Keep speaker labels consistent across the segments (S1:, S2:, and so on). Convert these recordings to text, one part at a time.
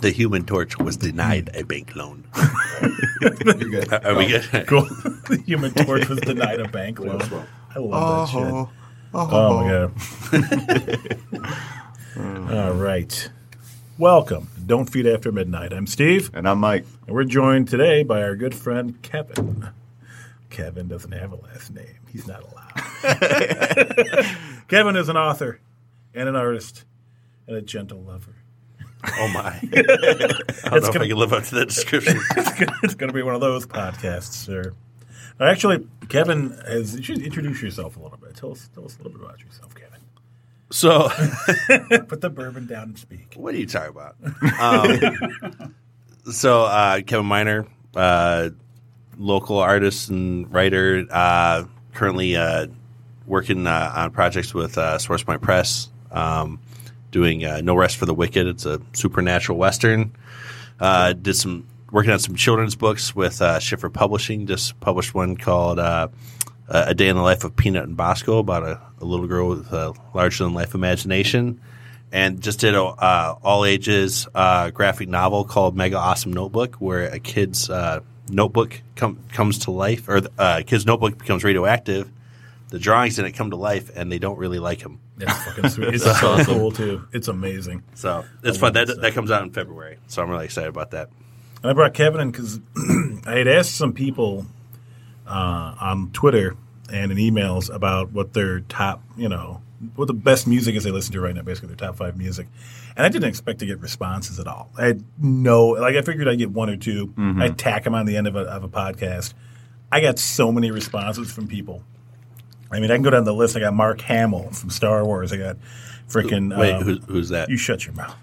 S1: the Human Torch was denied a bank loan.
S2: You're good.
S1: Are we good?
S3: Cool. the Human Torch was denied a bank loan. I love that shit. Oh my god. All right. Welcome. to Don't feed after midnight. I'm Steve,
S2: And I'm Mike.
S3: and we're joined today by our good friend Kevin. Kevin doesn't have a last name. He's not allowed. Kevin is an author and an artist and a gentle lover.
S1: Oh my! I don't know if
S3: gonna-
S1: I can live up to that description.
S3: it's going to be one of those podcasts, sir. Now, Actually, Kevin, has, you should introduce yourself a little bit. Tell us, tell us a little bit about yourself, Kevin.
S1: so,
S3: Put the bourbon down and speak.
S1: what are you talking about? Um, so, uh, Kevin Miner, uh, local artist and writer, uh, currently uh, working uh, on projects with uh, SourcePoint Press, um, doing uh, No Rest for the Wicked. It's a supernatural western. Uh, did some working on some children's books with uh, Schiffer Publishing. Just published one called uh, "A Day in the Life of Peanut and Bosco" about a, a little girl with a larger than life imagination. And just did a uh, all ages uh, graphic novel called Mega Awesome Notebook, where a kid's uh, notebook com- comes to life, or uh, a kid's notebook becomes radioactive. The drawings in it come to life, and they don't really like him.
S3: That's fucking sweet. It's so cool, too. It's amazing.
S1: So it's fun. That, that comes out in February, so I'm really excited about that.
S3: And I brought Kevin in because I had asked some people uh, on Twitter and in emails about what their top, you know, what the best music is they listen to right now, basically their top five music. And I didn't expect to get responses at all. I had no, like, I figured I'd get one or 2 I'd tack them on the end of a, of a podcast. I got so many responses from people. I mean, I can go down the list. I got Mark Hamill from Star Wars. I got freaking.
S1: Wait,
S3: um,
S1: who's, who's that?
S3: you shut your mouth.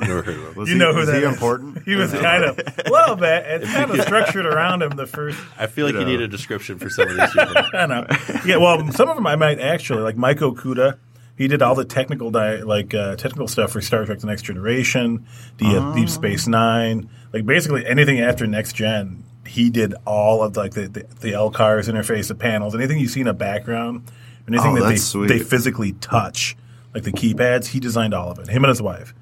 S1: Never heard of him.
S2: Was
S3: you
S2: he,
S3: know who
S2: is
S3: that
S2: he
S3: is.
S2: important?
S3: He was kind of a little bit. It's kind of structured around him the first.
S1: I feel like you
S2: know.
S3: uh,
S1: need a description for some of these people.
S3: I know. Yeah, well, some of them I might actually like Mike Okuda. He did all the technical di- like uh, technical stuff for Star Trek: The Next Generation, the uh,
S2: Oh.
S3: Deep Space Nine, like basically anything after Next Gen. He did all of like the the, the L cars interface, the panels, anything you see in a background, anything
S2: Oh,
S3: that they
S2: that's sweet.
S3: they physically touch, like the keypads. He designed all of it. Him and his wife.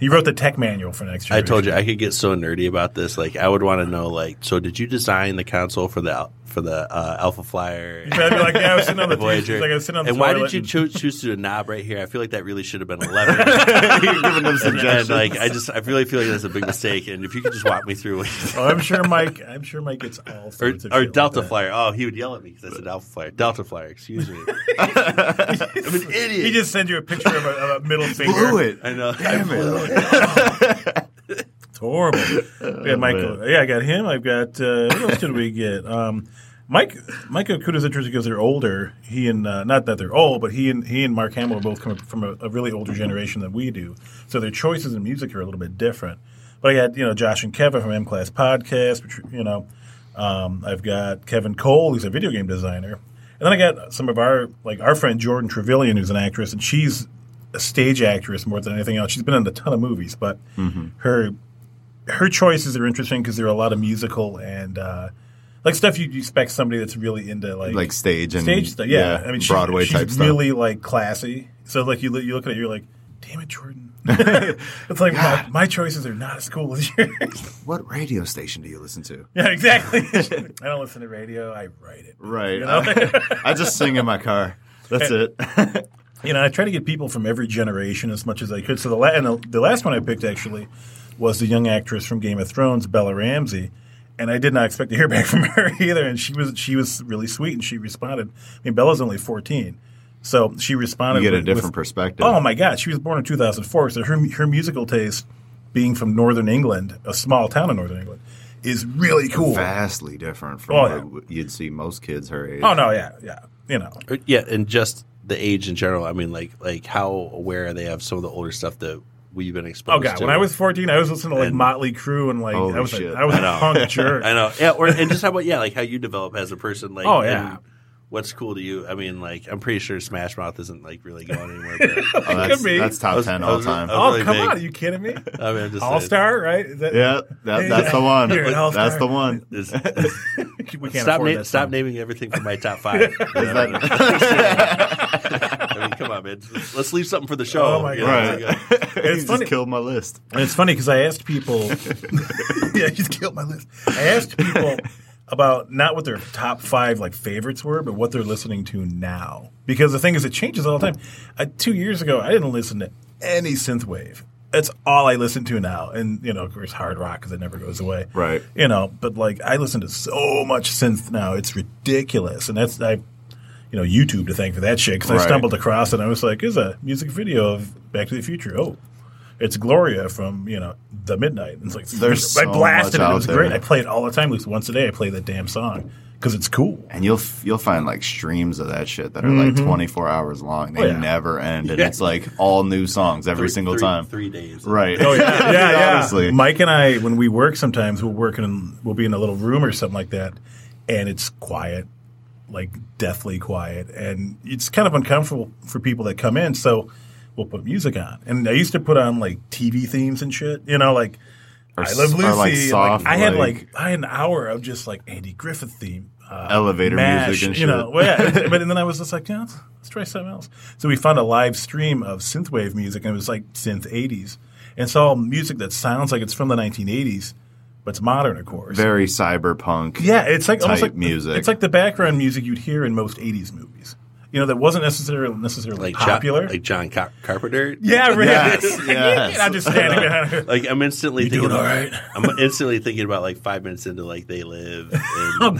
S3: He wrote the tech manual for Next
S1: I
S3: Generation.
S1: told you I could get so nerdy about this. Like, I would want to know. Like, so did you design the console for the al- for the uh, Alpha Flyer,
S3: And I'd be like, yeah, I was sitting on the,
S1: the Voyager?
S3: Like I was sitting on the
S1: and why
S3: toilet
S1: did you
S3: and-
S1: cho- choose to do a knob right here? I feel like that really should have been eleven.
S2: You're giving them
S1: and, and,
S2: suggestions.
S1: like, I just I really feel like that's a big mistake. And if you could just walk me through, what-
S3: Oh, I'm sure Mike. I'm sure Mike gets all
S1: or,
S3: sorts of
S1: or
S3: shit
S1: Delta
S3: like that.
S1: Flyer. Oh, he would yell at me because that's an Alpha Flyer. Delta Flyer. Excuse me. I'm an idiot.
S3: He just sends you a picture of a, of a middle finger.
S2: blew it.
S1: I know.
S2: Damn it.
S3: It's horrible. yeah, Michael. Yeah, I got him. I've got. Uh, what else did we get? Um, Mike Mike Okuda's interesting because they're older. He and uh, not that they're old, but he and he and Mark Hamill both come from a, a really older generation than we do. So their choices in music are a little bit different. But I got you know Josh and Kevin from M Class Podcast, which you know Um, I've got Kevin Cole, who's a video game designer, and then I got some of our like our friend Jordan Trevilian, who's an actress, and she's a stage actress more than anything else. She's been in a ton of movies, but her her choices are interesting because there are a lot of musical and uh, like stuff you'd expect somebody that's really into like
S2: like stage and
S3: stage stuff. Yeah, I mean she-
S2: Broadway
S3: she's
S2: type stuff.
S3: really like classy. So like you look- you look at it, you're like, damn it, Jordan. it's like my, my choices are not as cool as yours.
S2: What radio station do you listen to?
S3: Yeah, exactly. I don't listen to radio. I write it.
S2: Right.
S3: You know?
S2: I just sing in my car. That's it.
S3: you know, I try to get people from every generation as much as I could. So the la- and the, the last one I picked actually was the young actress from Game of Thrones, Bella Ramsey, and I did not expect to hear back from her either. And she was she was really sweet, and she responded. I mean, Bella's only fourteen, so she responded.
S2: You get a
S3: with-
S2: different
S3: with-
S2: perspective.
S3: Oh my God, she was born in 2004. So her her musical taste, being from Northern England, a small town in Northern England, is really cool.
S2: Vastly different from
S3: Oh,
S2: what
S3: yeah.
S2: w- you'd see most kids her age.
S3: Oh no, yeah, yeah, you know.
S1: Or- yeah and just the age in general i mean like like how aware are they of some of the older stuff that we've been exposed
S3: Oh god!
S1: to
S3: When I was fourteen, I was listening to like
S1: And-
S3: Motley Crue and like
S2: Holy
S3: I was a,
S2: shit.
S3: I was a punk jerk.
S1: i know yeah or, and just how about yeah like how you develop as a person like
S3: Oh, yeah.
S1: and what's cool to you i mean like i'm pretty sure smash mouth isn't like really going anywhere but
S2: Oh, that's,
S3: could be.
S2: that's top
S1: I was-
S2: ten
S1: I
S2: all
S1: was-
S2: time.
S1: I was-
S3: Oh
S1: really
S3: come
S1: big.
S3: on! Are you kidding me?
S1: i mean I'm just
S3: All
S1: saying.
S3: star, right? Is that,
S2: yeah, that, that's the one.
S3: You're an all-star.
S2: That's the one.
S1: It's-
S3: We can't
S1: stop
S3: afford
S1: na-
S3: that
S1: stop
S3: song.
S1: naming everything from my top five.
S2: Is that-
S1: I mean, come come on, man. Let's leave something for the show.
S3: Oh, my
S1: You know,
S2: Right.
S1: like, uh,
S2: it's
S3: funny.
S2: just killed my list.
S3: And it's funny because I asked people. yeah, you just killed my list. I asked people about not what their top five like favorites were, but what they're listening to now. Because the thing is, it changes all the time. Uh, two years ago, I didn't listen to any synthwave. That's all I listen to now, and you know, of course, hard rock because it never goes away.
S2: Right.
S3: You know, but like I listen to so much synth now, it's ridiculous, and that's I. You know, YouTube to thank for that shit because I
S2: Right.
S3: stumbled across it. and I was like, "Is a music video of Back to the Future." Oh, it's Gloria from you know the Midnight. And it's like
S2: There's
S3: I
S2: so
S3: blasted it. It
S2: much out
S3: was great.
S2: there.
S3: I play it all the time. At least once a day, I play that damn song because it's cool.
S2: And you'll f- you'll find like streams of that shit that are like 24 hours long. They
S3: Mm-hmm. Oh, yeah.
S2: never end, and
S1: Yeah.
S2: it's like all new songs every
S1: three-
S2: single
S1: three-
S2: time.
S1: Three days.
S2: Right.
S3: Oh yeah, yeah, yeah.
S2: Honestly.
S3: Mike and I, when we work, sometimes we'll work in we'll be in a little room or something like that, and it's quiet, like deathly quiet, and it's kind of uncomfortable for people that come in. So we'll put music on, and I used to put on like TV themes and shit. You know, like I Love
S2: s-
S3: Lucy.
S2: or, like,
S3: and,
S2: soft,
S3: I had
S2: like-
S3: like I had an hour of just like Andy Griffith theme. Uh,
S2: Elevator
S3: MASH,
S2: music and shit.
S3: You know, well, yeah. but and then I was just like, yeah, let's, let's try something else. So we found a live stream of synthwave music, and it was like synth '80s, and it's all music that sounds like it's from the 1980s, but it's modern, of course.
S2: Very cyberpunk.
S3: yeah, it's like almost
S2: type
S3: like
S2: music.
S3: It's like the background music you'd hear in most '80s movies. You know, that wasn't necessarily necessarily
S1: Like
S3: popular.
S1: John, like John Car- Carpenter.
S3: yeah, right.
S2: Yes, yes.
S3: I'm just standing behind her.
S1: Like I'm instantly
S3: You
S1: thinking.
S3: doing all
S1: about-
S3: right?
S1: I'm instantly thinking about like five minutes into like they live. And
S3: Oh,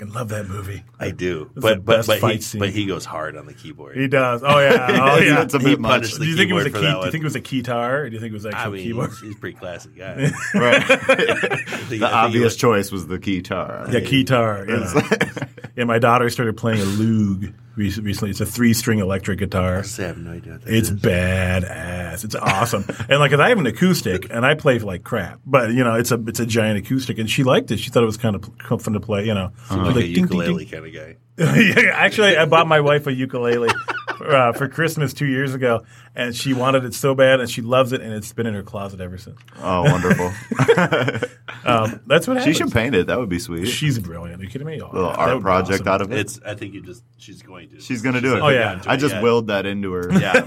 S3: I love that movie.
S1: I do,
S3: the
S1: but but
S3: best
S1: but he,
S3: fight scene.
S1: but he goes hard on the keyboard.
S3: He does. Oh yeah. Oh
S2: It's-
S3: yeah.
S2: it's a
S1: He
S2: bit much.
S1: punished
S3: do you think it was a
S1: keyboard for
S3: key,
S1: that
S3: do you
S1: one.
S3: think it was a guitar or do you think it was actually
S1: I
S3: a
S1: mean,
S3: keyboard?
S1: he's, he's a pretty classic guy. I think-
S2: Right.
S1: I think
S2: the obvious
S1: It
S2: choice was the guitar.
S3: Yeah, guitar. Yeah. yeah, my daughter started playing a lug rec- recently. It's a three-string electric guitar.
S1: was, I have no idea. What that
S3: It's
S1: is.
S3: badass. It's awesome. and like, 'cause I have an acoustic and I play like crap, but you know, it's a it's a giant acoustic, and she liked it. She thought it was kind of pl- fun to play. You know,
S1: like,
S3: Like,
S1: a
S3: ding, ding, ding.
S1: ukulele kind of guy.
S3: yeah, actually, I bought my wife a ukulele uh, for Christmas two years ago, and she wanted it so bad, and she loves it, and it's been in her closet ever since.
S2: Oh, wonderful.
S3: Um, that's what
S2: she
S3: happens.
S2: should paint it. That would be sweet.
S3: She's brilliant. Are you kidding me? Oh,
S2: little
S3: that would
S2: art
S3: be
S2: project
S3: awesome.
S2: out of it.
S1: It's. I think you just. She's going to.
S2: She's gonna do it.
S1: said
S3: Oh,
S1: they
S3: yeah.
S1: got to
S2: I
S1: it,
S2: just
S1: yeah.
S2: willed that into her.
S1: Yeah.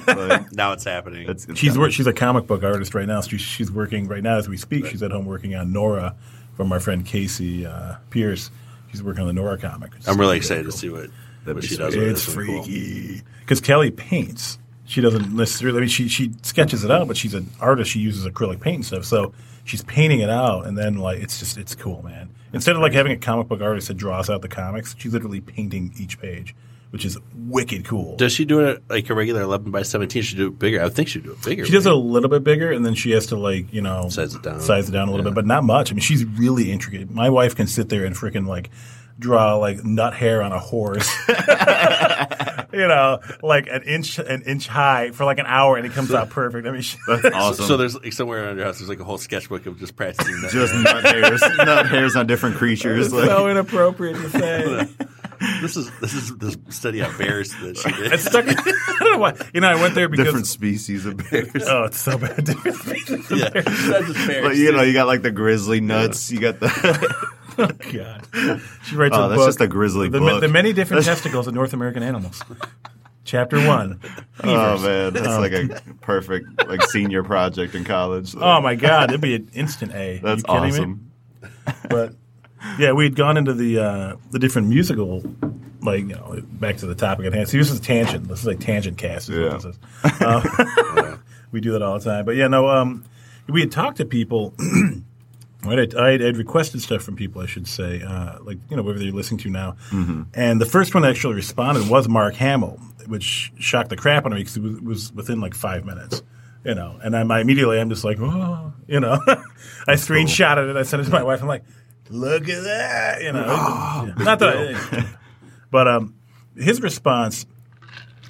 S2: But
S1: Now it's happening.
S2: it's, it's
S3: She's
S2: gotta
S3: wor- she's a comic book artist right now. She's she's working right now as we speak. She's at home working on Nora from our friend Casey uh, Pierce. She's working on the Nora comic.
S1: I'm really excited to see what, what
S2: be
S1: she
S2: sweet.
S1: does. with
S3: It's
S1: this one. Cool.
S3: freaky because Kelly paints. She doesn't necessarily. I mean, she she sketches it out, but she's an artist. She uses acrylic paint and stuff, so she's painting it out, and then like it's just it's cool, man. Instead of like having a comic book artist that draws out the comics, she's literally painting each page, which is wicked cool.
S1: Does she do it like a regular 11 by 17? She do it bigger. I think she do it bigger.
S3: She does it a little bit bigger, and then she has to like you know
S1: Size it down.
S3: size it down a little bit, but not much. I mean, she's really intricate. My wife can sit there and freaking like draw like nut hair on a horse, you know, like an inch an inch high for like an hour, and it comes out perfect. I mean, she,
S2: That's awesome.
S1: So there's like somewhere around your house. There's like a whole sketchbook of just practicing that.
S2: just nut hairs, nut hairs on different creatures.
S3: it's
S2: Like,
S3: so inappropriate to say.
S1: this is this is this study on bears that she
S3: I
S1: did.
S3: stuck. I don't know why. You know, I went there because
S2: different species of bears.
S3: oh, it's so bad. Different species of
S1: yeah,
S3: bears.
S1: that's just bears.
S2: But you know, you got like the grizzly nuts. You got the.
S3: God. She writes
S2: Oh,
S3: a
S2: that's
S3: book.
S2: just a grizzly
S3: the,
S2: book.
S3: The many different testicles of North American animals. Chapter one.
S2: oh man, that's like a perfect like senior project in college.
S3: Um. Oh my God, that'd be an instant A. Are
S2: that's
S3: you kidding
S2: awesome.
S3: Me? But yeah, we had gone into the uh, the different musical, like you know, back to the topic at hand. So this is tangent. This is like tangent cast. Is
S2: Yeah.
S3: what this is. Uh, we do that all the time. But yeah, no. Um, we had talked to people. Right, I had I'd requested stuff from people, I should say, uh, like you know whatever they're listening to now. And the first one that actually responded was Mark Hamill, which shocked the crap out of me because it was, was within like five minutes, you know. And I'm I immediately I'm just like, oh, you know, I screenshotted it. I sent it to my wife. I'm like, look at that, you know. Yeah. Not that, but um, his response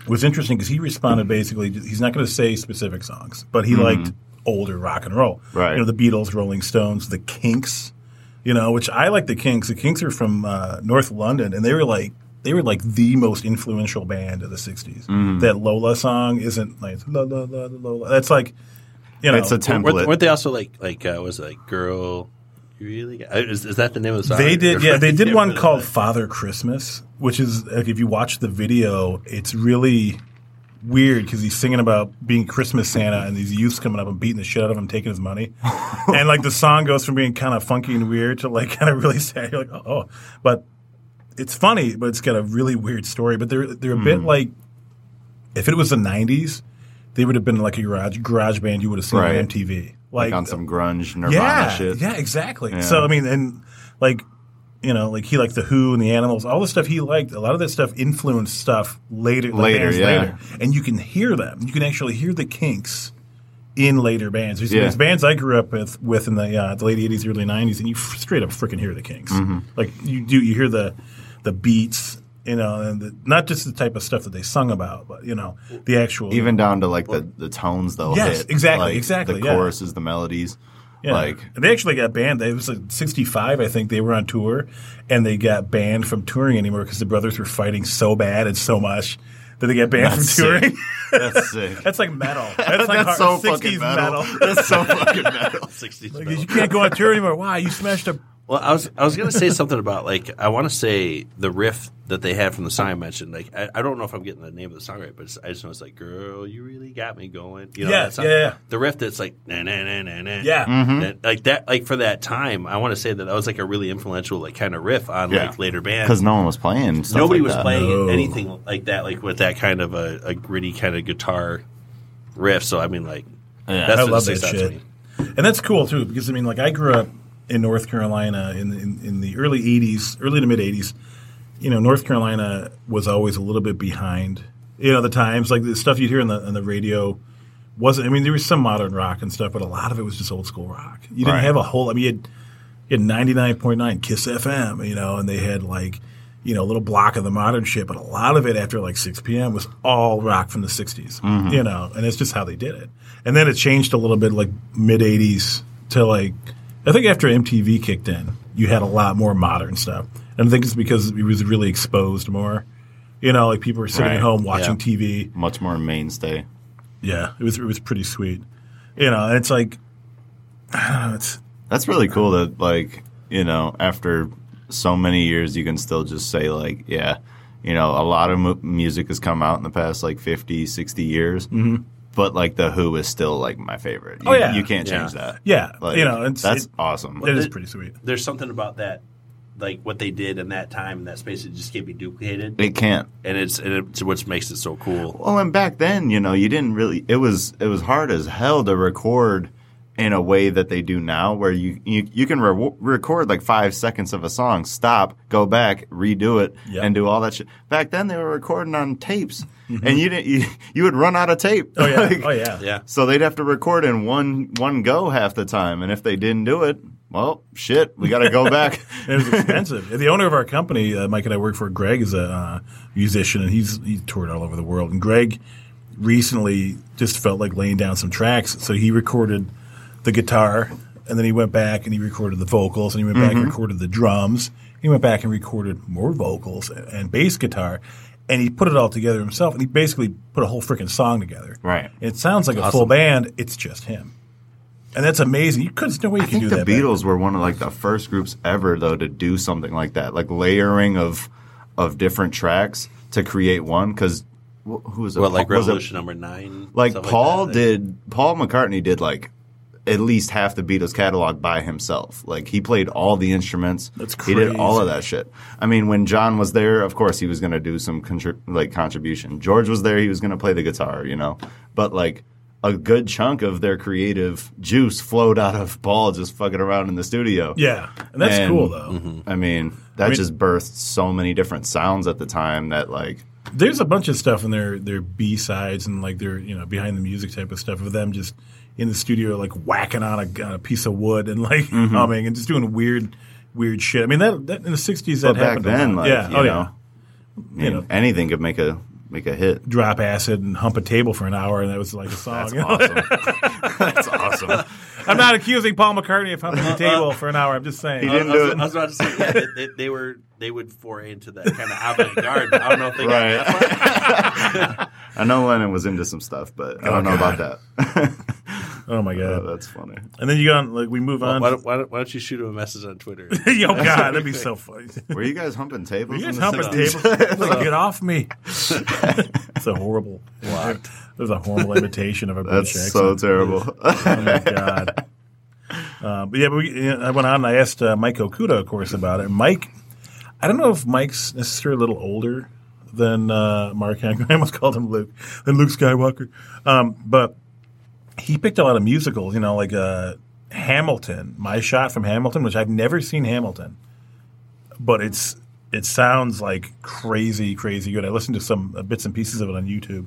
S3: was interesting because he responded basically. He's not going to say specific songs, but he liked older rock and roll.
S2: Mm-hmm. Right.
S3: You know, the Beatles, Rolling Stones, the Kinks. You know, which I like the Kinks. The Kinks are from uh, North London, and they were like they were like the most influential band of the '60s.
S2: Mm-hmm.
S3: That Lola song isn't like la la la la Lola. That's like you know,
S2: It's a
S1: weren't,
S2: template.
S1: weren't they also like like uh, was it like girl? You really? Got, is, is that the name of the song?
S3: They did, yeah. They did
S2: uh,
S1: Yeah,
S3: one
S1: but-
S3: called Father Christmas, which is like if you watch the video, it's really weird because he's singing about being Christmas Santa and these youths coming up and beating the shit out of him, taking his money. and like the song goes from being kind of funky and weird to like kind of really sad. You're like, oh, oh. but it's funny, but it's got a really weird story. But they're they're a
S2: Hmm.
S3: bit like if it was the '90s, they would have been like a garage garage band you would have seen
S2: Right.
S3: on MTV,
S2: like on some grunge Nirvana
S3: yeah,
S2: shit.
S3: Yeah, exactly. So I mean, and like you know, like he liked the Who and the Animals, all the stuff he liked. A lot of that stuff influenced stuff later, like
S2: Later,
S3: bands
S2: yeah.
S3: later, and you can hear them. You can actually hear the Kinks in later bands. There's,
S2: Yeah.
S3: there's bands I grew up with, with in the uh, the late '80s, early '90s, and you f- straight up freaking hear the Kinks.
S2: Mm-hmm.
S3: Like you do, you hear the the beats. You know, and the, not just the type of stuff that they sung about, but you know, the actual
S2: Even down to like the, the tones they'll
S3: Yes,
S2: hit.
S3: exactly,
S2: like,
S3: exactly,
S2: The
S3: yeah.
S2: choruses, the melodies.
S3: Yeah.
S2: Like
S3: And they actually got banned. It was like 65, I think. They were on tour and they got banned from touring anymore because the brothers were fighting so bad and so much that they got banned
S2: That's
S3: from touring.
S2: sick. that's sick.
S3: That's like metal. That's like hard, 60s metal.
S2: That's so fucking metal.
S1: 60s
S3: Like,
S1: metal.
S3: you can't go on tour anymore. Why? You smashed a.
S1: Well, I was I was gonna say something about like I want to say the riff that they had from the song I mentioned. Like I, I don't know if I'm getting the name of the song right, but it's, I just know it's like, "Girl, you really got me going." You know,
S3: Yeah,
S1: that song.
S3: yeah, yeah.
S1: The riff that's like, na na na na na.
S3: Yeah.
S2: Mm-hmm.
S1: That- like that. Like for that time, I want to say that that was like a really influential like kind of riff on
S2: Yeah.
S1: like later bands.
S2: Because no one was playing. stuff
S1: Nobody
S2: like
S1: was
S2: that.
S1: playing
S3: No.
S1: anything like that, like with that kind of a, a gritty kind of guitar riff. So I mean, like,
S2: Yeah.
S1: that's
S3: I
S1: what
S3: love
S1: sticks
S3: that
S1: out to
S3: shit.
S1: me.
S3: And that's cool too, because I mean, like I grew up in North Carolina in in, in the early '80s, early to mid '80s. You know, North Carolina was always a little bit behind. You know, the times like the stuff you'd hear on the on the radio wasn't. I mean, there was some modern rock and stuff, but a lot of it was just old school rock. You didn't
S2: Right.
S3: have a whole. I mean, you had, you had ninety nine point nine Kiss FM, you know, and they had like. You know, a little block of the modern shit, but a lot of it after like 6 p.m. was all rock from the 60s,
S2: Mm-hmm.
S3: you know, and it's just how they did it. And then it changed a little bit like mid 80s to like, I think after MTV kicked in, you had a lot more modern stuff. And I think it's because it was really exposed more. You know, like people were sitting
S2: Right.
S3: at home watching
S1: Yeah.
S3: TV.
S2: Much more mainstay.
S3: Yeah, it was it was pretty sweet. You know, and it's like I don't know, it's
S2: That's really cool that like, you know, after so many years you can still just say like, yeah, you know, a lot of mu- music has come out in the past like 50, 60 years. Mm-hmm. But like the Who is still like my favorite. You,
S3: Oh, yeah.
S2: you can't change
S1: Yeah.
S2: that.
S3: yeah,
S2: Like,
S3: you know, it's
S2: that's
S3: it-
S2: awesome.
S3: it is
S1: it-
S3: pretty sweet.
S1: there's something about that, like what they did in that time in that space, it just can't be duplicated,
S2: it can't.
S1: and it's and it's what makes it so cool.
S2: Well, and back then, you know, you didn't really. It was it was hard as hell to record in a way that they do now, where you you, you can re- record like five seconds of a song, stop, go back, redo it,
S3: Yep.
S2: and do all that shit. Back then, they were recording on tapes, and you didn't. You, you would run out of tape.
S3: Mm-hmm. Oh yeah,
S2: Like,
S3: oh yeah,
S1: Yeah,
S2: So they'd have to record in one one go half the time, and if they didn't do it, well, shit, we got to go back.
S3: And it was expensive. the owner of our company, uh, Mike and I work for, Greg, is a uh, musician, and he's he toured all over the world. And Greg recently just felt like laying down some tracks, so he recorded the guitar, and then he went back and he recorded the vocals, and he went back
S2: Mm-hmm.
S3: and recorded the drums. He went back and recorded more vocals and, and bass guitar, and he put it all together himself. And he basically put a whole freaking song together.
S2: Right.
S3: It sounds like a full band. It's just him. And that's amazing. You could, there's no way you
S2: I
S3: could
S2: think
S3: do
S2: the
S3: that. back
S2: Beatles were one of like the first groups ever though to do something like that, like layering of of different tracks to create one. Because who was it?
S1: but like
S2: Paul- was it-
S1: Revolution Number Nine,
S2: like
S1: stuff
S2: Paul
S1: that.
S2: did. Paul McCartney did like at least half the Beatles catalog by himself. Like he played all the instruments.
S3: That's
S2: He did all of
S3: crazy.
S2: that shit. I mean, when John was there, of course he was going to do some contri- like contribution. George was there, he was going to play the guitar, you know. But like a good chunk of their creative juice flowed out of Paul just fucking around in the studio.
S3: Yeah. And that's
S2: And- mm-hmm.
S3: cool, though.
S2: I mean, that just birthed so many different sounds at the time that like
S3: there's a bunch of stuff in their their B sides and like their you know behind the music type of stuff of them just in the studio like whacking on a, on a piece of wood and like
S2: Mm-hmm.
S3: humming and just doing weird weird shit. I mean that, that in the '60s that
S2: but back
S3: happened. a
S2: then,
S3: lot.
S2: like
S3: yeah,
S2: you
S3: oh
S2: know,
S3: yeah,
S2: I mean,
S3: know.
S2: anything could make a make a hit.
S3: drop acid and hump a table for an hour and that was like a song.
S2: That's awesome. That's awesome.
S3: I'm not accusing Paul McCartney of humping a table for an hour. I'm just saying.
S2: He didn't
S1: I was,
S2: do it.
S1: I was about to say yeah, they, they, they were they would foray into that kind of avant garde. I don't know if they got
S2: Right. I know Lennon was into some stuff, but I don't know about that.
S3: Oh my god!
S2: Oh, that's funny.
S3: and then you go on like we move
S1: Why
S3: on.
S1: don't, why, don't, why don't you shoot him a message on Twitter?
S3: Yo, God, that'd be so funny.
S2: Were you guys humping tables?
S3: You guys
S2: in the
S3: humping
S2: 60s?
S3: tables? Like, get off me! it's a horrible. There's a horrible imitation of a British
S2: That's so
S3: accent.
S2: terrible.
S3: oh my god! Uh, but yeah, but we, yeah, I went on and I asked uh, Mike Okuda, of course, about it. Mike, I don't know if Mike's necessarily a little older than uh, Mark Hamill. I almost called him Luke, than Luke Skywalker. Um, but he picked a lot of musicals, you know, like uh, Hamilton, My Shot from Hamilton, which I've never seen Hamilton, but it's it sounds like crazy, crazy good. I listened to some uh, bits and pieces of it on YouTube.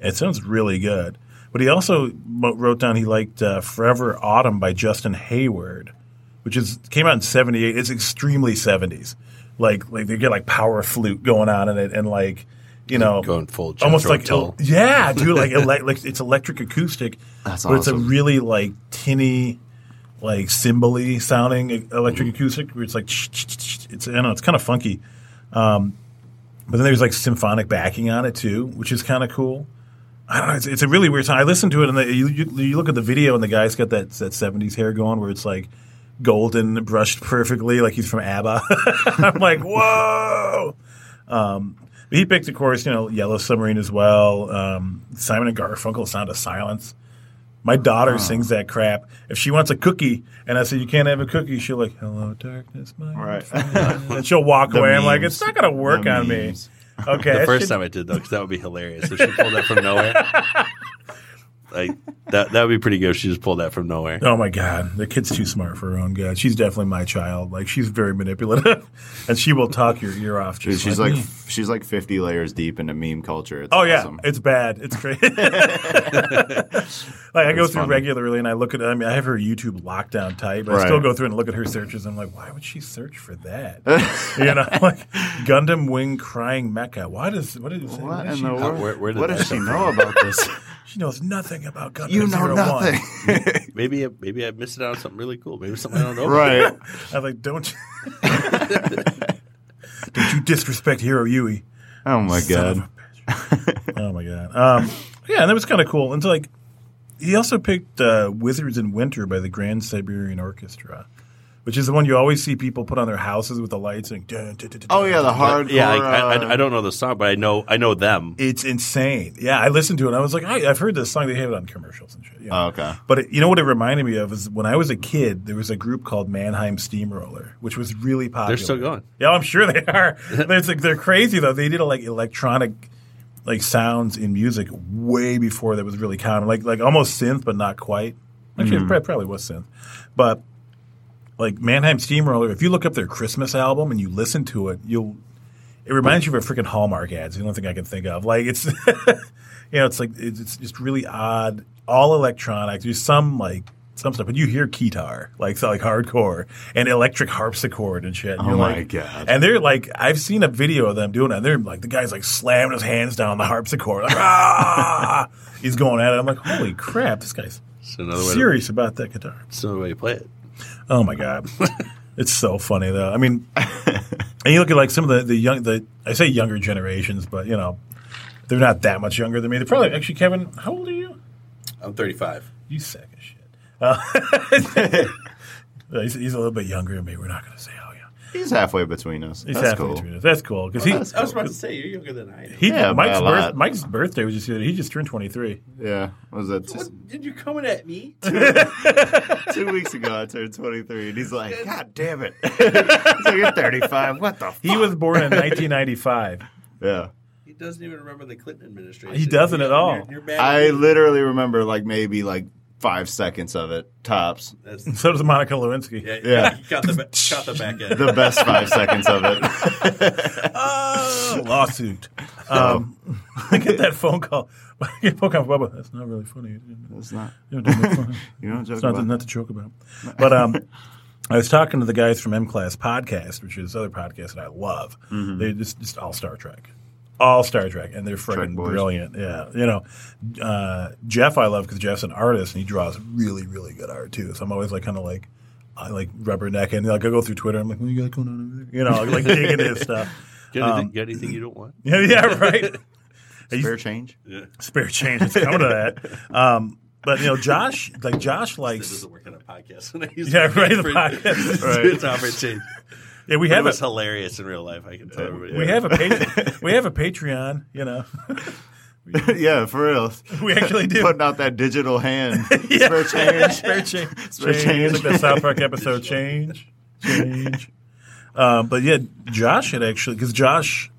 S3: It sounds really good. But he also mo- wrote down he liked uh, Forever Autumn by Justin Hayward, which is came out in '78. It's extremely '70s, like like they get like power flute going on in it, and like you know
S1: Going full
S3: almost
S1: Jethro
S3: like
S1: Tull.
S3: yeah, dude, like, ele- like it's electric acoustic,
S2: That's
S3: but it's a
S2: awesome.
S3: really like tinny, like cymbally sounding e- electric
S2: Mm-hmm.
S3: acoustic. Where it's like it's I don't know, it's kind of funky, um, but then there's like symphonic backing on it too, which is kind of cool. I don't know. It's, it's a really weird song. I listened to it, and the, you, you, you look at the video, and the guy's got that that '70s hair going, where it's like golden, brushed perfectly, like he's from ABBA. I'm like, whoa. Um, But he picked, of course, you know, Yellow Submarine as well. Um, Simon and Garfunkel, Sound of Silence. My daughter sings that crap. If she wants a cookie, and I say you can't have a cookie, she'll like, "Hello, darkness, my old
S2: Right.
S3: friend," and she'll walk
S2: The
S3: away. I'm like,
S2: memes.
S3: it's not gonna work
S2: The
S3: on
S2: memes.
S3: me. Okay,
S1: The
S3: that
S1: first
S3: should-
S1: time I did though, because that would be hilarious if she pulled that from nowhere. like that, that would be pretty good if she just pulled that from nowhere.
S3: Oh my God, the kid's too smart for her own good. She's definitely my child. Like she's very manipulative, and she will talk your ear off.
S2: Dude,
S3: Just
S2: she's
S3: like
S2: like
S3: me.
S2: she's like 50 layers deep into meme culture. It's
S3: Oh yeah,
S2: awesome.
S3: it's bad. It's crazy. like I go
S2: That's
S3: through
S2: funny.
S3: regularly and I look at. I mean, I have her YouTube lockdown type. But I
S2: Right.
S3: still go through and look at her searches. I'm like, why would she search for that? you know, like Gundam Wing crying mecha. Why does what is
S2: What
S3: what is
S2: in
S3: she,
S2: the world?
S1: where- where did
S2: what
S1: that
S2: does she
S1: come
S2: know about this?
S3: she knows nothing about Gundam.
S2: you know
S3: Zero
S2: nothing.
S3: One.
S1: Maybe maybe I missed out on something really cool. Maybe something I don't know.
S2: right.
S3: I'm like, don't you, don't you disrespect Hero Yui?
S2: Oh my
S3: Son of
S2: god.
S3: a bitch. oh my god. Um, yeah, and that was kind of cool. And so, like, he also picked uh, "Wizards in Winter" by the Grand Siberian Orchestra, which is the one you always see people put on their houses with the lights and. Dun, dun, dun, dun,
S2: Oh yeah, the
S3: dun.
S2: hardcore.
S1: Yeah, like, I,
S2: uh,
S1: I, I don't know the song, but I know I know them.
S3: It's insane. Yeah, I listened to it. and I was like, I, I've heard this song. They have it on commercials and shit. you know.
S2: Oh, okay.
S3: But it, you know what it reminded me of is when I was a kid, there was a group called Mannheim Steamroller, which was really popular.
S1: They're still going.
S3: Yeah, I'm sure they are. it's like they're crazy though. They did like electronic like sounds in music way before that was really common. Like like almost synth, but not quite. Actually, it prob- probably was synth, but like Mannheim Steamroller. If you look up their Christmas album and you listen to it, you'll it reminds you of a freaking Hallmark ad. It's the only thing I can think of. Like it's, you know, it's like it's, it's just really odd. All electronic. There's some like some stuff, but you hear guitar, like so, like hardcore and electric harpsichord and shit. And
S2: Oh
S3: you're
S2: my
S3: like-
S2: God.
S3: And they're like, I've seen a video of them doing it. And they're like, the guy's like slamming his hands down on the harpsichord, like ah, he's going at it. I'm like, holy crap, this guy's
S1: It's another way. To,
S3: serious about that guitar.
S1: it's another way to play it.
S3: Oh my god, it's so funny though. I mean, and you look at like some of the the young the I say younger generations, but you know, they're not that much younger than me. They're probably actually Kevin. How old are you?
S1: I'm 35.
S3: You sack of shit. Uh, he's, he's a little bit younger than me. We're not going to say how young.
S2: He's halfway between us.
S3: He's
S2: That's
S3: halfway
S2: cool.
S3: between us. That's cool because he.
S1: I was about to say you're younger than I am.
S3: He,
S2: Yeah, by
S3: Mike's,
S2: a
S3: birth,
S2: lot.
S3: Mike's birthday was just the other day. He just turned 23.
S2: Yeah. What was that two,
S1: What, did you coming at me?
S2: two weeks ago? I turned 23, and he's like, "God damn it!" he's like, "You're 35. What the?" Fuck?
S3: He was born in 1995.
S2: Yeah.
S1: He doesn't even remember the Clinton administration.
S3: He doesn't at all.
S1: You're, you're mad
S2: I
S1: at me.
S2: literally remember like maybe like five seconds of it tops.
S1: That's,
S3: So does Monica Lewinsky.
S1: yeah,
S2: Yeah.
S1: yeah. He caught the, ba- caught the back end.
S2: The best five seconds of it.
S3: Oh, lawsuit. Um, I get that phone call. I get a phone call from Bubba. That's not really funny.
S2: It's not.
S3: You don't make fun.
S2: You don't joke
S3: It's not,
S2: about.
S3: not to joke about. But um, I was talking to the guys from M Class Podcast, which is this other podcast that I love.
S2: Mm-hmm.
S3: They're just, just all Star Trek. All Star Trek, and they're freaking
S2: boys.
S3: brilliant. Yeah, you know, uh, Jeff I love because Jeff's an artist and he draws really, really good art too. So I'm always like kind of like, I like rubbernecking. Like I go through Twitter, I'm like, what you got going on over there? You know, like digging his stuff.
S1: Got
S3: um,
S1: anything, got anything you don't want?
S3: Yeah, yeah, right.
S2: Fair change.
S3: Spare change. It's coming to that. Um, But you know, Josh, like Josh
S1: This
S3: likes.
S1: doesn't work on a podcast.
S3: Yeah, right, the podcast.
S1: right. It's Albert Shane.
S3: Yeah, we
S1: It
S3: have a,
S1: was hilarious in real life. I can tell everybody.
S3: we have a pat- we have a Patreon. You know,
S2: yeah, for real.
S3: we actually do.
S2: Putting out that digital hand. Spare change.
S3: Spare change. Spare
S2: Spare
S3: change.
S2: change.
S3: Like that South Park episode, change, change. Uh, but yeah, Josh had actually because Josh,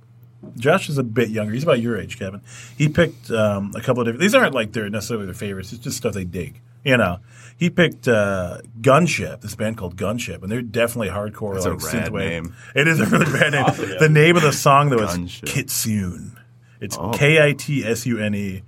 S3: Josh is a bit younger. He's about your age, Kevin. He picked um, a couple of different. These aren't like they're necessarily their favorites. It's just stuff they dig. You know, he picked uh, Gunship, this band called Gunship, and they're definitely hardcore.
S2: That's a
S3: like
S2: rad
S3: synthwave.
S2: name.
S3: It is a really bad name.
S1: Awesome, yeah.
S3: The name of the song though is
S2: Gunship. Oh.
S3: Kitsune. It's K I T S U N E,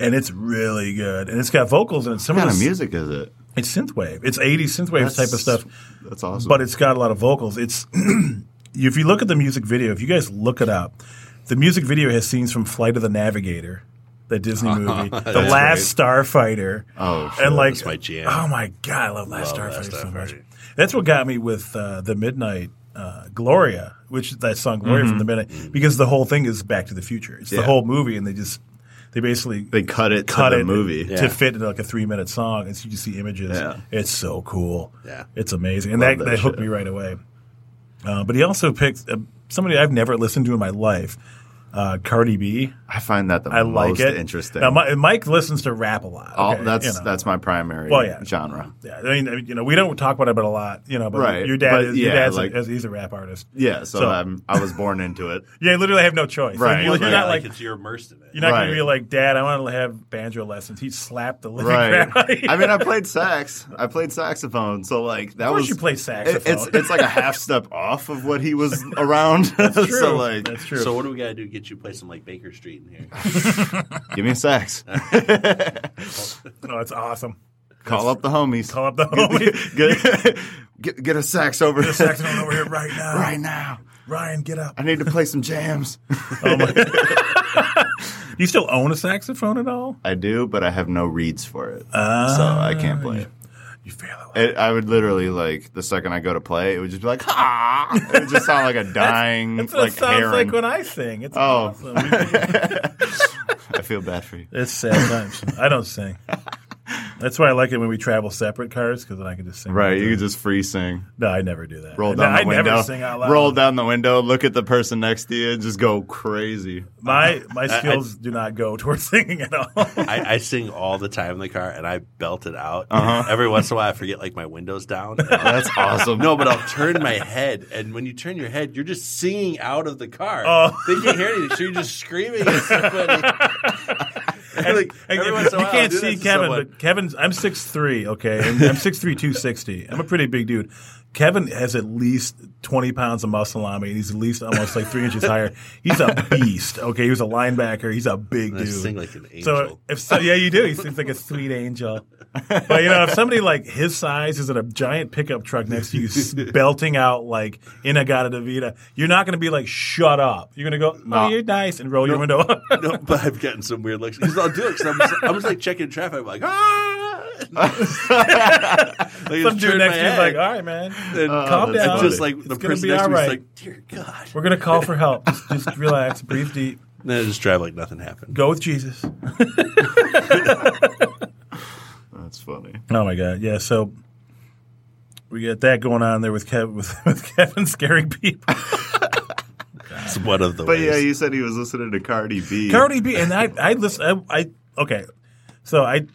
S3: and it's really good. And it's got vocals and some
S2: What
S3: of
S2: kind of
S3: the
S2: music is it?
S3: it's synthwave. It's 80s synthwave type of stuff,
S2: That's awesome.
S3: but it's got a lot of vocals. It's if you look at the music video, if you guys look it up, the music video has scenes from Flight of the Navigator, the Disney movie, The
S1: That's
S3: Last Starfighter.
S2: Oh, shit.
S3: and like
S1: that's my jam.
S3: Oh my god, I love Last
S1: Love
S3: Starfighter
S1: Last
S3: so much.
S1: Starfighter.
S3: That's what got me with uh, the Midnight uh, Gloria, which is that song Gloria from the Midnight, because the whole thing is Back to the Future. It's the
S2: Yeah.
S3: whole movie, and they just they basically
S2: they cut it
S3: cut
S2: to the
S3: it
S2: movie.
S1: Yeah.
S3: to fit into like a three minute song, and so you just see images.
S2: Yeah.
S3: It's so cool.
S1: Yeah.
S3: it's amazing, and
S2: Love
S3: that, that,
S2: that
S3: hooked
S2: shit.
S3: me right away. Uh, but he also picked uh, somebody I've never listened to in my life, uh, Cardi B.
S2: I find that the
S3: I like
S2: most
S3: it.
S2: interesting.
S3: Now, Mi- Mike listens to rap a lot.
S2: All-
S3: okay?
S2: that's
S3: You know.
S2: that's my primary
S3: Well, yeah.
S2: genre.
S3: Yeah, I mean, you know, we don't talk about it a lot, you know. But
S2: Right,
S3: your dad,
S2: but
S3: is, your
S2: yeah,
S3: dad's
S2: like-
S3: a, he's a rap artist.
S2: Yeah, so,
S3: So-
S2: I'm, I was born into it.
S3: Yeah, you literally have no choice. Like,
S2: Right.
S3: you- you're
S2: Well,
S3: not like
S1: it's you're immersed in it.
S3: you're not gonna
S2: Right.
S3: be like, Dad, I want to have banjo lessons. He slapped the living
S2: Right.
S3: crap out of you.
S2: I mean, I played sax. I played saxophone. So like
S3: of
S2: that
S3: course
S2: was
S3: you play
S2: it-
S3: saxophone.
S2: it's it's like a half step off of what he was around.
S3: true.
S2: so like,
S3: that's true.
S1: So what do we gotta do? to Get you to play some like Baker Street in here.
S2: give me a sax.
S3: No, it's Oh, awesome.
S2: Call up the homies.
S3: Call up the homies.
S2: get, get, get a sax over
S3: The saxophone over here right now.
S2: right now.
S3: Ryan, get up.
S2: I need to play some jams.
S3: You still own a saxophone at all?
S2: I do, but I have no reeds for it, so I
S3: Ah,
S2: can't play it.
S3: You fail at life.
S2: It, I would literally like the second I go to play, it would just be like ah. It would just sound like a dying
S3: That's what
S2: like
S3: it sounds
S2: heron.
S3: like when I sing. It's
S2: Oh.
S3: awesome.
S2: I feel bad for you.
S3: It's sad times. I don't sing. That's why I like it when we travel separate cars because then I can just sing.
S2: Right, you could just free sing.
S3: No, I never do that.
S2: Roll
S3: No,
S2: down
S3: I
S2: the window.
S3: never sing out loud.
S2: Roll down the window. Look at the person next to you and just go crazy.
S3: My my skills do not go towards singing at all.
S1: I, I sing all the time in the car, and I belt it out.
S3: Uh-huh.
S1: Every once in a while, I forget like my windows down.
S2: That's awesome.
S1: no, but I'll turn my head, and when you turn your head, you're just singing out of the car.
S3: Oh.
S1: They can't hear anything, so you're just screaming at somebody. Like,
S3: And
S1: every
S3: you
S1: once in a
S3: you
S1: while,
S3: can't
S1: I'll do
S3: see
S1: that to
S3: Kevin,
S1: someone.
S3: but Kevin's I'm 6'3", okay? And I'm 6'3", 260. I'm a pretty big dude. Kevin has at least 20 pounds of muscle on me, and he's at least almost like three inches higher. He's a beast, okay? He was a linebacker. He's a big
S1: I
S3: dude.
S1: sing like an angel.
S3: So if so, yeah, you do. He seems like a sweet angel. But you know, if somebody like his size is in a giant pickup truck next to you, s- belting out like Inagata Davida, you're not going to be like, "Shut up!" You're going to go, "Oh,
S2: No.
S3: you're nice," and roll your window up.
S1: no, but I've gotten some weird looks because I'll do it. Cause I'm, just, I'm just like checking traffic. I'm like ah. like,
S3: Some
S1: Some
S3: dude next to you's like, "Ah!" "All right, man, calm down."
S2: that's
S1: It's Uh-huh. just like
S3: It's
S1: the
S3: gonna
S1: person
S3: be
S1: next to
S3: all
S1: me
S3: right.
S1: is like, dear God.
S3: "We're going to call for help. Just, just relax, breathe deep,
S1: Then I just drive like nothing happened.
S3: go with Jesus."
S2: That's funny.
S3: Oh my god, yeah. So we got that going on there with Kev with, with Kevin scaring people.
S1: It's one of the
S2: But yeah,
S1: ways.
S2: you said he was listening to Cardi B.
S3: Cardi B and I I listen I, I okay. So I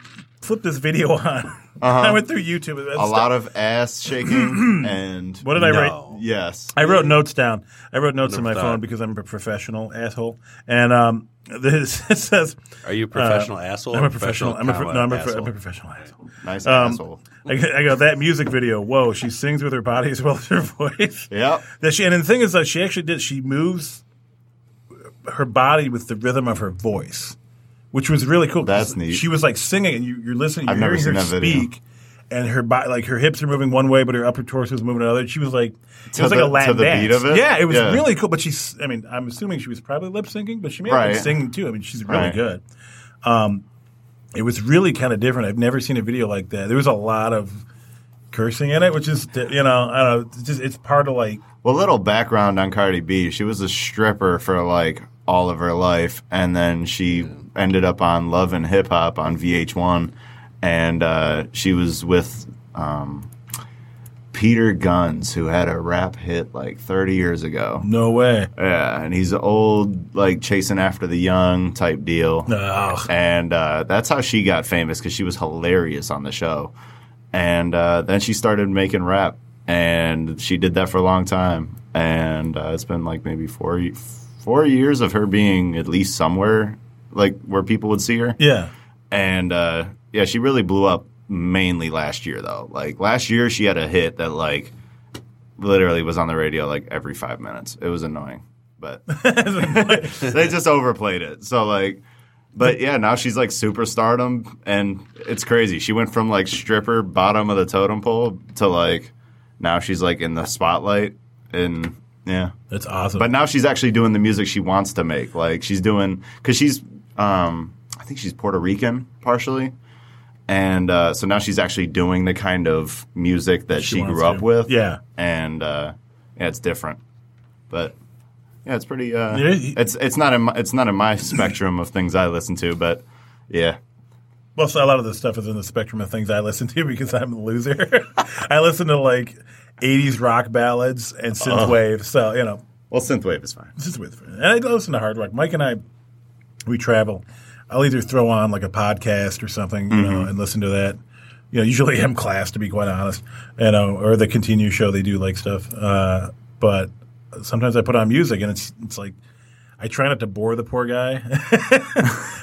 S3: flipped this video on.
S1: Uh-huh.
S3: I went through YouTube.
S2: a lot of ass shaking and
S3: What did I write?
S1: No.
S2: yes.
S3: I wrote notes down. I wrote notes on my
S1: thought.
S3: phone because I'm a professional asshole. And um, this it says
S1: Are you a professional asshole?
S3: Uh, I'm
S1: or
S3: a professional. I'm a, pro-
S1: comma
S3: no, I'm a, pro-
S1: asshole?
S3: I'm a professional asshole.
S2: nice
S3: um,
S2: asshole.
S3: I, go- I go that music video. Whoa, she sings with her body as well as her voice.
S2: Yep.
S3: That she and the thing is that she actually did. She moves her body with the rhythm of her voice, which was really cool.
S2: That's neat.
S3: She was like singing, and you, you're listening. You're
S2: I've never
S3: hearing her
S2: seen that video.
S3: speak, and her body, like her hips are moving one way, but her upper torso is moving another. She was like, it
S2: To
S3: was like
S2: the-
S3: a Latin
S2: to the
S3: dance.
S2: beat of it?
S3: Yeah, it was
S2: Yeah.
S3: really cool. But she's, I mean, I'm assuming she was probably lip syncing, but she may have been
S2: Right.
S3: singing too. I mean, she's really
S2: Right.
S3: good. Um, it was really kind of different. I've never seen a video like that. There was a lot of cursing in it, which is you know, I don't know, it's just it's part of like
S2: Well, little background on Cardi B. She was a stripper for like all of her life, and then she ended up on Love and Hip Hop on VH1. and uh, she was with um, Peter Guns, who had a rap hit like 30 years ago.
S3: No way.
S2: Yeah, and he's an old, like chasing after the young type deal.
S3: Ugh.
S2: And uh, that's how she got famous because she was hilarious on the show. And uh, then she started making rap, and she did that for a long time. And uh, it's been like maybe four ye- four years of her being at least somewhere like where people would see her.
S3: Yeah.
S2: And uh, yeah, she really blew up mainly last year though. Like last year, she had a hit that like literally was on the radio like every five minutes. It was annoying, but they just overplayed it. So like, but yeah, now she's like superstardom, and it's crazy. She went from like stripper bottom of the totem pole to like now she's like in the spotlight, and yeah.
S3: That's awesome.
S2: But now she's actually doing the music she wants to make. Like she's doing because she's, um, I think she's Puerto Rican partially, and uh, so now she's actually doing the kind of music that
S3: She
S2: she,
S3: wants
S2: grew up
S3: to.
S2: with.
S3: Yeah.
S2: and uh, yeah, it's different, but yeah, it's pretty. Uh,
S3: Yeah, he-
S2: it's it's not in my, it's not in my spectrum of things I listen to, but yeah,
S3: Well, so a lot of this stuff is in the spectrum of things I listen to because I'm a loser. I listen to like 80s rock ballads and synthwave. So, you know,
S2: well, synthwave is fine.
S3: this is with And I listen to hard rock. Mike and I, we travel. I'll either throw on like a podcast or something, you know, and listen to that. You know, usually M class, to be quite honest, you know, or the continue show. They do like stuff, uh, but sometimes I put on music and it's it's like I try not to bore the poor guy,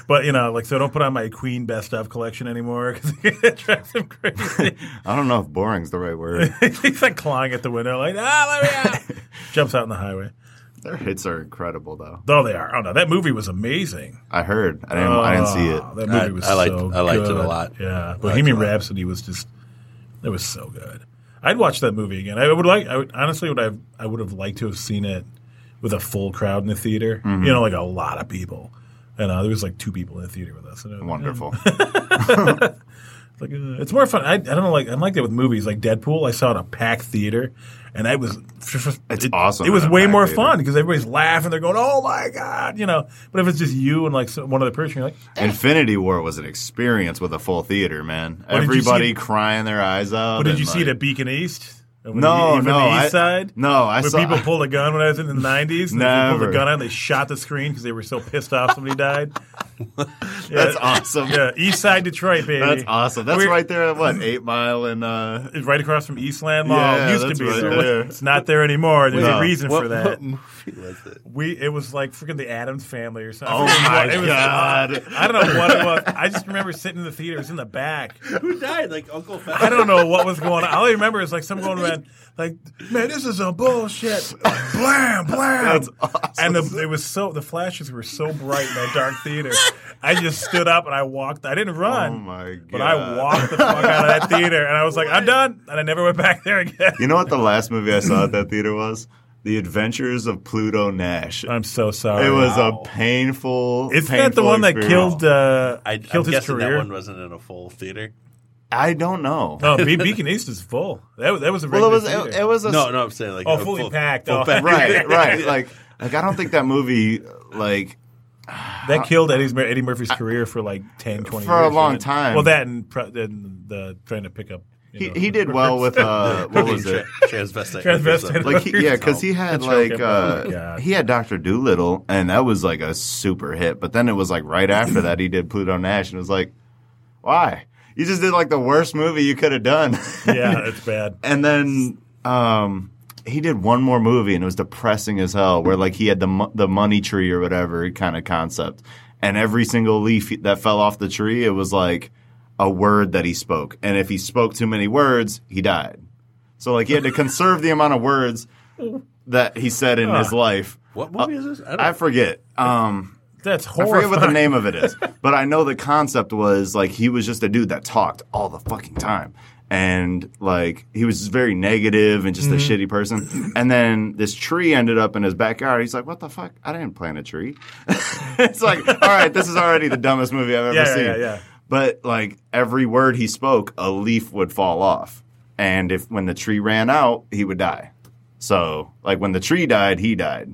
S3: but you know, like so I don't put on my Queen best of collection anymore because it drives him crazy.
S2: I don't know if boring's the right word.
S3: He's like clawing at the window, like ah, let me out. Jumps out in the highway.
S2: Their hits are incredible though.
S3: Oh, they are. Oh no, that movie was amazing.
S2: I heard. I didn't. I didn't see it.
S3: Oh, That
S1: I-
S3: movie was
S1: I liked-
S3: so
S1: I liked it a
S3: good.
S1: lot.
S3: Yeah, Bohemian Rhapsody was just it was so good. I'd watch that movie again. I would like. I would, honestly would have. I would have liked to have seen it with a full crowd in the theater.
S2: Mm-hmm.
S3: You know, like a lot of people. And uh, there was like two people in the theater with us. And it-
S2: Wonderful.
S3: it's like, uh, it's more fun. I, I don't know. Like I'm like that with movies. Like Deadpool, I saw it at a packed theater, and I was
S2: It's
S3: it-
S2: awesome
S3: It was
S2: at a
S3: way
S2: packed
S3: more
S2: theater.
S3: fun because everybody's laughing. They're going, "Oh my god!" You know. But if it's just you and like so- one other person, you're like,
S2: Infinity War was an experience with a full theater, man.
S3: did you
S2: Everybody
S3: see-
S2: crying their eyes out.
S3: But did
S2: and,
S3: you see it
S2: like-
S3: at Beacon East? When
S2: No,
S3: even
S2: no,
S3: the East
S2: I-
S3: Side.
S2: no, I
S3: when
S2: saw-
S3: people pulled a gun when I was in the nineties. and They pulled a
S2: Never.
S3: gun out. and They shot the screen because they were so pissed off somebody died.
S2: That's
S3: Yeah.
S2: awesome.
S3: Yeah, East Side Detroit, baby.
S2: That's awesome. That's
S3: We're-
S2: right there at what Eight Mile and uh,
S3: It's right across from Eastland Mall.
S2: Yeah,
S3: it used to
S2: that's
S3: be.
S2: right
S3: so
S2: there.
S3: It's not there anymore. There's a
S2: No.
S3: reason
S1: what,
S3: for that.
S1: what movie was it?
S3: We it was like freaking the Adams Family or something.
S2: oh
S3: I forget what-
S2: my
S3: it was-
S2: god.
S3: I don't know what it was. I just remember sitting in the theater. It was in the back.
S1: Who died? Like Uncle
S3: I
S1: Fester?
S3: don't know what was going on. All I remember is like someone going around, like, man, this is a bullshit. Blam, blam.
S2: That's awesome.
S3: And the, it was so, the flashes were so bright in that dark theater. I just stood up and I walked. I didn't run.
S2: Oh my god.
S3: But I walked the fuck out of that theater and I was like, I'm done. And I never went back there again.
S2: You know what the last movie I saw at that theater was? The Adventures of Pluto Nash.
S3: I'm so sorry.
S2: It was
S1: Wow.
S2: a painful.
S3: Oh, Isn't that the
S2: painful
S3: one that
S2: experience.
S3: killed uh,
S1: I,
S3: killed
S1: I'm
S3: his
S1: guessing
S3: career?
S1: that one wasn't in a full theater.
S2: I don't know.
S3: No, Be- Beacon East is full. That, was- that was a
S2: well,
S3: regular
S2: it was.
S3: theater.
S2: It, it was a.
S1: No, no, I'm saying like
S3: Oh,
S1: a
S3: fully packed. Oh.
S2: Right, right. Like, like I don't think that movie like
S3: That killed Eddie's, Eddie Murphy's career for like 10, 20
S2: For a
S3: years.
S2: long
S3: right?
S2: time.
S3: Well, that and, pro- and the trying to pick up. you
S2: he,
S3: know,
S2: he did well with uh what was it?
S1: Transvestite.
S3: Transvestite.
S2: Like he, yeah, because he had like
S3: okay. Oh,
S2: uh,
S3: God.
S2: he had Doctor Doolittle, and that was like a super hit. But then it was like right after that he did Pluto Nash, and it was like, why? You just did like the worst movie you could have done.
S3: Yeah, it's bad.
S2: and then um, he did one more movie, and it was depressing as hell. Where like he had the mo- the money tree or whatever kind of concept, and every single leaf that fell off the tree, it was like a word that he spoke, and if he spoke too many words, he died. So like he had to conserve the amount of words that he said in his life.
S1: What movie is this? I don't
S2: I forget. Um,
S3: That's
S2: I
S3: horrible.
S2: forget what the name of it is, but I know the concept was like he was just a dude that talked all the fucking time. And like he was just very negative and just a
S3: Mm-hmm.
S2: shitty person. And then this tree ended up in his backyard. He's like, "What the fuck? I didn't plant a tree." it's like, all right, this is already the dumbest movie I've ever
S3: Yeah, yeah,
S2: seen.
S3: yeah, yeah.
S2: But like every word he spoke, a leaf would fall off, and if when the tree ran out, he would die. So like when the tree died, he died.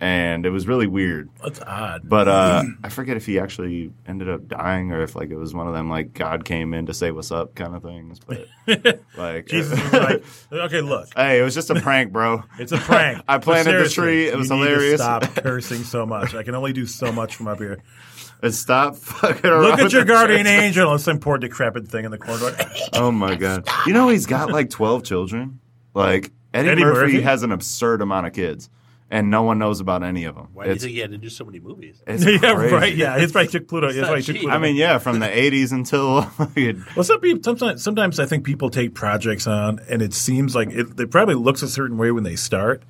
S2: and it was really weird.
S3: That's odd.
S2: But uh, I forget if he actually ended up dying or if like it was one of them like God came in to say what's up kind of things. But like, uh,
S3: Jesus was like, okay, look,
S2: hey, it was just a prank, bro.
S3: it's a prank.
S2: I
S3: But
S2: planted the
S3: seriously,
S2: tree. It
S3: you
S2: was
S3: need to
S2: hilarious.
S3: stop cursing so much. I can only do so much from up here.
S2: And Uh, stop fucking around.
S3: Look at
S2: with
S3: your
S2: the
S3: guardian
S2: church.
S3: angel and some poor decrepit thing in the corner. Like,
S2: Oh my god! You know he's got like twelve children. Like Eddie,
S3: Eddie
S2: Murphy,
S3: Murphy?
S2: has an absurd amount of kids, and no one knows about any of them.
S1: Why do you think he had to do so many movies?
S2: it's
S3: yeah,
S2: crazy.
S3: right. Yeah, it's probably took Pluto. It's,
S1: not
S3: probably took
S1: cheap.
S3: Pluto.
S2: I mean, yeah, from the '80s until
S3: Well, some people sometimes sometimes I think people take projects on, and it seems like it, it probably looks a certain way when they start,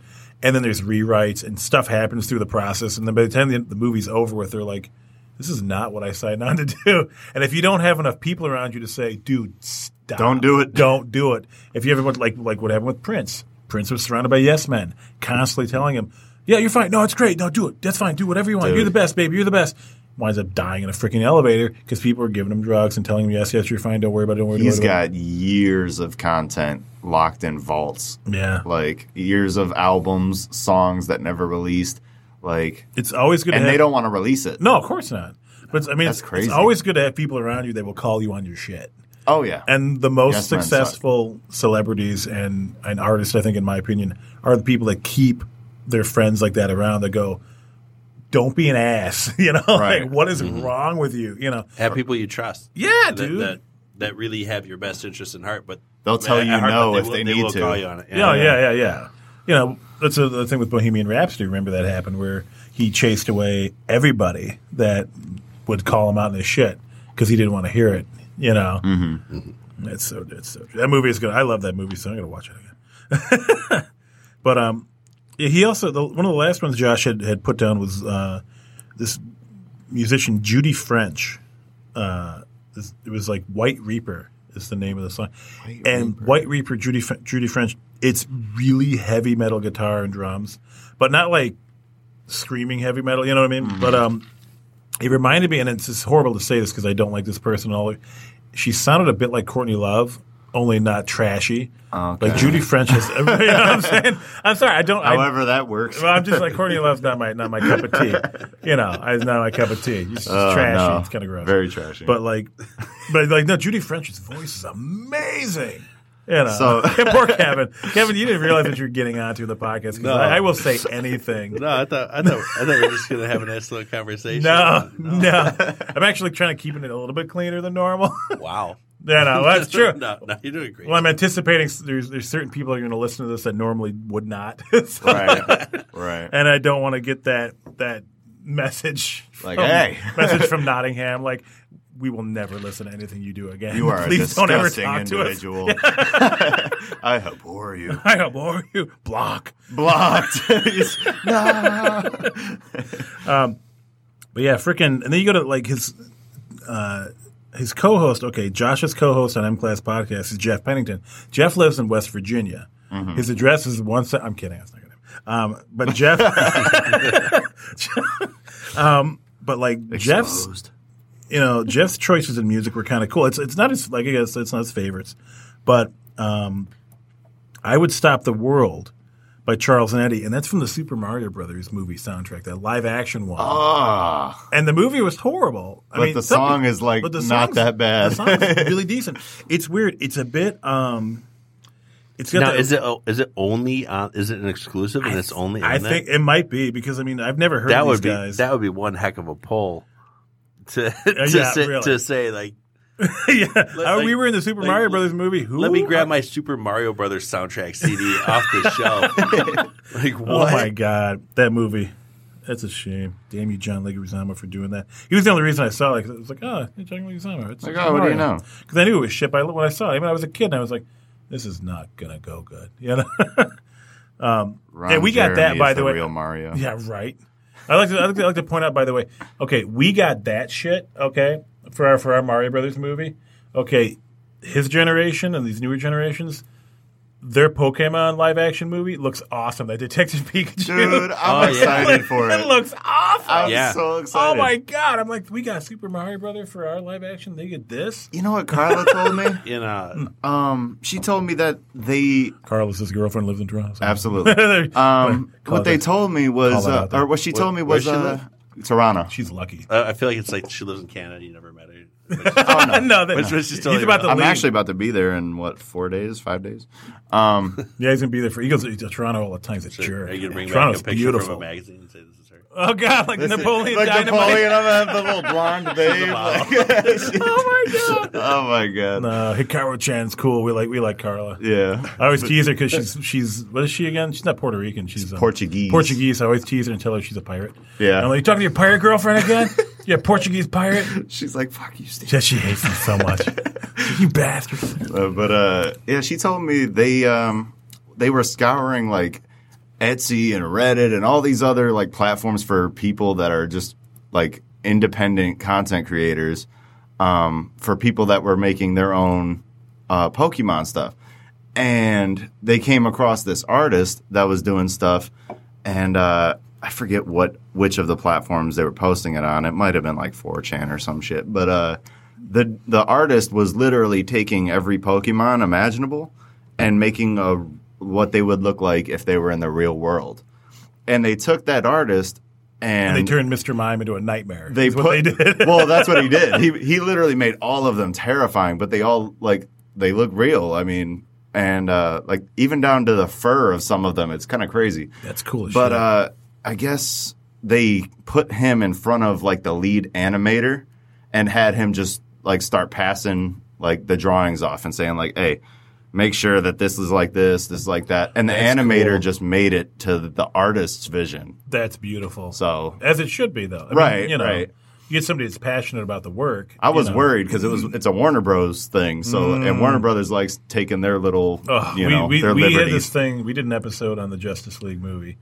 S3: and then there's rewrites and stuff happens through the process, and then by the time the, the movie's over with, they're like, "This is not what I signed on to do." And if you don't have enough people around you to say, "Dude, stop,
S2: Don't do it."
S3: don't do it," if you ever went like like what happened with Prince, Prince was surrounded by yes men, constantly telling him, "Yeah, you're fine. No, it's great. No, do it. That's fine. Do whatever you want. You're
S2: Dude.
S3: the best, baby. You're the best." Winds up dying in a freaking elevator because people are giving him drugs and telling him, "Yes, yes, you're fine. Don't worry about it. Don't worry
S2: he's
S3: about it."
S2: got years of content locked in vaults,
S3: yeah.
S2: like years of albums, songs that never released, like,
S3: It's always good.
S2: and
S3: to have,
S2: they don't want to release it.
S3: No, of course not. But I mean,
S2: That's
S3: it's,
S2: crazy.
S3: it's always good to have people around you that will call you on your shit.
S2: Oh yeah,
S3: And the most
S2: Yes, man, suck.
S3: successful celebrities and, and artists, I think, in my opinion, are the people that keep their friends like that around. That go, "Don't be an ass," you know.
S2: Right. Mm-hmm.
S3: Like, what is wrong with you? You know.
S1: Have people you trust.
S3: Yeah,
S1: that,
S3: dude.
S1: That, that really have your best interest in heart, but
S2: They'll tell
S1: at
S2: you
S1: heart,
S2: no
S1: but
S2: if
S1: will,
S2: they
S1: they
S2: need
S1: will
S2: to.
S1: Call you on it.
S3: Yeah, yeah, yeah, uh, yeah. You know, that's the- the thing with Bohemian Rhapsody. Remember that happened where he chased away everybody that would call him out in his shit because he didn't want to hear it. You know, mm-hmm. that's so that's so true. That movie is good. I love that movie, so I'm gonna watch it again. but um, he also the, one of the last ones Josh had, had put down was uh, this musician Judy French. Uh, this, it was like White Reaper is the name of the song, and White Reaper Judy Fr- Judy French. It's really heavy metal guitar and drums, but not like screaming heavy metal. You know what I mean? But um, it reminded me, and it's just horrible to say this because I don't like this person. At all she sounded a bit like Courtney Love, only not trashy.
S2: Okay.
S3: Like Judy French is. you know what I'm saying? I'm sorry. I don't. I,
S2: However, that works.
S3: well, I'm just like Courtney Love's not my not my cup of tea. You know, I- it's not my cup of tea. It's just
S2: Oh,
S3: trashy.
S2: no.
S3: It's kind of gross.
S2: Very trashy.
S3: But like, but like, no, Judy French's voice is amazing. You know,
S2: So-
S3: Yeah, poor Kevin. Kevin, you didn't realize what you're getting onto the podcast because
S1: No.
S3: I, I will say anything.
S1: No, I thought I thought I thought we were just gonna have a nice little conversation.
S3: No, no. I'm actually trying to keep it a little bit cleaner than normal.
S1: Wow.
S3: yeah, no, that's true.
S1: no, no, you're doing great.
S3: Well, I'm anticipating s- there's there's certain people that are going to listen to this that normally would not, So-
S2: right, right.
S3: and I don't want to get that that message
S2: Like,
S3: from-
S2: hey.
S3: message from Nottingham like we will never listen to anything you do again.
S2: You are a
S3: Please don't ever
S2: disgusting
S3: talk to us.
S2: individual. I abhor you.
S3: I abhor you. Block.
S2: Blocked. no.
S3: But yeah, freaking. And then you go to like his uh, his co-host. Okay, Josh's co-host on M Class Podcast is Jeff Pennington. Jeff lives in West Virginia.
S2: Mm-hmm.
S3: His address is one. Se- I'm kidding. That's not gonna. Um, but Jeff. um, but like Jeff's
S2: Exposed.
S3: you know Jeff's choices in music were kind of cool. It's it's not his like I guess it's not his favorites, but um, I would stop the world by Charles and Eddie, and that's from the Super Mario Brothers movie soundtrack, that live action one.
S2: Ah.
S3: and the movie was horrible. I
S2: But
S3: mean,
S2: the
S3: some
S2: song
S3: peop-
S2: is, like,
S3: but the
S2: not
S3: song's-
S2: that bad.
S3: The song's really decent. It's weird. It's a bit. um It's got
S1: now,
S3: that-
S1: is it oh, is it only on? Is it an exclusive and it's only? On
S3: I
S1: that?
S3: think it might be because I mean I've never heard
S1: that
S3: of
S1: would be
S3: these guys. Uh,
S1: that would be one heck of a poll to to,
S3: yeah,
S1: say,
S3: really.
S1: to say like
S3: yeah, Uh,
S1: like-
S3: we were in the Super
S1: like,
S3: Mario
S1: let-
S3: Brothers movie. Who?
S1: let me grab my Super Mario Brothers soundtrack CD off the shelf. like
S3: Oh
S1: what?
S3: my god, that movie. That's a shame. Damn you, John Leguizamo, for doing that. He was the only reason I saw it. 'cause it was like, oh, hey, John Leguizamo. It's
S2: Like, oh, what do you know?
S3: Because I knew it was shit. But I, when I saw it, I mean, I was a kid, and I was like, this is not gonna go good. You know?
S2: Ron
S3: Yeah, we got that,
S2: Jeremy is
S3: by the way.
S2: Real Mario.
S3: yeah, right. I like to I like to, I like to point out, by the way. Okay, we got that shit. Okay, for our for our Mario Brothers movie. Okay, his generation and these newer generations, their Pokemon live action movie looks awesome. That Detective Pikachu.
S2: Dude, I'm
S1: Oh, yeah.
S2: excited for
S3: it
S2: it.
S3: looks awesome.
S2: I'm
S1: Yeah.
S2: so excited.
S3: Oh my god! I'm like, we got Super Mario Brother for our live action. They get this.
S2: You know what Carla told me?
S1: in
S3: hmm.
S1: a
S2: Um, she told me that they
S3: Carlos's girlfriend lives in Toronto. so-
S2: absolutely. Um,
S3: Call
S2: what they
S3: that-
S2: told me was,
S3: call that
S2: uh,
S3: out there.
S2: or what she
S1: Where-
S2: told me
S1: where
S2: was,
S1: she
S2: uh, Toronto.
S3: She's lucky.
S1: I I feel like it's like she lives in Canada. You never met her. But
S2: Oh, no.
S3: no, that,
S1: Which was just
S3: he's
S1: totally
S3: about to
S2: I'm
S3: leave.
S2: actually about to be there in what four days, five days. Um,
S3: yeah, he's gonna be there for. He goes to Toronto all the time. He's a
S1: she-
S3: jerk.
S1: Are you gonna bring
S3: Toronto's
S1: back a picture
S3: beautiful.
S1: from a magazine and say this is her?
S3: Oh god, like Napoleon
S2: like
S3: Dynamite.
S2: Napoleon, I'm the little blonde babe.
S3: Oh my god.
S2: oh my god.
S3: Uh, Hikaru Chan's cool. We like we like Carla.
S2: Yeah.
S3: I always tease her because she's she's what is she again? She's not Puerto Rican. She's um,
S2: Portuguese.
S3: Portuguese. I always tease her and tell her she's a pirate.
S2: Yeah.
S3: I'm like, you talking to your pirate girlfriend again? yeah, Portuguese pirate.
S2: She's like, fuck you, Steve.
S3: Yeah, she hates him so much. you bastard.
S2: Uh, but uh, yeah, she told me they um, they were scouring like Etsy and Reddit and all these other like platforms for people that are just like independent content creators um, for people that were making their own uh, Pokemon stuff, and they came across this artist that was doing stuff, and uh, I forget what which of the platforms they were posting it on. It might have been like 4chan or some shit, but uh, the the artist was literally taking every Pokemon imaginable and making a what they would look like if they were in the real world. And they took that artist and,
S3: They turned Mr. Mime into a nightmare.
S2: they
S3: That's
S2: put
S3: what they did.
S2: well, that's what he did. He he literally made all of them terrifying, but they all like they look real. I mean, and uh, like even down to the fur of some of them, it's kind of crazy.
S3: That's cool. As
S2: But
S3: shit.
S2: uh, I guess they put him in front of like the lead animator and had him just like start passing like the drawings off and saying like, "Hey, make sure that this is like this, this is like that." And the
S3: That's
S2: animator
S3: cool.
S2: just made it to the artist's vision.
S3: that's beautiful.
S2: So
S3: As it should be, though. I mean,
S2: Right,
S3: you know,
S2: right.
S3: You get somebody that's passionate about the work.
S2: I
S3: you
S2: was
S3: know. Mm-hmm. Mm.
S2: worried 'cause worried because it was it's a Warner Bros. thing. So and Warner Brothers likes taking their little,
S3: Ugh,
S2: you
S3: we
S2: know,
S3: we,
S2: their
S3: we had this
S2: liberties.
S3: thing. We did an episode on the Justice League movie,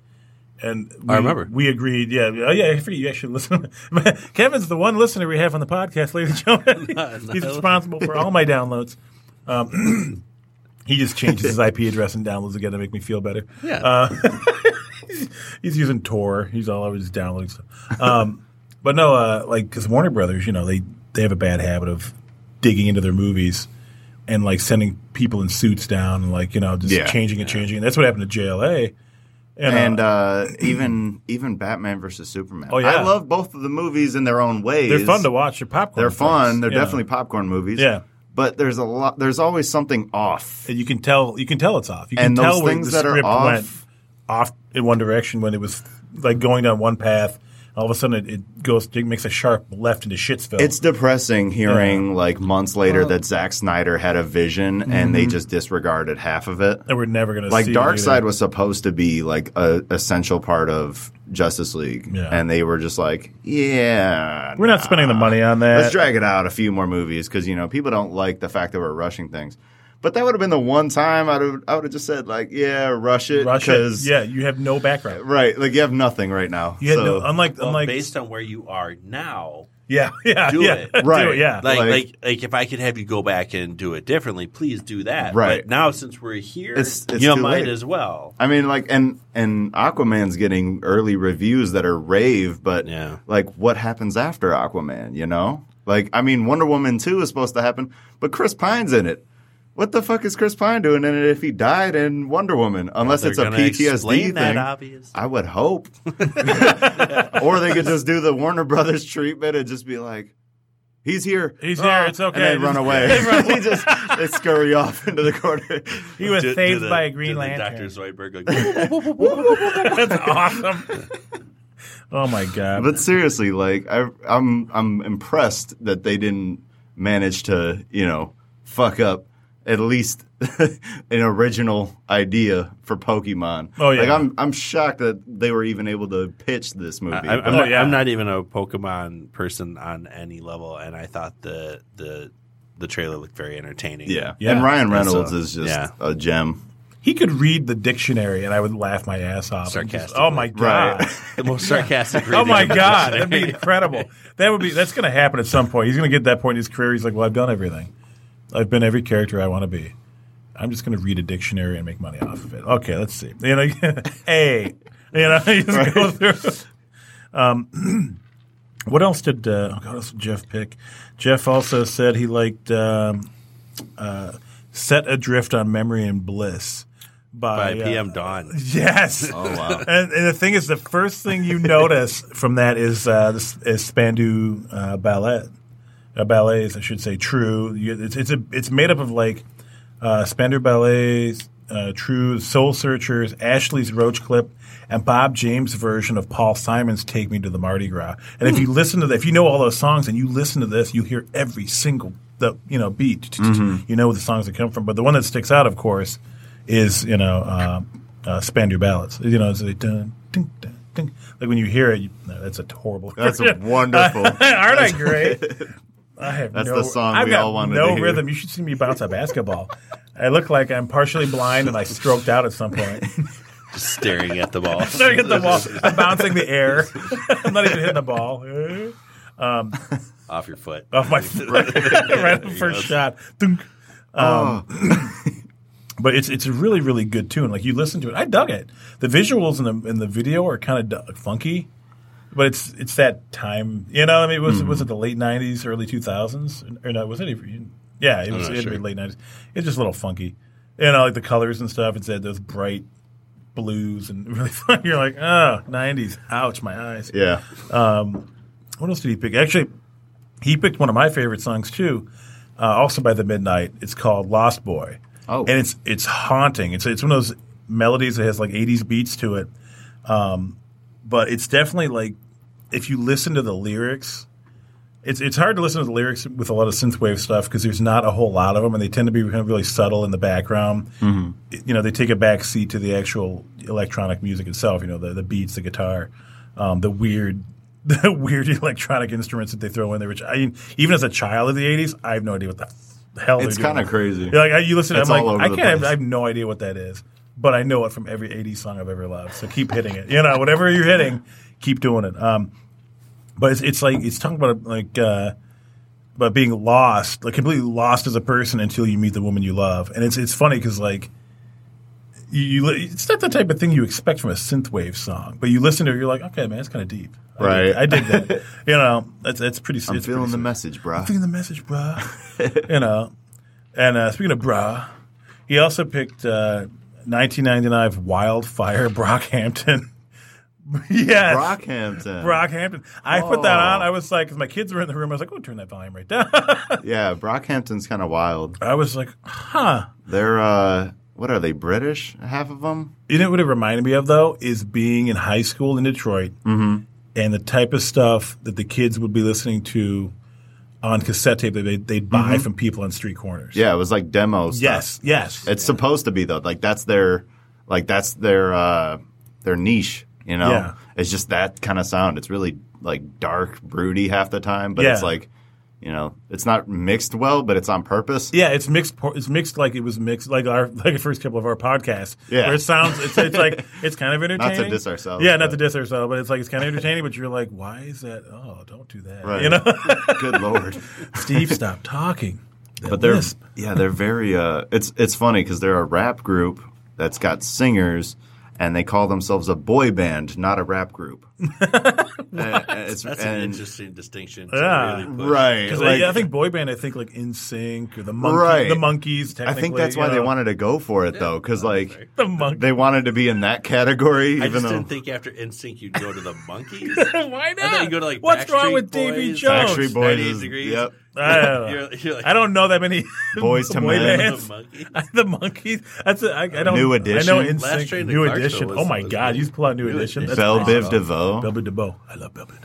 S3: and we,
S1: I remember.
S3: we agreed. Yeah, oh yeah, I forget you actually listen. Kevin's the one listener we have on the podcast, ladies and gentlemen. He's responsible for all my downloads. Um, he just changes his IP address and downloads again to make me feel better.
S1: Yeah.
S3: Uh, He's using Tor. He's all over his downloading stuff. Um, but no, uh, like because Warner Brothers, you know, they they have a bad habit of digging into their movies and like sending people in suits down and like you know just
S2: Yeah.
S3: changing and changing. And that's what happened to JLA. And,
S2: and
S3: uh,
S2: uh, even even Batman versus Superman.
S3: Oh, yeah.
S2: I love both of the movies in their own ways.
S3: they're fun to watch. They're popcorn.
S2: They're fun.
S3: flicks,
S2: They're
S3: you know.
S2: definitely popcorn movies.
S3: Yeah.
S2: But there's a lot. There's always something off.
S3: And you can tell. You can tell it's off. You can
S2: And those
S3: tell where
S2: things
S3: the
S2: that are
S3: script
S2: off-
S3: went off in one direction when it was like going down one path. All of a sudden, it, it goes. It makes a sharp left into Shitsville.
S2: It's depressing hearing like months later that Zack Snyder had a vision and
S3: Mm-hmm.
S2: they just disregarded half of it.
S3: and we're never going to
S2: like
S3: see it
S2: dark
S3: either.
S2: side was supposed to be like a essential part of justice league
S3: Yeah.
S2: and they were just like yeah
S3: We're not spending the money on that.
S2: let's drag it out a few more movies because you know people don't like the fact that we're rushing things but that would have been the one time i'd have, i would have just said like yeah rush it
S3: Russia.
S2: 'cause-
S3: Yeah, you have no background.
S2: right like you have nothing right now
S3: You had
S2: so,
S3: no, unlike,
S1: well,
S3: unlike,
S1: based on where you are now,
S3: yeah, yeah,
S1: do
S3: yeah,
S1: it.
S3: Do
S2: Right.
S3: yeah.
S1: like,
S2: Like-
S1: like like if I could have you go back and do it differently, please do that.
S2: Right.
S1: But now since we're here,
S2: It's- it's
S1: you know,
S2: too
S1: might
S2: late.
S1: as well.
S2: I mean, like, and and Aquaman's getting early reviews that are rave, but
S1: Yeah.
S2: like, what happens after Aquaman? You know, like, I mean, Wonder Woman two is supposed to happen, but Chris Pine's in it. What the fuck is Chris Pine doing in it if he died in Wonder Woman? Unless
S1: They're
S2: it's a
S1: gonna
S2: PTSD
S1: explain
S2: thing.
S1: That obvious.
S2: I would hope. or they could just do the Warner Brothers treatment and just be like, he's here.
S3: He's here. It's okay.
S2: oh, And they run
S3: Just-
S2: away.
S3: They run
S2: they just they scurry off into the corner.
S3: He was
S1: Do- do
S3: saved
S1: the-
S3: by a Green
S1: do the
S3: Lantern.
S1: Dr. Zoidberg go,
S3: That's awesome. oh my god.
S2: But seriously, like I, I'm, I'm impressed that they didn't manage to, you know, fuck up at least an original idea for Pokemon.
S3: Oh, yeah.
S2: like I'm, I'm shocked that they were even able to pitch this movie.
S1: I, I'm,
S3: Oh,
S1: not,
S3: yeah.
S1: I'm not even a Pokemon person on any level, and I thought the the the trailer looked very entertaining.
S2: yeah.
S3: Yeah.
S2: and Ryan Reynolds is just
S1: yeah.
S2: a gem.
S3: he could read the dictionary, and I would laugh my ass off. Just, oh my god.
S2: Right.
S1: the most sarcastic.
S3: Oh
S1: reading
S3: my
S1: of the
S3: god, that'd
S1: dictionary.
S3: be incredible. That would be. That's going to happen at some point. He's going to get to that point in his career. He's like, "Well, I've done everything. I've been every character I want to be. I'm just going to read a dictionary and make money off of it. Okay, let's see. You know, a. You know, you just go through. Um, what else did uh, oh God, what else did Jeff pick? Jeff also said he liked um, uh, "Set Adrift on Memory and Bliss" by,
S1: by
S3: uh,
S1: PM Dawn.
S3: Yes.
S2: Oh wow.
S3: And, and the thing is, the first thing you notice from that is uh, this is Spandu uh, ballet, uh, ballets, I should say. True, You- it's it's, a, it's made up of like uh, Spandu ballets, uh, True, Soul Searchers, Ashley's Roach Clip, and Bob James' version of Paul Simon's "Take Me to the Mardi Gras." And if you listen to that, if you know all those songs and you listen to this, you hear every single the you know beat. You know the songs that come from, but the one that sticks out, of course, is you know. Uh, uh, span your ballads. You know, it's like dun, dun, dun, dun. like when you hear it, you, no, that's a horrible.
S2: That's a wonderful.
S3: Aren't I great? I have
S2: That's
S3: no,
S2: the song
S3: I've
S2: we
S3: got
S2: all wanted
S3: no
S2: to hear.
S3: rhythm. You should see me bounce a basketball. I look like I'm partially blind and I stroked out at some point.
S1: Just staring at the ball.
S3: Staring at the wall, I'm bouncing the air. I'm not even hitting the ball. Eh.
S1: Off your foot.
S3: Off my right, right the first shot. Dunk. Um,
S2: Oh.
S3: But it's it's a really really good tune. Like you listen to it, I dug it. The visuals in the in the video are kind of funky, but it's it's that time. You know, I mean, was it was it the late '90s, early 2000s, or no? Was it? even- Yeah, it was
S1: not
S3: it
S1: sure.
S3: late '90s. It's just a little funky. You know, like the colors and stuff. It's that those bright blues and really fun. You're like, oh, '90s. Ouch, my eyes.
S2: Yeah.
S3: What else did he pick? Actually, he picked one of my favorite songs too, uh, also by the Midnight. It's called Lost Boy.
S2: Oh.
S3: and it's it's haunting. It's it's one of those melodies that has like '80s beats to it, um, but it's definitely like if you listen to the lyrics. It's, it's hard to listen to the lyrics with a lot of synthwave stuff because there's not a whole lot of them, and they tend to be kind of really subtle in the background. It- You know, they take a back seat to the actual electronic music itself. You know, the, the beats, the guitar, um, the weird, the weird electronic instruments that they throw in there. Which I even as a child of the '80s, I have no idea what the f- hell.
S2: It's
S3: they're doing.
S2: kind of crazy.
S3: Yeah, Like I- you listen,
S2: It's
S3: I'm
S2: all
S3: like,
S2: over
S3: I
S2: the
S3: can't. Have,
S2: place.
S3: I have no idea what that is, but I know it from every '80s song I've ever loved. So keep hitting it. You know, whatever you're hitting, keep doing it. Um, but it's, it's like it's talking about like uh, about being lost, like completely lost as a person until you meet the woman you love, and it's it's funny because like. You, you, li- it's not the type of thing you expect from a synthwave song, but you listen to it, you're like, okay, man, it's kind of deep. I dig-
S2: Right.
S3: I dig that. you know, that's that's pretty.
S2: I'm
S3: it's pretty
S2: feeling the
S3: sweet.
S2: message, bro.
S3: I'm feeling the message, bruh. you know. And uh, speaking of bruh, he also picked uh, 1999 Wildfire Brockhampton. yes.
S2: Brockhampton.
S3: Brockhampton. I put that
S2: Oh.
S3: on. I was like, 'cause my kids were in the room. I was like, oh, turn that volume right down.
S2: Yeah, Brockhampton's kind of wild.
S3: I was like, huh.
S2: They're uh, what are they British? Half of them.
S3: You know what it reminded me of though is being in high school in Detroit
S2: Mm-hmm.
S3: and the type of stuff that the kids would be listening to on cassette tape that they, they'd buy from people on street corners.
S2: Mm-hmm. Yeah, it was like demo stuff.
S3: Yes. Yes.
S2: it's supposed to be though. Like that's their, like that's their uh, their niche. You know,
S3: Yeah.
S2: it's just that kind of sound. It's really like dark, broody half the time, but it's
S3: Yeah.
S2: like, you know, it's not mixed well, but it's on purpose.
S3: Yeah, it's mixed. por- It's mixed like it was mixed like our like the first couple of our podcasts.
S2: Yeah.
S3: where it sounds it's, it's like it's kind of entertaining.
S2: diss ourselves,
S3: Yeah, not
S2: but-
S3: to diss ourselves, but it's like it's kind of entertaining. But you're like, why is that? Oh, don't do that.
S2: Right.
S3: You know,
S2: Good lord.
S3: Steve, stop talking.
S2: but they're
S3: lisp.
S2: yeah they're very uh it's it's funny because they're a rap group that's got singers and they call themselves a boy band not a rap group And- and it's-
S1: That's an
S2: and-
S1: interesting distinction. to
S3: Yeah.
S1: really push.
S2: right
S3: 'Cause
S2: like,
S3: I, I think boy band. I think like In Sync or the monkey,
S2: Right.
S3: the monkeys.
S2: I
S3: Technically,
S2: think that's
S3: you
S2: why they
S3: know.
S2: wanted to go for it though because like
S1: fair.
S3: the monkey.
S2: they wanted to be in that category
S1: I
S2: even
S1: just
S2: though
S1: didn't think after NSYNC you'd go to the monkeys.
S3: why not?
S1: I thought you go to like
S3: What's wrong
S1: Backstreet
S3: with Davy
S1: Boys,
S3: Jones?
S2: Backstreet Boys
S1: 98
S2: is-
S1: degrees.
S2: yep.
S3: I don't know.
S1: You're- you're like-
S3: I don't know that many
S2: Boys to Men.
S1: The
S3: bands.
S1: monkeys.
S3: the monkeys. That's a, I, I don't.
S2: New
S3: I know
S2: Edition.
S1: Last
S3: instinct.
S1: Train to
S3: New
S1: Clarksville
S3: edition.
S1: was-
S3: oh my
S1: was
S3: god!
S1: good.
S3: You just pull out new
S1: New
S3: edition.
S1: Edition.
S3: That's
S2: Bell
S3: awesome.
S2: Biv DeVoe
S3: Bell Biv DeVoe. I love Bell Biv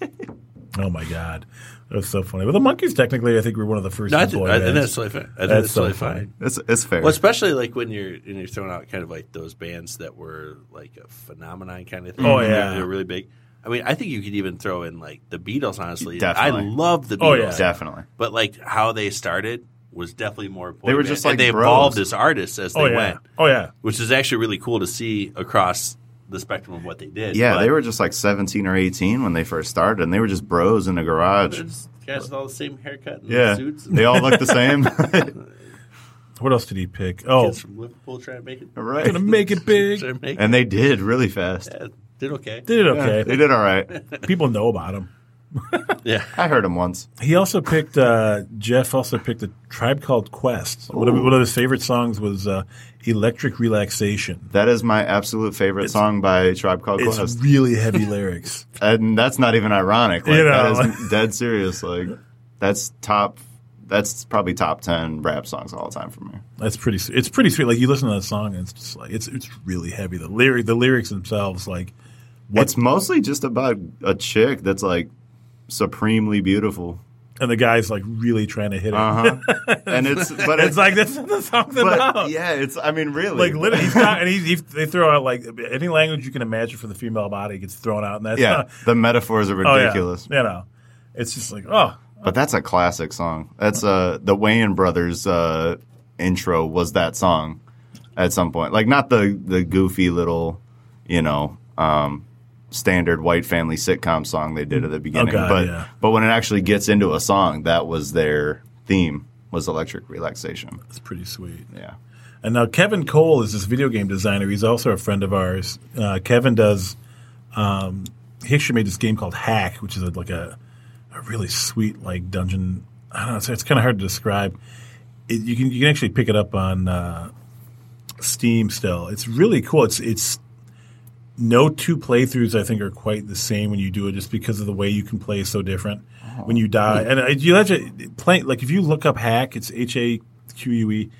S3: DeVoe. Oh my god, that was so funny. Well, the monkeys technically, I think were one of the first.
S1: No, I,
S3: boy
S1: think- I think
S3: bands.
S1: that's totally fine. I think
S3: That's
S1: that's
S3: so
S1: totally
S3: funny.
S1: fine.
S2: it's, it's fair
S1: Well, especially like when you're and you're throwing out kind of like those bands that were like a phenomenon kind of thing.
S3: Oh,
S1: They're-
S3: yeah.
S1: they're, really big. I mean, I think you could even throw in like the Beatles. Honestly, I
S2: Definitely.
S1: love the Beatles,
S3: Oh, yeah.
S2: definitely
S1: but like how they started was definitely more. boy
S2: They were
S1: band.
S2: just
S1: And
S2: like
S1: they
S2: bros.
S1: evolved as artists as they
S3: Oh yeah.
S1: went,
S3: Oh yeah.
S1: which is actually really cool to see across the spectrum of what they did.
S2: yeah
S1: But
S2: they were just like 17 or 18 when they first started and they were just bros in the garage
S1: they're just guys with all the same haircut and
S2: yeah
S1: suits.
S2: they all look the same
S3: What else did he pick? Oh,
S1: Kids from Liverpool trying to make it.
S2: All right.
S3: gonna make it big.
S1: Trying to make
S2: and they did really fast.
S1: it. Did okay.
S3: Did it
S2: Yeah, they
S3: okay?
S2: did all right.
S3: People know about him.
S1: Yeah.
S2: I heard him once.
S3: He also picked uh, Jeff. Also picked a tribe called Quest. One of, one of his favorite songs was uh, "Electric Relaxation."
S2: That is my absolute favorite song by Tribe Called
S3: It's
S2: Quest,
S3: really heavy lyrics.
S2: and that's not even ironic. Like,
S3: You know.
S2: that is dead serious. Like that's top. That's probably top ten rap songs of all time for me.
S3: That's pretty. s- It's pretty sweet. Like you listen to that song, and it's just like it's it's really heavy. The lyric, the lyrics themselves, like
S2: It's mostly just about a chick that's like supremely beautiful,
S3: and the guy's like really trying to hit it.
S2: and it's but
S3: Uh-huh. It's like that's what the song's about.
S2: Uh, but yeah, it's I mean really
S3: Like literally, he's not, and he's, he's, they throw out like any language you can imagine for the female body gets thrown out, and that's
S2: yeah. The metaphors are
S3: uh, oh, yeah.
S2: ridiculous,
S3: You know, it's just like oh,
S2: but that's a classic song. That's uh the Wayan Brothers uh intro was that song at some point. Like not the the goofy little you know um standard white family sitcom song they did at the beginning,
S3: God,
S2: but
S3: yeah.
S2: but when it actually gets into a song, that was their theme was electric relaxation.
S3: it's pretty sweet.
S2: Yeah.
S3: And now Kevin Cole is this video game designer. He's also a friend of ours. Uh, Kevin does. Um, he actually made this game called Hack, which is a, like a, a really sweet like dungeon. I don't know. It's, it's kind of hard to describe. It, you can you can actually pick it up on uh, Steam still. It's really cool. It's it's no two playthroughs I think are quite the same when you do it, just because of the way you can play is so different. When you die, and uh, you have to play like if you look up Hack, it's H A Q U E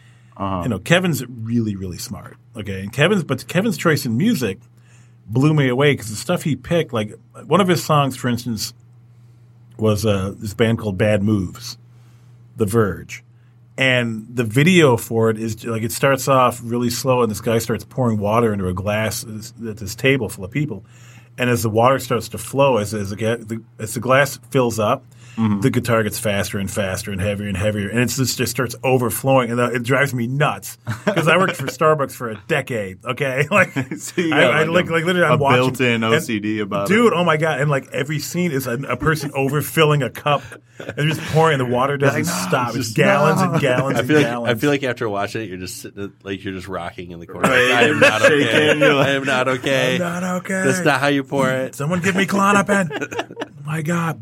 S3: you know kevin's really really smart okay and kevin's but kevin's choice in music blew me away because the stuff he picked like one of his songs for instance was uh, this band called bad moves the verge and the video for it is like it starts off really slow and this guy starts pouring water into a glass at this table full of people and as the water starts to flow as, as, the, ga- the- as the glass fills up
S2: Mm-hmm.
S3: the guitar gets faster and faster and heavier and heavier and it's just, just starts overflowing and uh, it drives me nuts because i worked for starbucks for a decade okay like
S2: So you
S3: I,
S2: got,
S3: I
S2: like,
S3: like,
S2: a-
S3: like literally I'm
S2: a
S3: watching
S2: built-in
S3: and-
S2: OCD about it.
S3: dude oh my god and like every scene is a, a person overfilling a cup and just pouring the water doesn't stop it's
S2: just
S3: gallons
S2: no.
S3: and gallons
S1: I
S3: and
S1: feel like
S3: gallons
S1: I feel like after watching it, you're just sitting like you're just rocking in the corner. Like, I am not
S2: Shaking,
S1: okay.
S2: you're like-
S1: I am not okay.
S3: I'm not okay
S1: That's not how you pour it.
S3: someone give me clonopin my god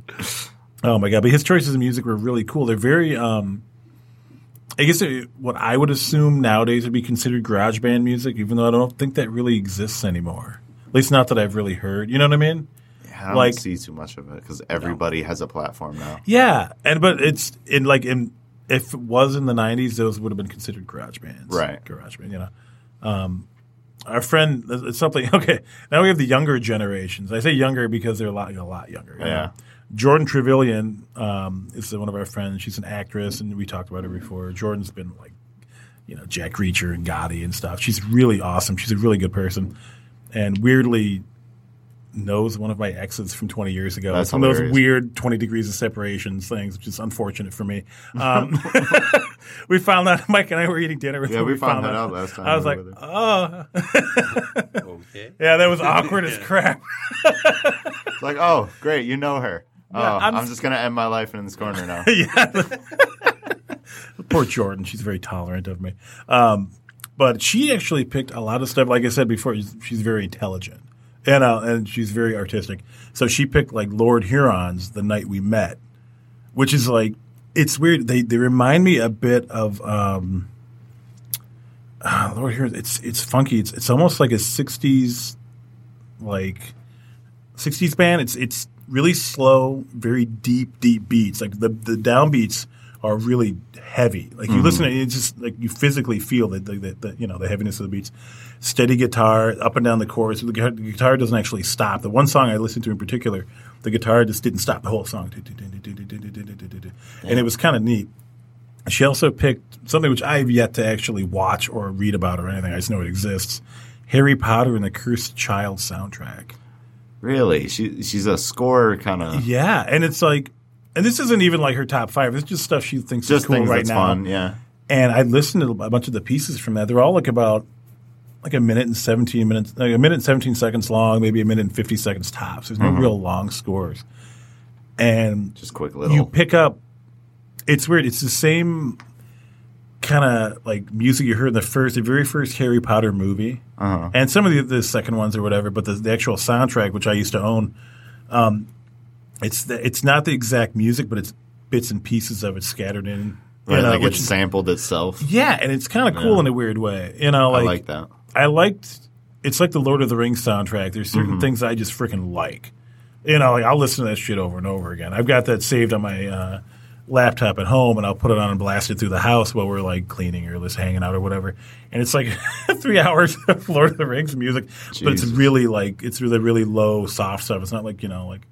S3: oh my god but his choices in music were really cool they're very um I guess it, what I would assume nowadays would be considered garage band music, even though I don't think that really exists anymore. At least not that I've really heard. You know what I mean?
S2: I don't
S3: like-
S2: see too much of it because everybody has a platform now.
S3: Yeah, and but it's in like in if it was in the '90s, those would have been considered garage bands,
S2: Right.
S3: Garage band, you know. Um, our friend, it's something. Okay, now we have the younger generations. I say younger because they're a lot, a lot younger. you know.
S2: Yeah.
S3: Jordan Trevelyan um, is one of our friends. She's an actress, and we talked about her before. Jordan's been like, you know, Jack Reacher and Gotti and stuff. She's really awesome. She's a really good person, and weirdly knows one of my exes from 20 years ago.
S2: That's
S3: It's one of those
S2: hilarious.
S3: weird 20 degrees of separation things, which is unfortunate for me. Um, we found out Mike and I were eating dinner. with
S2: Yeah,
S3: her.
S2: we found that out last time
S3: I was
S2: we
S3: like,
S2: were with
S3: oh,
S1: Okay.
S3: yeah, that was awkward as crap.
S2: It's like, oh, great, you know her. Oh,
S3: I'm-
S2: I'm, just gonna end my life in this corner now.
S3: Poor Jordan. She's very tolerant of me. Um, but she actually picked a lot of stuff. Like I said before, she's she's very intelligent and uh, and she's very artistic. So she picked like Lord Huron's "The Night We Met," which is like it's weird. They they remind me a bit of um, ah, Lord Huron. It's it's funky. It's it's almost like a '60s like '60s band. It's it's really slow, very deep, deep beats. Like the the downbeats are really heavy. Like you listen, to it, it's just like you physically feel the, the, the, the you know the heaviness of the beats. Steady guitar up and down the chorus. The guitar, the guitar doesn't actually stop. The one song I listened to in particular, the guitar just didn't stop the whole song, and it was kind of neat. She also picked something which I have yet to actually watch or read about or anything. I just know it exists. Harry Potter and the Cursed Child soundtrack.
S2: really? She she's a scorer kind of.
S3: Yeah, and it's like, and this isn't even like her top five. It's just stuff she thinks
S2: Just
S3: is cool
S2: things
S3: right
S2: that's
S3: now.
S2: fun. Yeah.
S3: And I listened to a bunch of the pieces from that. They're all like about like a minute and seventeen minutes, like a minute and seventeen seconds long, maybe a minute and fifty seconds tops. There's no
S2: Mm-hmm.
S3: real long scores. And
S2: Just quick
S3: you
S2: little.
S3: pick up. It's weird. It's the same kind of like music you heard in the first, the very first Harry Potter movie,
S2: Uh-huh.
S3: and some of the, the second ones or whatever. But the, the actual soundtrack, which I used to own, um, it's the, it's not the exact music, but it's bits and pieces of it scattered in. you
S2: Right,
S3: know,
S2: like
S3: which-
S2: it sampled itself.
S3: yeah, and it's kind of cool in a weird way. You know,
S2: I
S3: like,
S2: like that.
S3: I liked. It's like the Lord of the Rings soundtrack. There's certain
S2: Mm-hmm.
S3: things I just freaking like. You know, like I'll listen to that shit over and over again. I've got that saved on my uh, laptop at home, and I'll put it on and blast it through the house while we're like cleaning or just hanging out or whatever. And it's like three hours of Lord of the Rings music, but it's
S2: Jesus.
S3: really like it's really really low soft stuff. It's not like you know like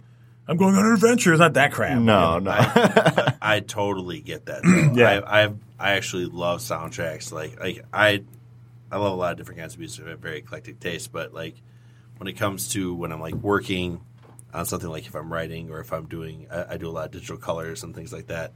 S3: I'm going on an adventure. It's not that crap.
S2: No, no.
S1: I totally get that. though.
S3: Yeah.
S1: I, I I actually love soundtracks. Like like I I love a lot of different kinds of music. I have very eclectic taste, but like when it comes to when I'm like working on something, like if I'm writing or if I'm doing, I, I do a lot of digital colors and things like that.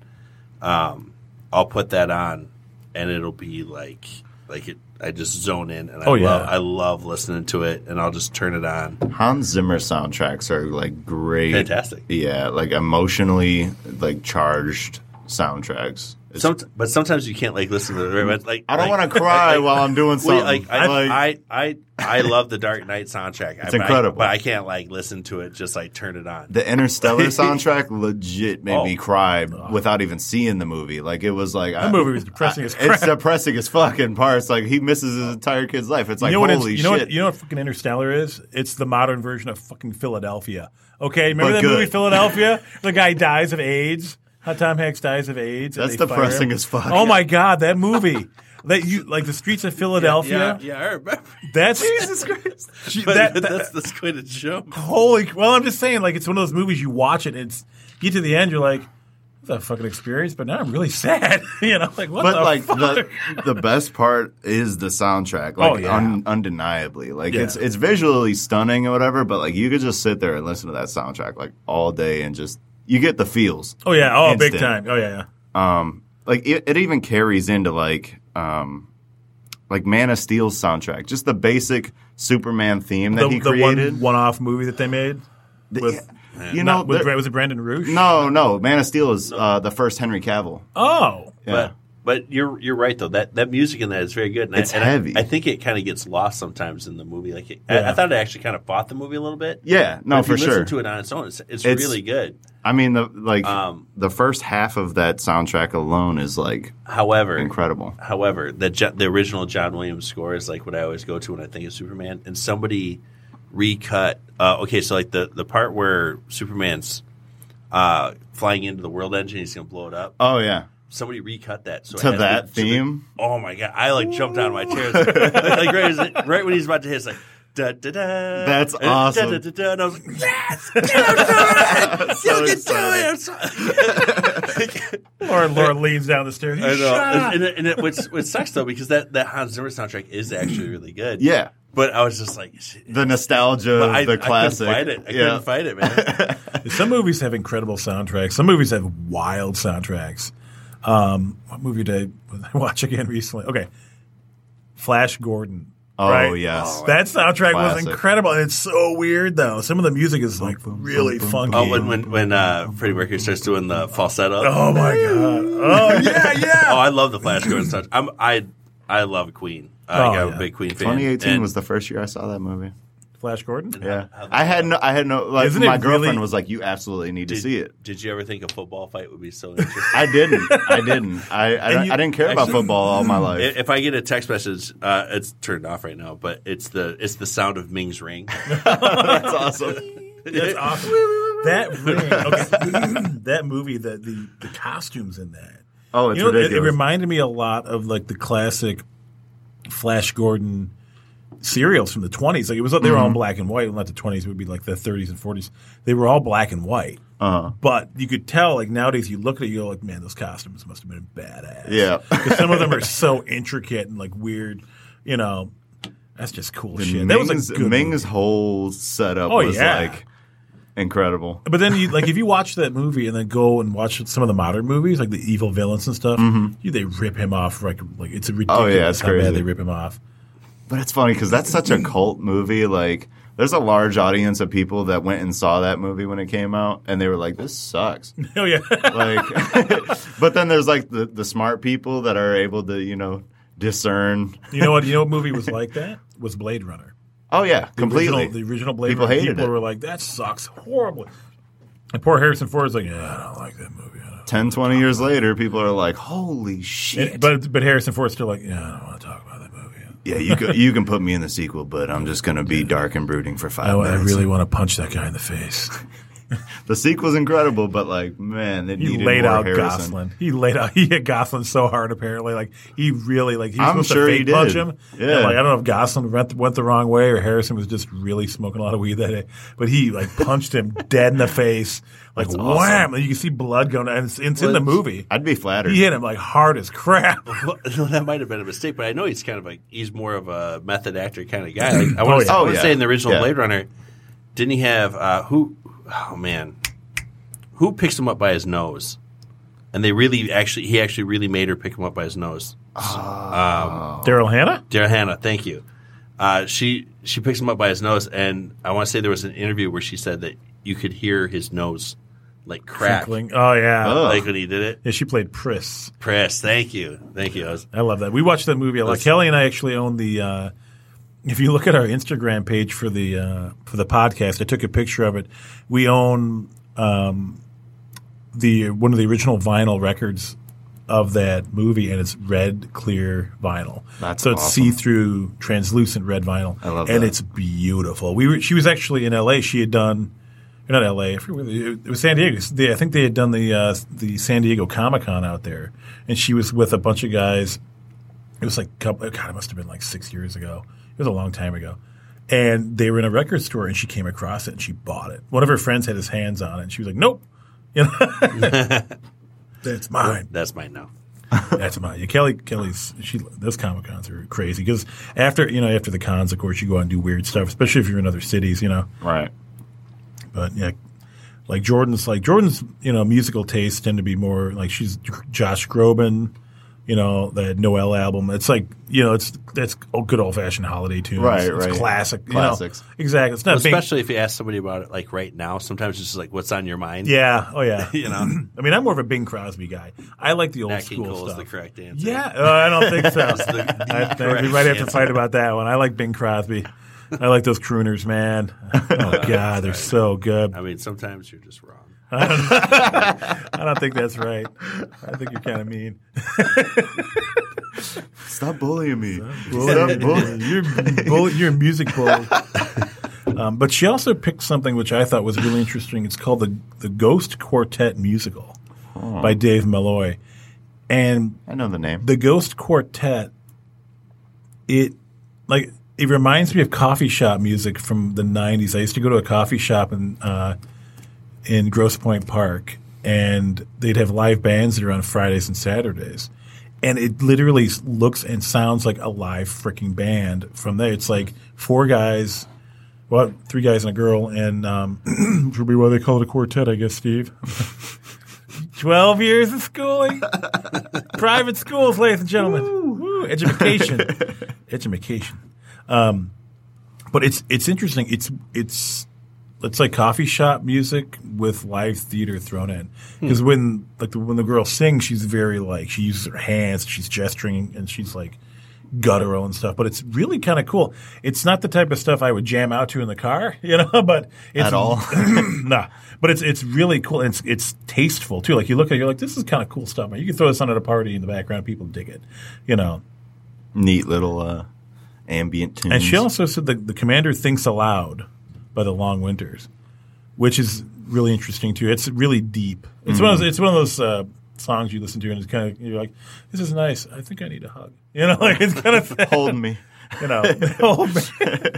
S1: Um, I'll put that on, and it'll be like like it. I just zone in, and I
S3: Oh,
S1: love
S3: yeah.
S1: I love listening to it, and I'll just turn it on.
S2: Hans Zimmer soundtracks are like great.
S1: Fantastic.
S2: Yeah, like emotionally like charged soundtracks. It's-
S1: Some, but sometimes you can't like listen to it. But like
S2: I don't
S1: like-
S2: want to cry while I'm doing something.
S1: Well, like, I,
S2: Like,
S1: I, I, I love the Dark Knight soundtrack.
S2: It's
S1: but I-
S2: incredible.
S1: but I can't like listen to it. Just like turn it on.
S2: the Interstellar soundtrack legit made me
S1: Oh.
S2: cry without even seeing the movie. Like it was like
S3: That movie was depressing as crap.
S2: It's depressing as fucking parts. Like he misses his entire kid's life. It's like
S3: you know what?
S2: holy
S3: it's- you know
S2: shit.
S3: what? You know what? Fucking Interstellar is. It's the modern version of fucking Philadelphia. Okay, remember
S2: But
S3: that
S2: good.
S3: movie Philadelphia? the guy dies of AIDS. How Tom Hanks dies of AIDS. and
S2: That's
S3: they fire
S2: depressing
S3: him.
S2: as fuck.
S3: Oh my god, that movie. that you like the streets of
S1: yeah,
S3: Philadelphia.
S1: yeah, I remember.
S3: That's
S1: Jesus Christ. But
S3: that- that-
S1: that's the Squid Show.
S3: holy. Well, I'm just saying, like it's one of those movies you watch it. It's get to the end, you're like. That's a fucking experience, but now I'm really sad. you know, like what
S2: but
S3: the
S2: like
S3: fuck?
S2: the the best part is the soundtrack, like
S3: Oh, yeah.
S2: un, undeniably, like
S3: Yeah.
S2: it's it's visually stunning or whatever. But like you could just sit there and listen to that soundtrack like all day and just you get the feels.
S3: oh yeah, oh big
S2: Instant.
S3: time. Oh yeah, yeah.
S2: Um, like it, it even carries into like um, like Man of Steel's soundtrack, just the basic Superman theme that
S3: The,
S2: he
S3: the
S2: created.
S3: one one-off movie that they made with
S2: you know,
S3: Not- with,
S2: there-
S3: Bra- was it Brandon Roush?
S2: no, no, Man of Steel is uh, the first Henry Cavill.
S3: Oh,
S2: Yeah.
S1: But but you're you're right though. That that music in that is very good. And
S2: It's
S1: I, and
S2: heavy.
S1: I, I think it kind of gets lost sometimes in the movie. Like it, I,
S3: Yeah.
S1: I thought it actually kind of fought the movie a little bit.
S2: yeah,
S1: But
S2: no,
S1: if
S2: for
S1: you
S2: sure.
S1: Listen to it on its own. It's, it's,
S2: It's-
S1: really good.
S2: I mean, the like
S1: Um,
S2: the first half of that soundtrack alone is like
S1: However,
S2: incredible.
S1: However, the Jo- the original John Williams score is like what I always go to when I think of Superman, and somebody recut. Uh, okay, so like the the part where Superman's uh, flying into the world engine, he's gonna blow it up.
S2: Oh yeah,
S1: Somebody recut that so it
S2: to
S1: has
S2: that
S1: the- to the-
S2: theme.
S1: oh my god! I like jumped out of my chair. like like, right, as- right when he's about to hit, it's like. Da, da, da,
S2: That's
S1: and da,
S2: awesome.
S1: Da, da, da, and I was like, "Yes, you can do it!
S2: So
S1: you can
S2: excited.
S1: do it!" I'm so-
S3: Or Laura leans down the stairs.
S1: I know.
S3: Shut
S1: And,
S3: up.
S1: and it, and it, which, which sucks though, because that, that Hans Zimmer soundtrack is actually really good.
S2: Yeah,
S1: But I was just like, shit.
S2: the nostalgia,
S1: But
S2: of
S1: I,
S2: the classic.
S1: I couldn't fight it. I couldn't fight it, man.
S3: Some movies have incredible soundtracks. Some movies have wild soundtracks. Um, what movie did I watch again recently? Okay, Flash Gordon.
S2: Oh
S3: right?
S2: yes,
S3: That soundtrack was
S2: Classic.
S3: incredible, and it's so weird though. Some of the music is like really funky.
S1: oh, when when, when uh, Freddie Mercury starts doing the falsetto. Oh,
S3: Oh my god! Oh yeah, yeah.
S1: I love the Flash Gordon soundtrack. I'm, I I love Queen. I
S3: Oh,
S1: think I'm
S3: yeah.
S1: a big Queen fan.
S2: 2018
S1: And-
S2: was the first year I saw that movie.
S3: Flash Gordon.
S2: Yeah, I had no, I had no. Like
S3: Isn't it
S2: my girlfriend
S3: really-
S2: was like, "You absolutely need to
S1: Did,
S2: see it."
S1: did you ever think a football fight would be so interesting?
S2: I didn't. I didn't. I I, don't-
S3: you-
S2: I didn't care about
S1: actually-
S2: football all my life.
S1: I- If I get a text message, uh, it's turned off right now, but it's the it's the sound of Ming's ring.
S2: That's awesome.
S3: That's awesome. That ring, okay, that movie, the, the the costumes in that.
S2: Oh, it's
S3: you know, it, it
S2: ridiculous.
S3: reminded me a lot of like the classic Flash Gordon serials from the twenties. Like it was, they were all
S2: Mm-hmm.
S3: in black and white. Well, not the twenties; it would be like the thirties and forties. They were all black and white,
S2: Uh-huh.
S3: but you could tell. Like nowadays, you look at it, you're like, man, those costumes must have been badass.
S2: Yeah.
S3: 'Cause some of them are so intricate and like weird. You know, that's just cool shit. that was
S2: Ming's,
S3: a good movie.
S2: Ming's whole setup
S3: Oh,
S2: was
S3: yeah.
S2: like incredible.
S3: But then, you, like, if you watch that movie and then go and watch some of the modern movies, like the evil villains and stuff, you, they rip him off. Like, like Mm-hmm. Oh, it's a ridiculous
S2: yeah, it's
S3: how
S2: crazy.
S3: bad they rip him off.
S2: But it's funny because that's such a cult movie. Like there's a large audience of people that went and saw that movie when it came out, and they were like, "This sucks."
S3: Oh yeah.
S2: like, but then there's like the the smart people that are able to you know discern.
S3: you know what? You know what movie was like that? Was Blade Runner.
S2: Oh yeah, completely.
S3: Original, the original Blade
S2: People
S3: Runner.
S2: hated
S3: people
S2: it.
S3: were like, "That sucks horribly." And poor Harrison Ford is like, "Yeah, I don't like that movie." I don't.
S2: 10, 20 years later, people are like, "Holy shit!"
S3: And- but but Harrison Ford's still like, "Yeah, I don't want to talk about that movie."
S2: yeah, you can, you can put me in the sequel, but I'm just gonna be dark and brooding for five
S3: I, Oh, I
S2: minutes.
S3: really want to punch that guy in the face.
S2: the sequel's incredible, but like, man, they
S3: He
S2: needed
S3: laid
S2: more
S3: out
S2: Harrison.
S3: Goslin. He laid out. He hit Goslin so hard. Apparently, like he really like he was
S2: I'm
S3: supposed
S2: sure
S3: to
S2: he
S3: fake punch
S2: did.
S3: him.
S2: Yeah.
S3: And, like I don't know if Goslin went, went the wrong way or Harrison was just really smoking a lot of weed that day. But he like punched him dead in the face. Like
S2: That's
S3: wham!
S2: awesome.
S3: And you can see blood going. And it's, it's in the movie.
S2: I'd be flattered.
S3: He hit him like hard as crap.
S2: Oh.
S1: Well, no, that might have been a mistake, but I know he's kind of like he's more of a method actor kind of guy. Like I want to
S2: yeah. Oh,
S1: say,
S2: yeah.
S1: in the original
S2: Yeah.
S1: Blade Runner, didn't he have uh, who? Oh man, who picks him up by his nose? And they really actually he actually really made her pick him up by his nose.
S3: Daryl Hannah.
S1: Dear Hannah, thank you. Uh, she she picks him up by his nose, and I want to say there was an interview where she said that you could hear his nose like crack,
S3: Crinkling. Oh yeah.
S2: Oh.
S1: like when he did it.
S3: Yeah, she played Priss.
S1: Press, thank you, thank you. I was,
S3: I love that. We watched that movie a lot.
S1: That's-
S3: Kelly and I actually own the. Uh, if you look at our Instagram page for the uh, for the podcast, I took a picture of it. We own um, the one of the original vinyl records of that movie, and it's red clear vinyl.
S2: That's
S3: so it's
S2: awesome.
S3: see through, translucent red vinyl.
S2: I love
S3: and
S2: that.
S3: it's beautiful. We were, she was actually in L.A. She had done. or Not L.A. I forget where the- It was San Diego. They, I think they had done the uh, the San Diego Comic Con out there, and she was with a bunch of guys it was like a couple, God, it must have been like six years ago. It was a long time ago. And they were in a record store, and she came across it and she bought it. One of her friends had his hands on it, and she was like, "Nope, you know, that's mine.
S1: that's mine now.
S3: That's mine." Yeah, Kelly, Kelly's she. Those comic cons are crazy because after you know after the cons, of course, you go out and do weird stuff, especially if you're in other cities, you know.
S2: right.
S3: But yeah, like Jordan's like Jordan's you know musical tastes tend to be more like she's Josh Groban, you know that Noel album. It's like you know it's that's old- good old fashioned holiday tunes.
S2: Right,
S3: it's
S2: right.
S3: Classic you know.
S2: Classics.
S3: exactly. It's not being,
S1: Especially if you ask somebody about it like right now, sometimes it's just like what's on your mind.
S3: yeah. Oh yeah.
S1: You know,
S3: I mean, I'm more of a Bing Crosby guy. I like the old
S1: Nat King
S3: school
S1: Cole is
S3: stuff.
S1: the correct answer.
S3: yeah, oh, I don't think so.
S1: That's the- the
S3: I think
S1: correct
S3: we might have to
S1: answer.
S3: fight about that one. I like Bing Crosby. I like those crooners, man. Oh God, they're so good.
S1: I mean, sometimes you're just wrong.
S3: I don't think that's right. I think you're kind of mean.
S2: Stop bullying me.
S3: Bully.
S2: Stop bullying.
S3: You're a bully, you're a music bully. Um, but she also picked something which I thought was really interesting. It's called the the Ghost Quartet musical by Dave Malloy, and
S2: I know the name.
S3: the Ghost Quartet. It like it reminds me of coffee shop music from the '90s. I used to go to a coffee shop in uh, in Grosse Pointe Park, and they'd have live bands that are on Fridays and Saturdays. And it literally s- looks and sounds like a live freaking band from there. It's like four guys, well, three guys and a girl, and um, which would be why they call it a quartet, I guess, Steve. 12 years of schooling. Private schools, ladies and gentlemen. Woo, education. education. Um, but it's it's interesting. It's it's it's like coffee shop music with live theater thrown in.
S2: Hmm.
S3: Because when like the, when the girl sings, she's very like she uses her hands, she's gesturing, and she's like guttural and stuff. But it's really kind of cool. It's not the type of stuff I would jam out to in the car, you know. But it's
S2: At all?
S3: nah. But it's it's really cool. It's it's tasteful too. Like you look at it, you're like this is kind of cool stuff. Man. You can throw this on at a party in the background, people dig it, you know.
S2: Neat little uh, ambient tunes.
S3: And she also said the, the commander thinks aloud by the long winters, which is really interesting too. It's really deep. It's one of those, it's one of those uh, songs you listen to and it's kind of you're like, this is nice. I think I need a hug. You know, like it's kind of
S2: hold me.
S3: you know. Oh, man.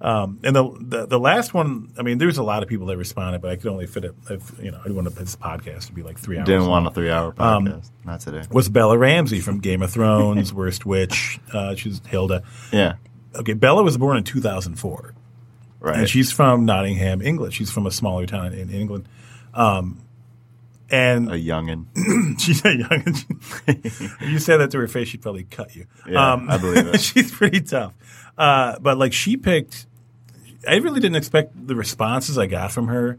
S3: um, and the, the the last one, I mean, there's a lot of people that responded, but I could only fit it. If, you know, I didn't want this podcast to be like three hours.
S2: Didn't want a three-hour
S3: Um,
S2: podcast. Not today.
S3: was Bella Ramsey from Game of Thrones, Worst Witch? Uh, she's Hilda.
S2: Yeah.
S3: Okay, Bella was born in 2004.
S2: Right.
S3: And she's from Nottingham, England. She's from a smaller town in England. Um, and
S2: a youngin.
S3: she's a young. you say that to her face, she'd probably cut you. Um,
S2: Yeah, I believe it.
S3: she's pretty tough. Uh, but like she picked, I really didn't expect the responses I got from her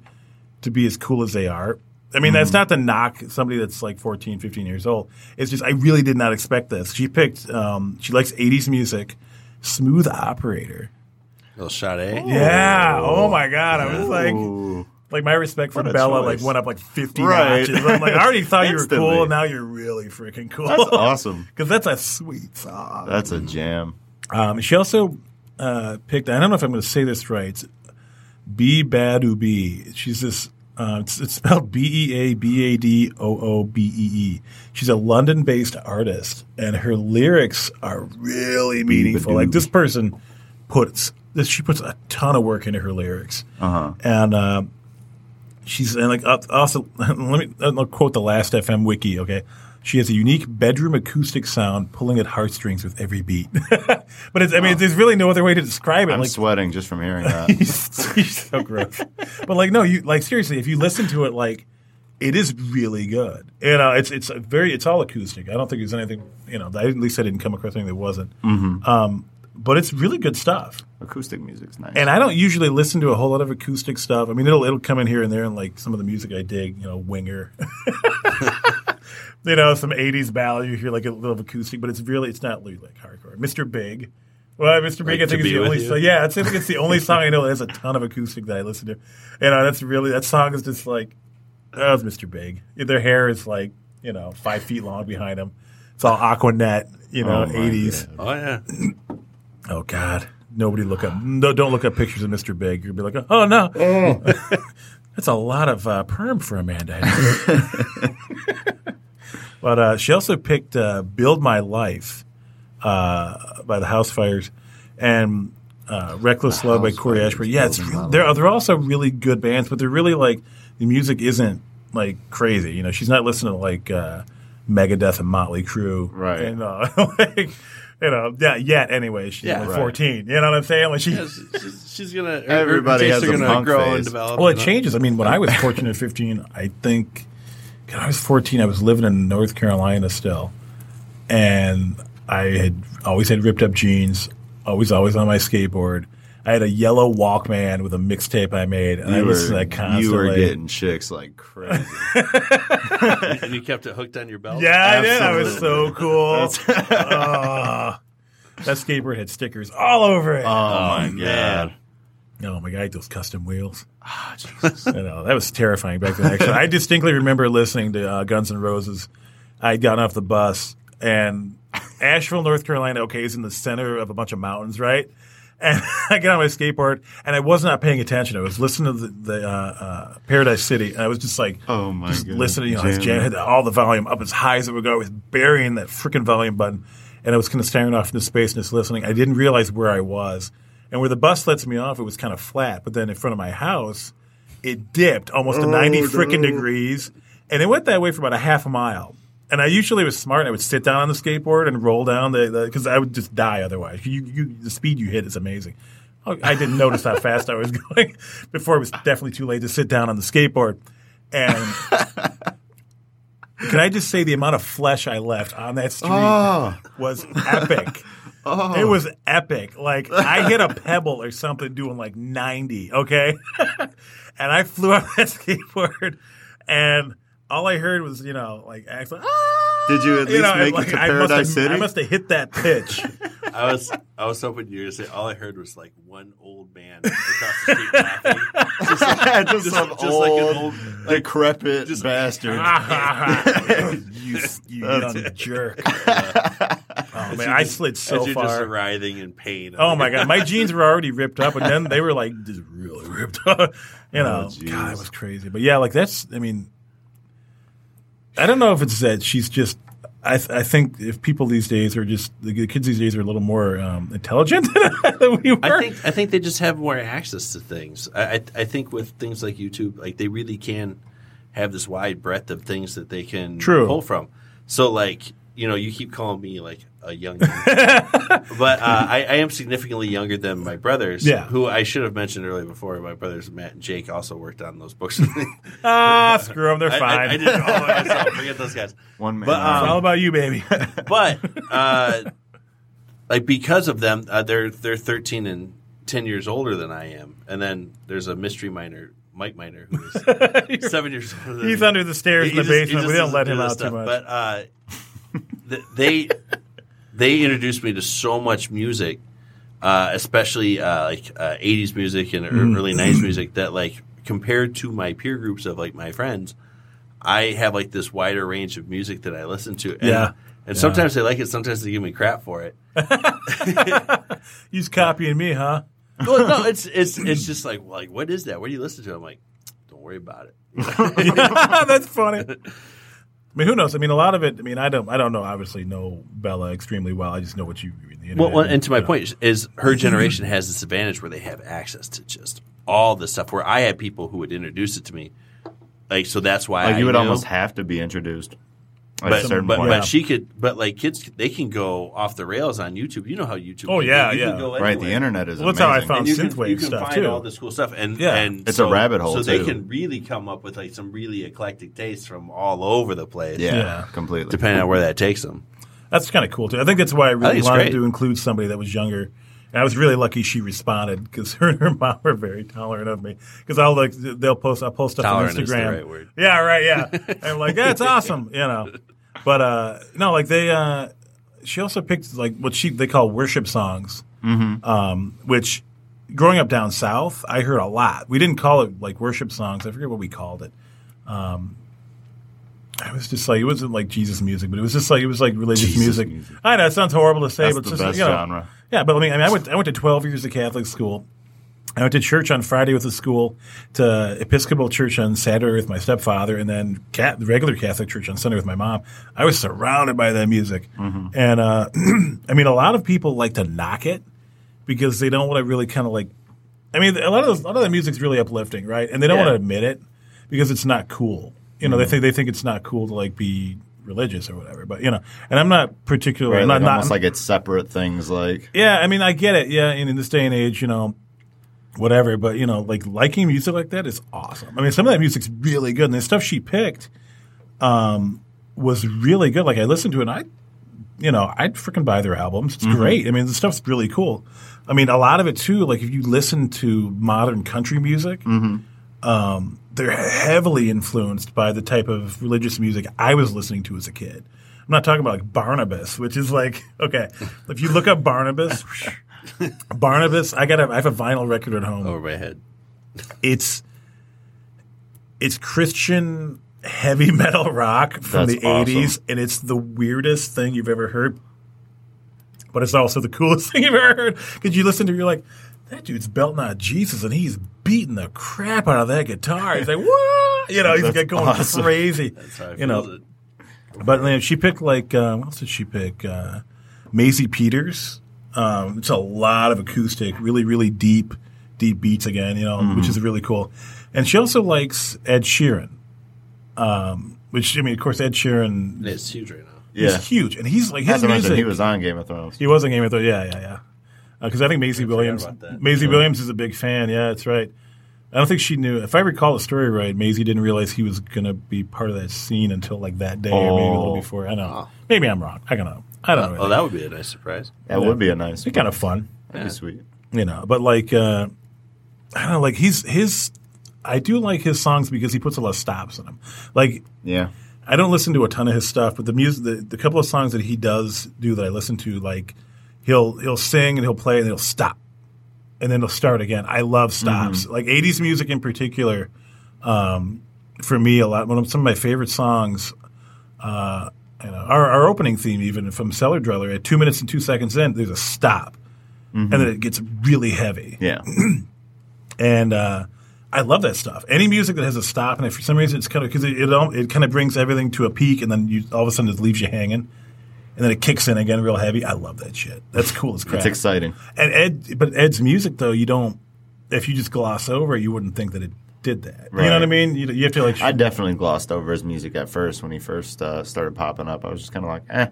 S3: to be as cool as they are. I mean,
S2: Mm-hmm.
S3: that's not to knock somebody that's like 14, 15 years old. It's just I really did not expect this. She picked. Um, she likes 80s music, smooth operator.
S1: Little Sade.
S3: Yeah. Oh my God. I was like.
S2: Ooh.
S3: Like my respect for
S2: What a
S3: Bella,
S2: choice.
S3: like went up like fifty
S2: Right.
S3: notches. I'm like, I already thought you were
S2: Instantly.
S3: cool. Now you're really freaking cool.
S2: That's awesome.
S3: Because that's a sweet song.
S2: That's a jam.
S3: Um, she also uh, picked. I don't know if I'm going to say this right. B Bad Ubi. She's this. Uh, it's, it's spelled B E A B A D O O B E E. She's a London-based artist, and her lyrics are really meaningful. Like this person puts this. She puts a ton of work into her lyrics, uh-huh. and um, She's and like uh, also let me I'll quote the last FM wiki. Okay, she has a unique bedroom acoustic sound, pulling at heartstrings with every beat. but it's, I mean, there's really no other way to describe it.
S2: I'm
S3: like
S2: sweating just from hearing that.
S3: she's, she's so gross. but like no, you like seriously, if you listen to it, like it is really good. And uh, it's it's a very it's all acoustic. I don't think there's anything you know. I, at least I didn't come across anything that wasn't. Um, but it's really good stuff.
S2: Acoustic music's nice.
S3: And I don't usually listen to a whole lot of acoustic stuff. I mean, it'll it'll come in here and there, and like some of the music I dig, you know, Winger, you know, some '80s ballad. You hear like a little acoustic, but it's really it's not really like hardcore. Mr. Big, well, Mr. Big,
S1: Like,
S3: I
S1: To
S3: think is
S1: Be
S3: the
S1: With
S3: only
S1: You?
S3: song. Yeah, I think it's the only song I know that has a ton of acoustic that I listen to, and uh, that's really that song is just like, oh, it's Mr. Big. Their hair is like you know five feet long behind them. It's all Aquanet, you know,
S2: Oh, my
S3: '80s.
S2: God.
S1: Oh yeah.
S3: Oh God! Nobody look up. No, don't look up pictures of Mr. Big. You'll be like, oh no, that's a lot of uh, perm for Amanda. but uh, she also picked uh, "Build My Life" uh, by the House Fires and uh, "Reckless Love" by
S2: House
S3: Corey
S2: Fires,
S3: Ashford. Yeah, it's
S2: Build My
S3: they're they're also really good bands, but they're really like the music isn't like crazy. You know, she's not listening to like uh, Megadeth and Motley Crue,
S2: Right.
S3: And uh, like, you know, yeah, yet anyway, she's
S1: Yeah.
S3: like
S1: Right.
S3: 14. You know what I'm saying? Like she,
S1: She's, she's- she's gonna. her- her
S2: Everybody
S1: tastes
S2: has
S1: are
S2: a
S1: gonna
S2: punk
S1: grow and
S2: phase.
S1: develop.
S3: well, it
S1: and-
S3: changes. I mean, when I was 14 or 15, I think, God, I was 14. I was living in North Carolina still, and I had always had ripped up jeans, always, always on my skateboard. I had a yellow Walkman with a mixtape I made, and I
S2: you,
S3: listened to that
S2: were,
S3: constantly.
S2: you were getting chicks like crazy.
S1: And you kept it hooked on your belt.
S3: Yeah, I did. I was so
S2: Absolutely.
S3: cool.
S2: Oh,
S3: Ugh. that skateboard had stickers all over it.
S2: oh, my
S1: man.
S2: god.
S3: oh my god, I had those custom wheels. I know that was terrifying back then. Actually, I distinctly remember listening to uh, Guns N' Roses. I'd gotten off the bus, and Asheville, North Carolina, okay, is in the center of a bunch of mountains, right? And I get on my skateboard, and I was not paying attention. I was listening to the, the uh, uh, Paradise City, and I was just like,
S2: Oh my
S3: just
S2: god.
S3: listening, you know, jam.
S2: Jamming.
S3: had all the volume up as high as it would go. I was burying that freaking volume button, and I was kind of staring off into space and just listening. I didn't realize where I was, and where the bus lets me off, it was kind of flat. But then in front of my house, it dipped almost to ninety freaking degrees, and it went that way for about a half a mile. And I usually was smart. and I would sit down on the skateboard and roll down the because I would just die otherwise. You, you, the speed you hit is amazing. Oh, I didn't notice how fast I was going before it was definitely too late to sit down on the skateboard. And can I just say the amount of flesh I left on that street
S2: Oh.
S3: was epic.
S1: Oh.
S3: It was epic. Like I hit a pebble or something doing like 90, okay? and I flew on that skateboard and all I heard was, you know, like Axel, ah!
S2: Did you at least
S3: You know, and,
S2: make
S3: like,
S2: it to
S3: I must
S2: Paradise
S3: have- I
S2: City?
S3: must have hit that pitch.
S1: I was I was hoping you were gonna say all I heard was like one old man across the street laughing. Just like,
S2: just,
S1: just,
S2: some
S1: just
S2: old, ah.
S1: like an old like
S2: decrepit
S1: just-
S2: bastard.
S3: you you
S2: That's-
S3: young jerk. oh man,
S1: you
S3: I
S1: just-
S3: slid so
S1: as you're just
S3: far.
S1: writhing in pain.
S3: Oh my god, my jeans were already ripped up, and then they were like just really ripped up. You know,
S2: jeez.
S3: God, it was crazy. But yeah, like that's. I mean, I don't know if it's that she's just. I, th- I think if people these days are just the the kids these days are a little more um, intelligent than we were.
S1: I think I think they just have more access to things. I, I I think with things like YouTube, like they really can have this wide breadth of things that they can
S3: True.
S1: pull from. So like you know, you keep calling me like a young, man. but uh, I, I am significantly younger than my brothers.
S3: Yeah.
S1: who I should have mentioned earlier before. My brothers Matt and Jake also worked on those books. I,
S3: ah, screw them, they're fine.
S1: I, oh, I did all by myself. Forget those guys.
S2: One man.
S1: But,
S3: it's
S1: um,
S3: all about you, baby.
S1: But uh, like because of them, uh, they're they're 13 and ten years older than I am, and then there's a mystery minor, Mike Minor, who's seven years older. Than
S3: He's
S1: me.
S3: under the stairs in
S1: He
S3: the
S1: just- he
S3: basement.
S1: just
S3: we don't
S1: doesn't
S3: let
S1: do
S3: him
S1: this
S3: out
S1: stuff,
S3: too much.
S1: But uh, th- they they introduced me to so much music, uh, especially uh, like uh, '80s music and
S3: Mm.
S1: ear- early '90s music. That like compared to my peer groups of like my friends, I have like this wider range of music that I listen to. And,
S3: Yeah.
S1: and sometimes they like it. Sometimes they give me crap for it.
S3: He's copying me, huh?
S1: Well, no, it's it's it's just like like what is that? What do you listen to? I'm like, don't worry about it.
S3: That's funny. I mean, who knows? I mean, a lot of it. I mean, I don't. I don't know. Obviously, know Bella extremely well. I just know what you. you know,
S1: Well, well, and to my point is, her generation has this advantage where they have access to just all this stuff. Where I had people who would introduce it to me, like so that's why
S2: Like
S1: I
S2: you would
S1: knew.
S2: almost have to be introduced at
S1: But,
S2: a certain
S1: but,
S2: point.
S1: but she could, but like kids, they can go off the rails on YouTube. You know how YouTube. can go.
S3: Oh, yeah,
S1: You
S3: yeah.
S1: Can go
S2: right,
S1: anywhere.
S2: the internet is
S3: Well, that's
S2: amazing.
S3: how I
S1: And
S3: found-
S1: you can,
S3: Synthwave
S1: you can
S3: stuff,
S1: find
S3: too.
S1: all this cool stuff, and
S3: Yeah.
S1: and
S2: It's a
S1: so-
S2: rabbit hole,
S1: So they
S2: too.
S1: can really come up with like some really eclectic tastes from all over the place.
S2: yeah,
S3: Yeah.
S2: completely.
S1: depending on where that takes them.
S3: That's kind of cool too. I think that's why I really
S1: think it's
S3: wanted
S1: great.
S3: to include somebody that was younger. And I was really lucky she responded because her and her mom are very tolerant of me. Because I'll like they'll post I'll post stuff
S1: Tolerant
S3: on
S1: is the
S3: Instagram.
S1: right word.
S3: Yeah, right. Yeah, And I'm like that's awesome, you know. But uh no, like they. uh She also picked like what she they call worship songs, um, which growing up down south I heard a lot. We didn't call it like worship songs. I forget what we called it. Um, I was just like it wasn't like Jesus music, but it was just like it was like religious
S2: Jesus
S3: music.
S2: music.
S3: I know it sounds horrible to say,
S2: That's
S3: but it's
S2: the
S3: just,
S2: best
S3: you know,
S2: genre.
S3: Yeah, but I mean, I mean, I went I went to twelve years of Catholic school. I went to church on Friday with the school, to Episcopal church on Saturday with my stepfather, and then cat, regular Catholic church on Sunday with my mom. I was surrounded by that music,
S2: Mm-hmm.
S3: and uh, I mean, a lot of people like to knock it because they don't want to really kind of like. I mean, a lot of those, a lot of the music's really uplifting, right? And they don't
S1: Yeah.
S3: want to admit it because it's not cool. You know, they
S2: Mm-hmm.
S3: think they think it's not cool to like be religious or whatever. But you know, and I'm not particularly
S2: Right,
S3: I'm
S2: like,
S3: not,
S2: almost
S3: not
S2: like it's separate things. Like
S3: yeah, I mean, I get it. Yeah, and in this day and age, you know, whatever. But you know, like liking music like that is awesome. I mean, some of that music's really good, and the stuff she picked um, was really good. Like I listened to it, and I, you know, I'd freaking buy their albums. It's great. I mean, the stuff's really cool. I mean, a lot of it too. Like if you listen to modern country music. Um, they're heavily influenced by the type of religious music I was listening to as a kid. I'm not talking about like Barnabas, which is like okay. If you look up Barnabas, Barnabas, I got a, I have a vinyl record at home
S1: Over my head.
S3: it's it's Christian heavy metal rock from
S2: That's
S3: the '80s, and it's the weirdest thing you've ever heard. But it's also the coolest thing you've ever heard because you listen to it, you're like, that dude's belting out Jesus, and he's beating the crap out of that guitar. He's like, what? You know, he's
S2: That's
S3: got going
S2: awesome.
S3: crazy.
S1: So I
S3: you know,
S1: feel that-
S3: but man, she picked like uh, what else did she pick? Uh, Maisie Peters. Um, it's a lot of acoustic, really, really deep, deep beats again, you know,
S2: Mm-hmm.
S3: which is really cool. And she also likes Ed Sheeran, um, which I mean, of course, Ed Sheeran
S1: it's huge right now.
S2: yeah,
S3: is huge, and he's like
S2: Not
S3: his
S2: to mention
S3: music.
S2: he was on Game of Thrones.
S3: He was on Game of Thrones. Yeah, yeah, yeah. Because I think Maisie Williams,
S1: about that.
S3: Maisie Williams is a big fan. Yeah, that's right. I don't think she knew. If I recall the story right, Maisie didn't realize he was going to be part of that scene until like that day, or maybe a little
S2: Oh.
S3: before. I don't know. Maybe I'm wrong. I don't know. I don't know.
S1: Oh, that would be a nice surprise.
S2: That would be a nice.
S3: It's kind of fun,
S2: that'd be sweet.
S3: you know. But like, uh, I don't know. Like he's his. I do like his songs because he puts a lot of stops in them. Like
S2: Yeah,
S3: I don't listen to a ton of his stuff, but the music, the, the couple of songs that he does do that I listen to, like he'll he'll sing and he'll play and he'll stop, and then he'll start again. I love stops, like '80s music in particular. Um, for me, a lot one of some of my favorite songs, uh, you know, our, our opening theme even from Cellar Dweller at two minutes and two seconds in, there's a stop, and then it gets really heavy
S2: yeah.
S3: and uh, I love that stuff. Any music that has a stop in it, for some reason, it's kind of because it it, al- it kind of brings everything to a peak, and then you all of a sudden it leaves you hanging, and then it kicks in again real heavy. I love that shit. That's cool as crap.
S2: It's exciting.
S3: and Ed, but Ed's music though, you don't. If you just gloss over, it, you wouldn't think that it did that. You know what I
S2: Right.
S3: mean? You, you have to like.
S2: I definitely glossed over his music at first when he first uh, started popping up. I was just kind of like, eh,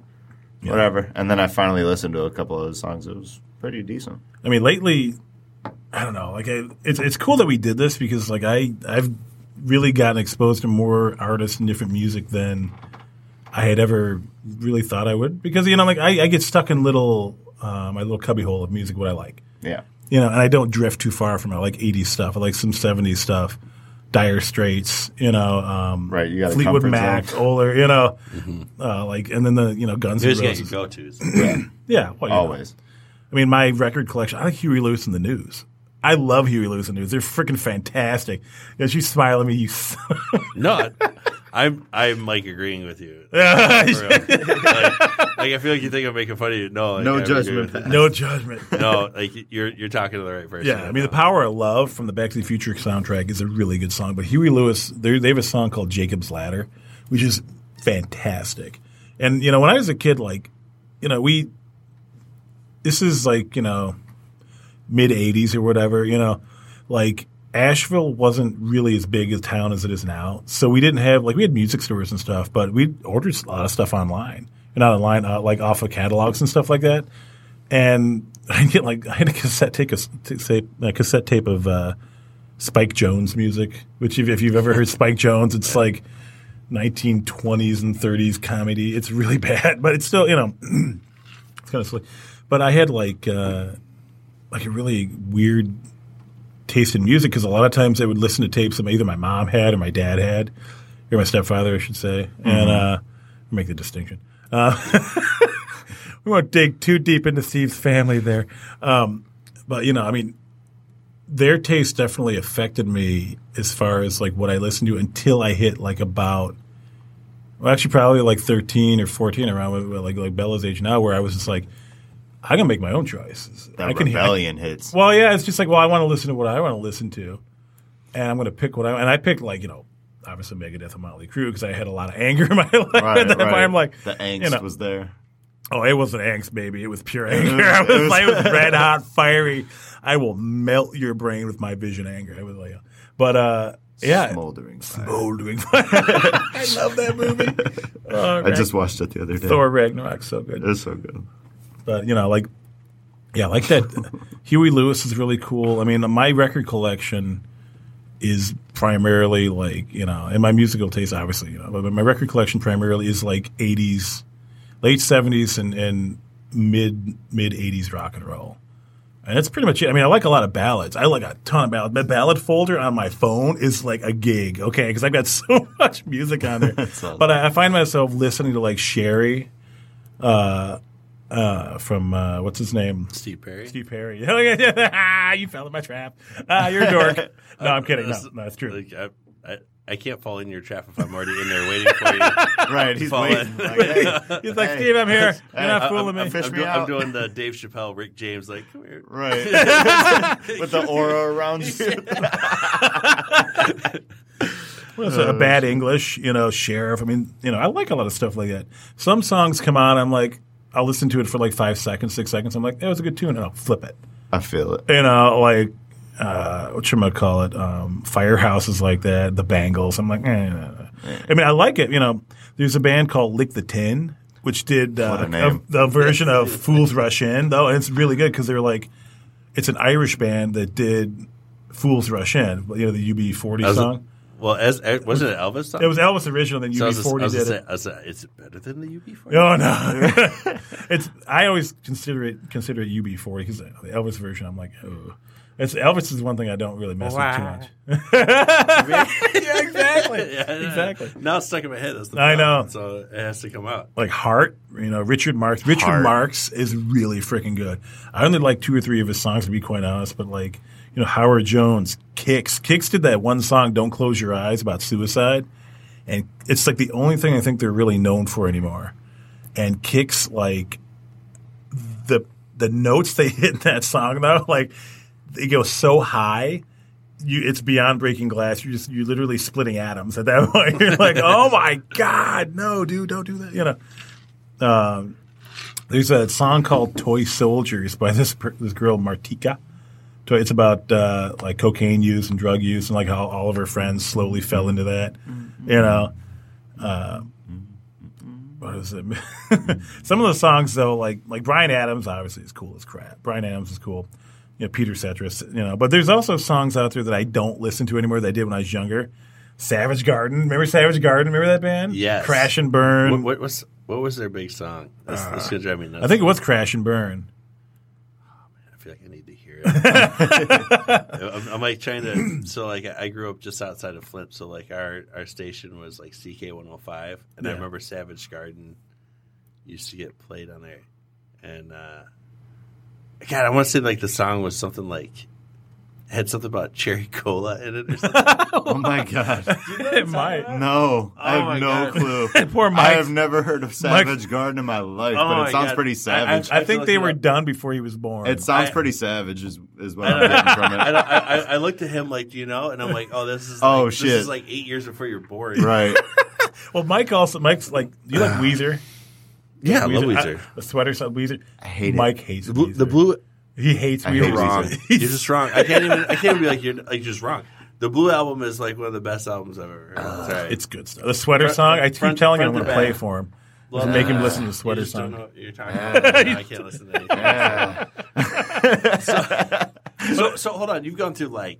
S2: whatever. And then I finally listened to a couple of his songs. It was pretty decent.
S3: I mean, lately, I don't know. Like, I, it's it's cool that we did this because like I I've really gotten exposed to more artists and different music than I had ever really thought I would. Because you know, like I, I get stuck in little uh, my little cubbyhole of music what I like,
S2: Yeah,
S3: you know, and I don't drift too far from it. I like 80s stuff. I like some 70s stuff. Dire Straits, you know, um,
S2: Right, you got a
S3: Fleetwood
S2: comfort
S3: Mac,
S2: zone. Mm-hmm.
S3: Older, you know, uh, like, and then the you know Guns N'
S1: There's guys you
S3: Roses.
S1: go tos.
S3: Yeah, well, you know.
S2: Always.
S3: I mean, my record collection. I like Huey Lewis and the News. I love Huey Lewis and the News. They're freaking fantastic. As you smile at me, you. s-
S1: No, I- I'm I'm like agreeing with you. For real. like, like, I feel like you think I'm making fun of you. No, like,
S2: No
S1: I agree
S2: judgment.
S1: with you.
S3: no judgment.
S1: No, like you're you're talking to the right person.
S3: Yeah, I mean, the power of love from the Back to the Future soundtrack is a really good song. But Huey Lewis, they they have a song called Jacob's Ladder, which is fantastic. And you know, when I was a kid, like, you know, we, this is like you know, mid '80s or whatever. You know, like Asheville wasn't really as big a town as it is now, so we didn't have like we had music stores and stuff, but we ordered a lot of stuff online, not online, uh, like off of catalogs and stuff like that and I get like I had a cassette tape, a cassette tape of uh, Spike Jones music, which if, if you've ever heard Spike Jones, it's like 1920s and 30s comedy. It's really bad, but it's still you know it's kind of silly. But I had like uh, like a really weird taste in music because a lot of times I would listen to tapes that my- either my mom had or my dad had or my stepfather, I should say, and uh, make the distinction. Uh, we won't dig too deep into Steve's family there, um, but you know, I mean, their taste definitely affected me as far as like what I listened to until I hit like about. Well, actually, probably like thirteen or fourteen, around with- with, like like Bella's age now, where I was just like, I can make my own choices.
S2: That
S3: I can I
S2: rebellion hits.
S3: well, yeah, it's just like, well, I want to listen to what I want to listen to, and I'm going to pick what I and I picked like you know, obviously Megadeth and Motley Crue because I had a lot of anger in my life.
S2: Right,
S3: at that
S2: right.
S3: point. I'm like,
S2: the angst
S3: you know,
S2: was there.
S3: oh, it wasn't angst, baby, it was pure anger. I was, like, it was red hot, fiery. I will melt your brain with my vision anger. I was like, but uh, yeah,
S2: smoldering. fire.
S3: smoldering fire. I love that movie. Uh,
S2: I just watched it the other day.
S3: Thor Ragnarok's so good.
S2: It's so good.
S3: but you know, like, yeah, like that. Huey Lewis is really cool. I mean, my record collection is primarily like you know, and my musical taste, obviously, you know, but my record collection primarily is like '80s, late '70s, and, and mid mid '80s rock and roll. And that's pretty much it. I mean, I like a lot of ballads. I like a ton of ballads. My ballad folder on my phone is like a gig, okay? Because I've got so much music on there.
S2: awesome.
S3: but I, I find myself listening to like Sherry uh, uh, from uh, what's his name?
S1: Steve Perry.
S3: Steve Perry. Oh, yeah, yeah. Ah, you fell in my trap. Ah, you're a dork. No, I'm kidding. No, no, it's true.
S1: Like, I, I, I can't fall in your trap if I'm already in there waiting for you.
S2: Right, he's
S1: Follow
S2: waiting.
S1: it.
S2: Like, hey,
S3: He's like,
S2: Hey.
S3: Steve, I'm here. You're
S2: Hey,
S3: not
S2: I-
S3: fooling me.
S2: I'm fish-
S1: I'm,
S2: me
S1: do- I'm
S2: out.
S1: doing the Dave Chappelle, Rick James, like, come here.
S2: right. With the aura around you.
S3: Well, it's
S2: Uh,
S3: a bad English, you know, sheriff. I mean, you know, I like a lot of stuff like that. Some songs come on, I'm like, I'll listen to it for like five seconds, six seconds. I'm like, that was a good tune, and I'll flip it.
S2: I feel it.
S3: You know, like, uh, what you call it? Um, Firehouse is like that. The Bangles. I'm like, eh, eh, eh. I mean, I like it. You know, there's a band called Lick the Tin, which did uh,
S2: What a name.
S3: the version of Fools Rush In, though, and it's really good because they're like, it's an Irish band that did Fools Rush In, you know, the UB40
S1: was-
S3: song.
S1: Well, as, as wasn't it Elvis? Song?
S3: It was Elvis original, then
S1: So I was just- I
S3: UB40
S1: was
S3: did it.
S1: just saying- I was like, is it better than the UB40?
S3: Oh no, it's I always consider it consider it UB40 because the Elvis version. I'm like, oh, it's Elvis is one thing I don't really mess with too much. yeah, exactly,
S1: Yeah, yeah, yeah.
S3: exactly.
S1: Now it's stuck in my head. That's the
S3: I
S1: problem.
S3: know.
S1: So it has to come out.
S3: Like Hart, you know, Richard Marx. Richard
S2: Hart.
S3: Marx is really freaking good. I only like two or three of his songs to be quite honest, but like you know, Howard Jones, Kicks. Kicks did that one song, "Don't Close Your Eyes," about suicide, and it's like the only thing I think they're really known for anymore. And Kicks like the the notes they hit in that song though, like they go so high, you it's beyond breaking glass. You're just you're literally splitting atoms at that point. You're like, oh my god, no, dude, don't do that. You know, um, there's a song called "Toy Soldiers" by this per- this girl Martika. So It's about uh, like cocaine use and drug use and like how all of her friends slowly fell into that.
S1: Mm-hmm.
S3: You know. Uh, What is it? Some of the songs though, like like Brian Adams, obviously is cool as crap. Brian Adams is cool. You know, Peter Cetris, you know. But there's also songs out there that I don't listen to anymore that I did when I was younger. Savage Garden, remember Savage Garden? Remember that band?
S1: Yes.
S3: Crash and Burn.
S1: What, what was what was their big song? That's, that's gonna drive me nuts.
S3: I think it was Crash and Burn.
S1: I feel like I need to hear it. I'm, I'm like trying to. So like I grew up just outside of Flint, so like our our station was like CK 105, and I
S3: Yeah.
S1: remember Savage Garden used to get played on there, and uh God, I want to say like the song was something like had something about cherry cola in it or something.
S2: Oh my god!
S3: it might.
S2: No, I
S1: Oh my
S2: have no
S1: God.
S2: clue.
S3: Poor
S2: I
S3: Mike.
S2: have never heard of
S3: Mike-
S2: Savage Garden in my life,
S1: Oh
S2: but
S1: my
S2: it sounds
S1: God.
S2: pretty savage.
S1: I- I
S3: I
S1: feel
S3: think
S1: like
S3: they
S1: you
S3: were
S1: got-
S3: done before he was born.
S2: it sounds
S1: I-
S2: pretty savage, is is what I'm getting from
S1: I,
S2: it.
S1: don't- I, I, I looked at him like, do you know? And I'm like, oh, this is
S2: Oh,
S1: like,
S2: shit.
S1: This is like eight years before you're born.
S2: Right?
S3: well, Mike also Mike's like you like Weezer.
S1: Yeah, I love
S3: I-
S1: Weezer.
S3: the sweater sub Weezer. I
S2: hate it.
S3: Mike hates
S1: The blue,
S3: Weezer.
S1: the blue
S3: He hates
S2: I
S3: Weezer.
S2: hate
S1: You're wrong.
S2: Weezer.
S1: you're just wrong. I can't even. I can't be like you're like just wrong. The Blue album is like one of the best albums I've ever heard. It's all right.
S3: It's good stuff. The sweater
S1: Front-
S3: song. I keep
S1: front-
S3: telling him I'm
S1: front
S3: going
S1: to
S3: to play
S1: back.
S3: for him.
S1: Love
S3: Just make him
S1: that.
S3: listen to the sweater
S1: you just Don't
S3: song.
S1: know what you're talking about. I can't listen to anything.
S2: Yeah.
S1: So, so hold on. You've gone through like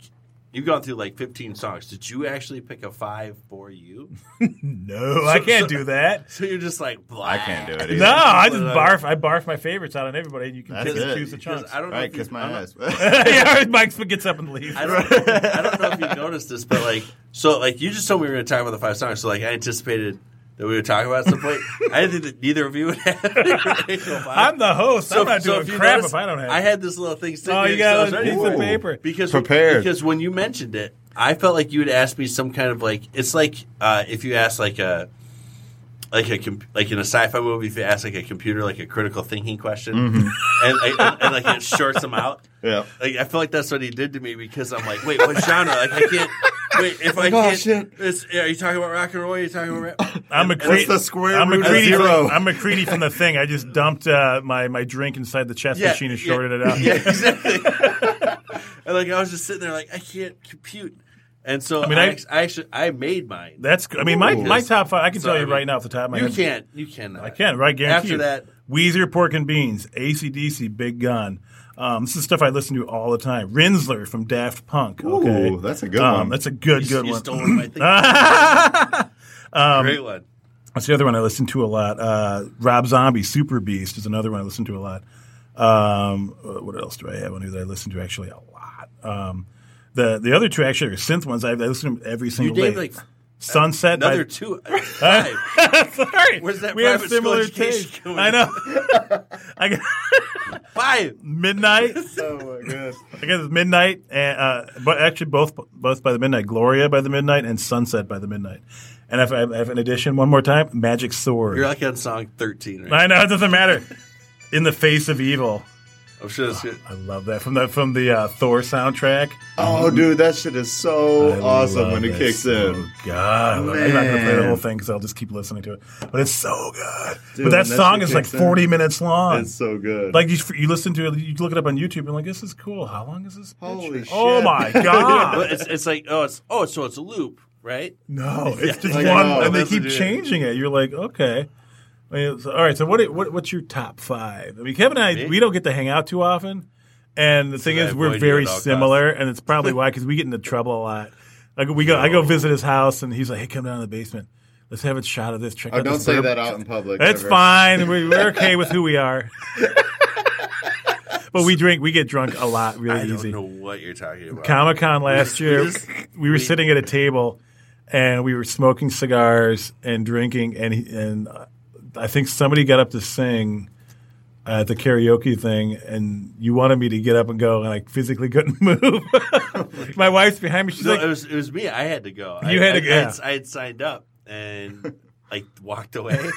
S1: you've gone through like 15 songs. Did you actually pick a five for you?
S3: No, I can't
S1: so-
S3: do that.
S1: So you're just like blah.
S2: I can't do it either.
S3: No, I just
S1: But, uh,
S3: barf. I barf my favorites out on everybody, and you can
S2: That's
S3: pick and
S2: it.
S3: choose the
S1: Because
S3: chunks.
S1: I don't know.
S2: Right,
S1: if you-
S2: kiss my
S1: I don't-
S2: ass.
S3: yeah, Mike gets up and leaves.
S1: I don't, I don't know if you noticed this, but like, so like you just told me we were going to talk about the five songs. So like, I anticipated that we would talk about it at some point. I didn't think that neither of you would have.
S3: I'm the host. I'm not doing
S1: if you
S3: crap
S1: notice,
S3: if I don't have.
S1: I
S3: it.
S1: had this little thing sitting
S3: Oh,
S1: here,
S3: you got
S1: so I
S3: a
S1: was ready
S3: piece
S1: for
S3: of
S1: it.
S3: paper.
S1: Because
S2: Prepared.
S1: Because when you mentioned it, I felt like you would ask me some kind of like it's like uh, if you ask like a like a com- like in a sci-fi movie, if you ask like a computer like a critical thinking question,
S2: Mm-hmm.
S1: and, and, and, and, like it shorts them out.
S2: Yeah.
S1: Like I feel like that's what he did to me because I'm like, wait, what genre? Like I can't. Wait, if I
S2: Oh,
S1: can't,
S2: shit.
S1: It's, are you talking about rock and roll? Are you talking about? Rap?
S3: I'm a
S2: What's
S3: Cree-
S2: the square
S3: I'm
S2: root of
S3: McCready
S2: zero?
S3: From, I'm McCready from the thing. I just dumped uh, my my drink inside the chest machine and shorted it out.
S1: Yeah, exactly. and like I was just sitting there, like I can't compute. And so I
S3: mean,
S1: mean, I,
S3: I-
S1: act- I actually I made mine.
S3: That's. I mean, my,
S2: Ooh.
S3: my top five. I can
S1: So,
S3: tell
S1: I
S3: you
S1: mean,
S3: right now off the top of my
S1: you
S3: head.
S1: can't. You cannot.
S3: I can. Right. Guarantee
S1: After
S3: you.
S1: that-
S3: Weezer, Pork and Beans, ACDC, Big Gun. Um, this is stuff I listen to all the time. Rinsler from Daft Punk. Okay,
S2: Ooh, that's a good
S3: um,
S2: one.
S3: That's a good,
S1: You,
S3: good
S1: you
S3: one. Um,
S1: stole one of my thing. Great one.
S3: That's the other one I listen to a lot. Uh, Rob Zombie, Super Beast is another one I listen to a lot. Um, uh, what else do I have on here that I listen to actually a lot? Um, the the other two actually are synth ones. I, I listen to them every
S1: You
S3: single
S1: gave
S3: day.
S1: like
S3: Sunset.
S1: another
S3: by,
S1: two. uh, Five.
S3: sorry,
S1: Where's that
S3: we have
S1: private school
S3: similar
S1: education
S3: taste.
S1: going
S3: I know. I got
S1: Five.
S3: midnight.
S2: oh my god.
S3: I guess it's midnight, and uh, but actually both both by the midnight, Gloria by the midnight, and Sunset by the midnight. And if I have- I have an addition one more time, Magic Sword.
S1: You're like on song thirteen. Right?
S3: I know it doesn't matter. In the face of evil,
S1: I'm sure that's good.
S3: I love that from the from the uh, Thor soundtrack.
S2: Oh, dude, that shit is so
S3: I
S2: Oh, awesome when
S3: love
S2: it kicks
S3: so
S2: in.
S3: God, I love it. I'm not gonna play the
S2: Man.
S3: whole thing because I'll just keep listening to it. But it's so good.
S2: Dude,
S3: but that
S2: when that
S3: song
S2: shit
S3: is like
S2: kicks in,
S3: 40 minutes long.
S2: It's so good.
S3: Like you, you listen to it, you look it up on YouTube, and like this is cool. How long is this? bitch?
S2: Holy shit.
S3: Oh my god!
S1: But it's it's like oh it's oh so it's a loop right.
S3: No, it's just
S2: Like,
S3: one,
S2: no,
S3: and they
S1: that's
S3: keep
S1: legit.
S3: changing it. You're like, okay, I mean, it's- all right. So what, what? What's your top five? I mean, Kevin and I,
S1: Me?
S3: we don't get to hang out too often, and the thing
S1: I
S3: is, we're
S1: avoid you
S3: very
S1: at all costs.
S3: similar, and it's probably why because we get into trouble a lot. Like we go, I go visit his house, and he's like, "Hey, come down to the basement. Let's have a shot of this. Check
S2: oh,
S3: out
S2: don't
S3: this
S2: say
S3: herb."
S2: that out in public.
S3: It's
S2: ever.
S3: fine. We, we're okay with who we are. but we drink. We get drunk a lot, really
S1: I don't
S3: easy.
S1: know what you're talking about.
S3: Comic Con last year,
S1: Just-
S3: we were sitting at a table and we were smoking cigars and drinking, and he, and uh, I think somebody got up to sing at the karaoke thing, and you wanted me to get up and go, and I physically couldn't move. My wife's behind me. She's
S1: No,
S3: like,
S1: it was it was me. I had to go.
S3: You
S1: I,
S3: had to
S1: I-
S3: go,
S1: I
S3: yeah.
S1: had, I had signed up and like walked away. and,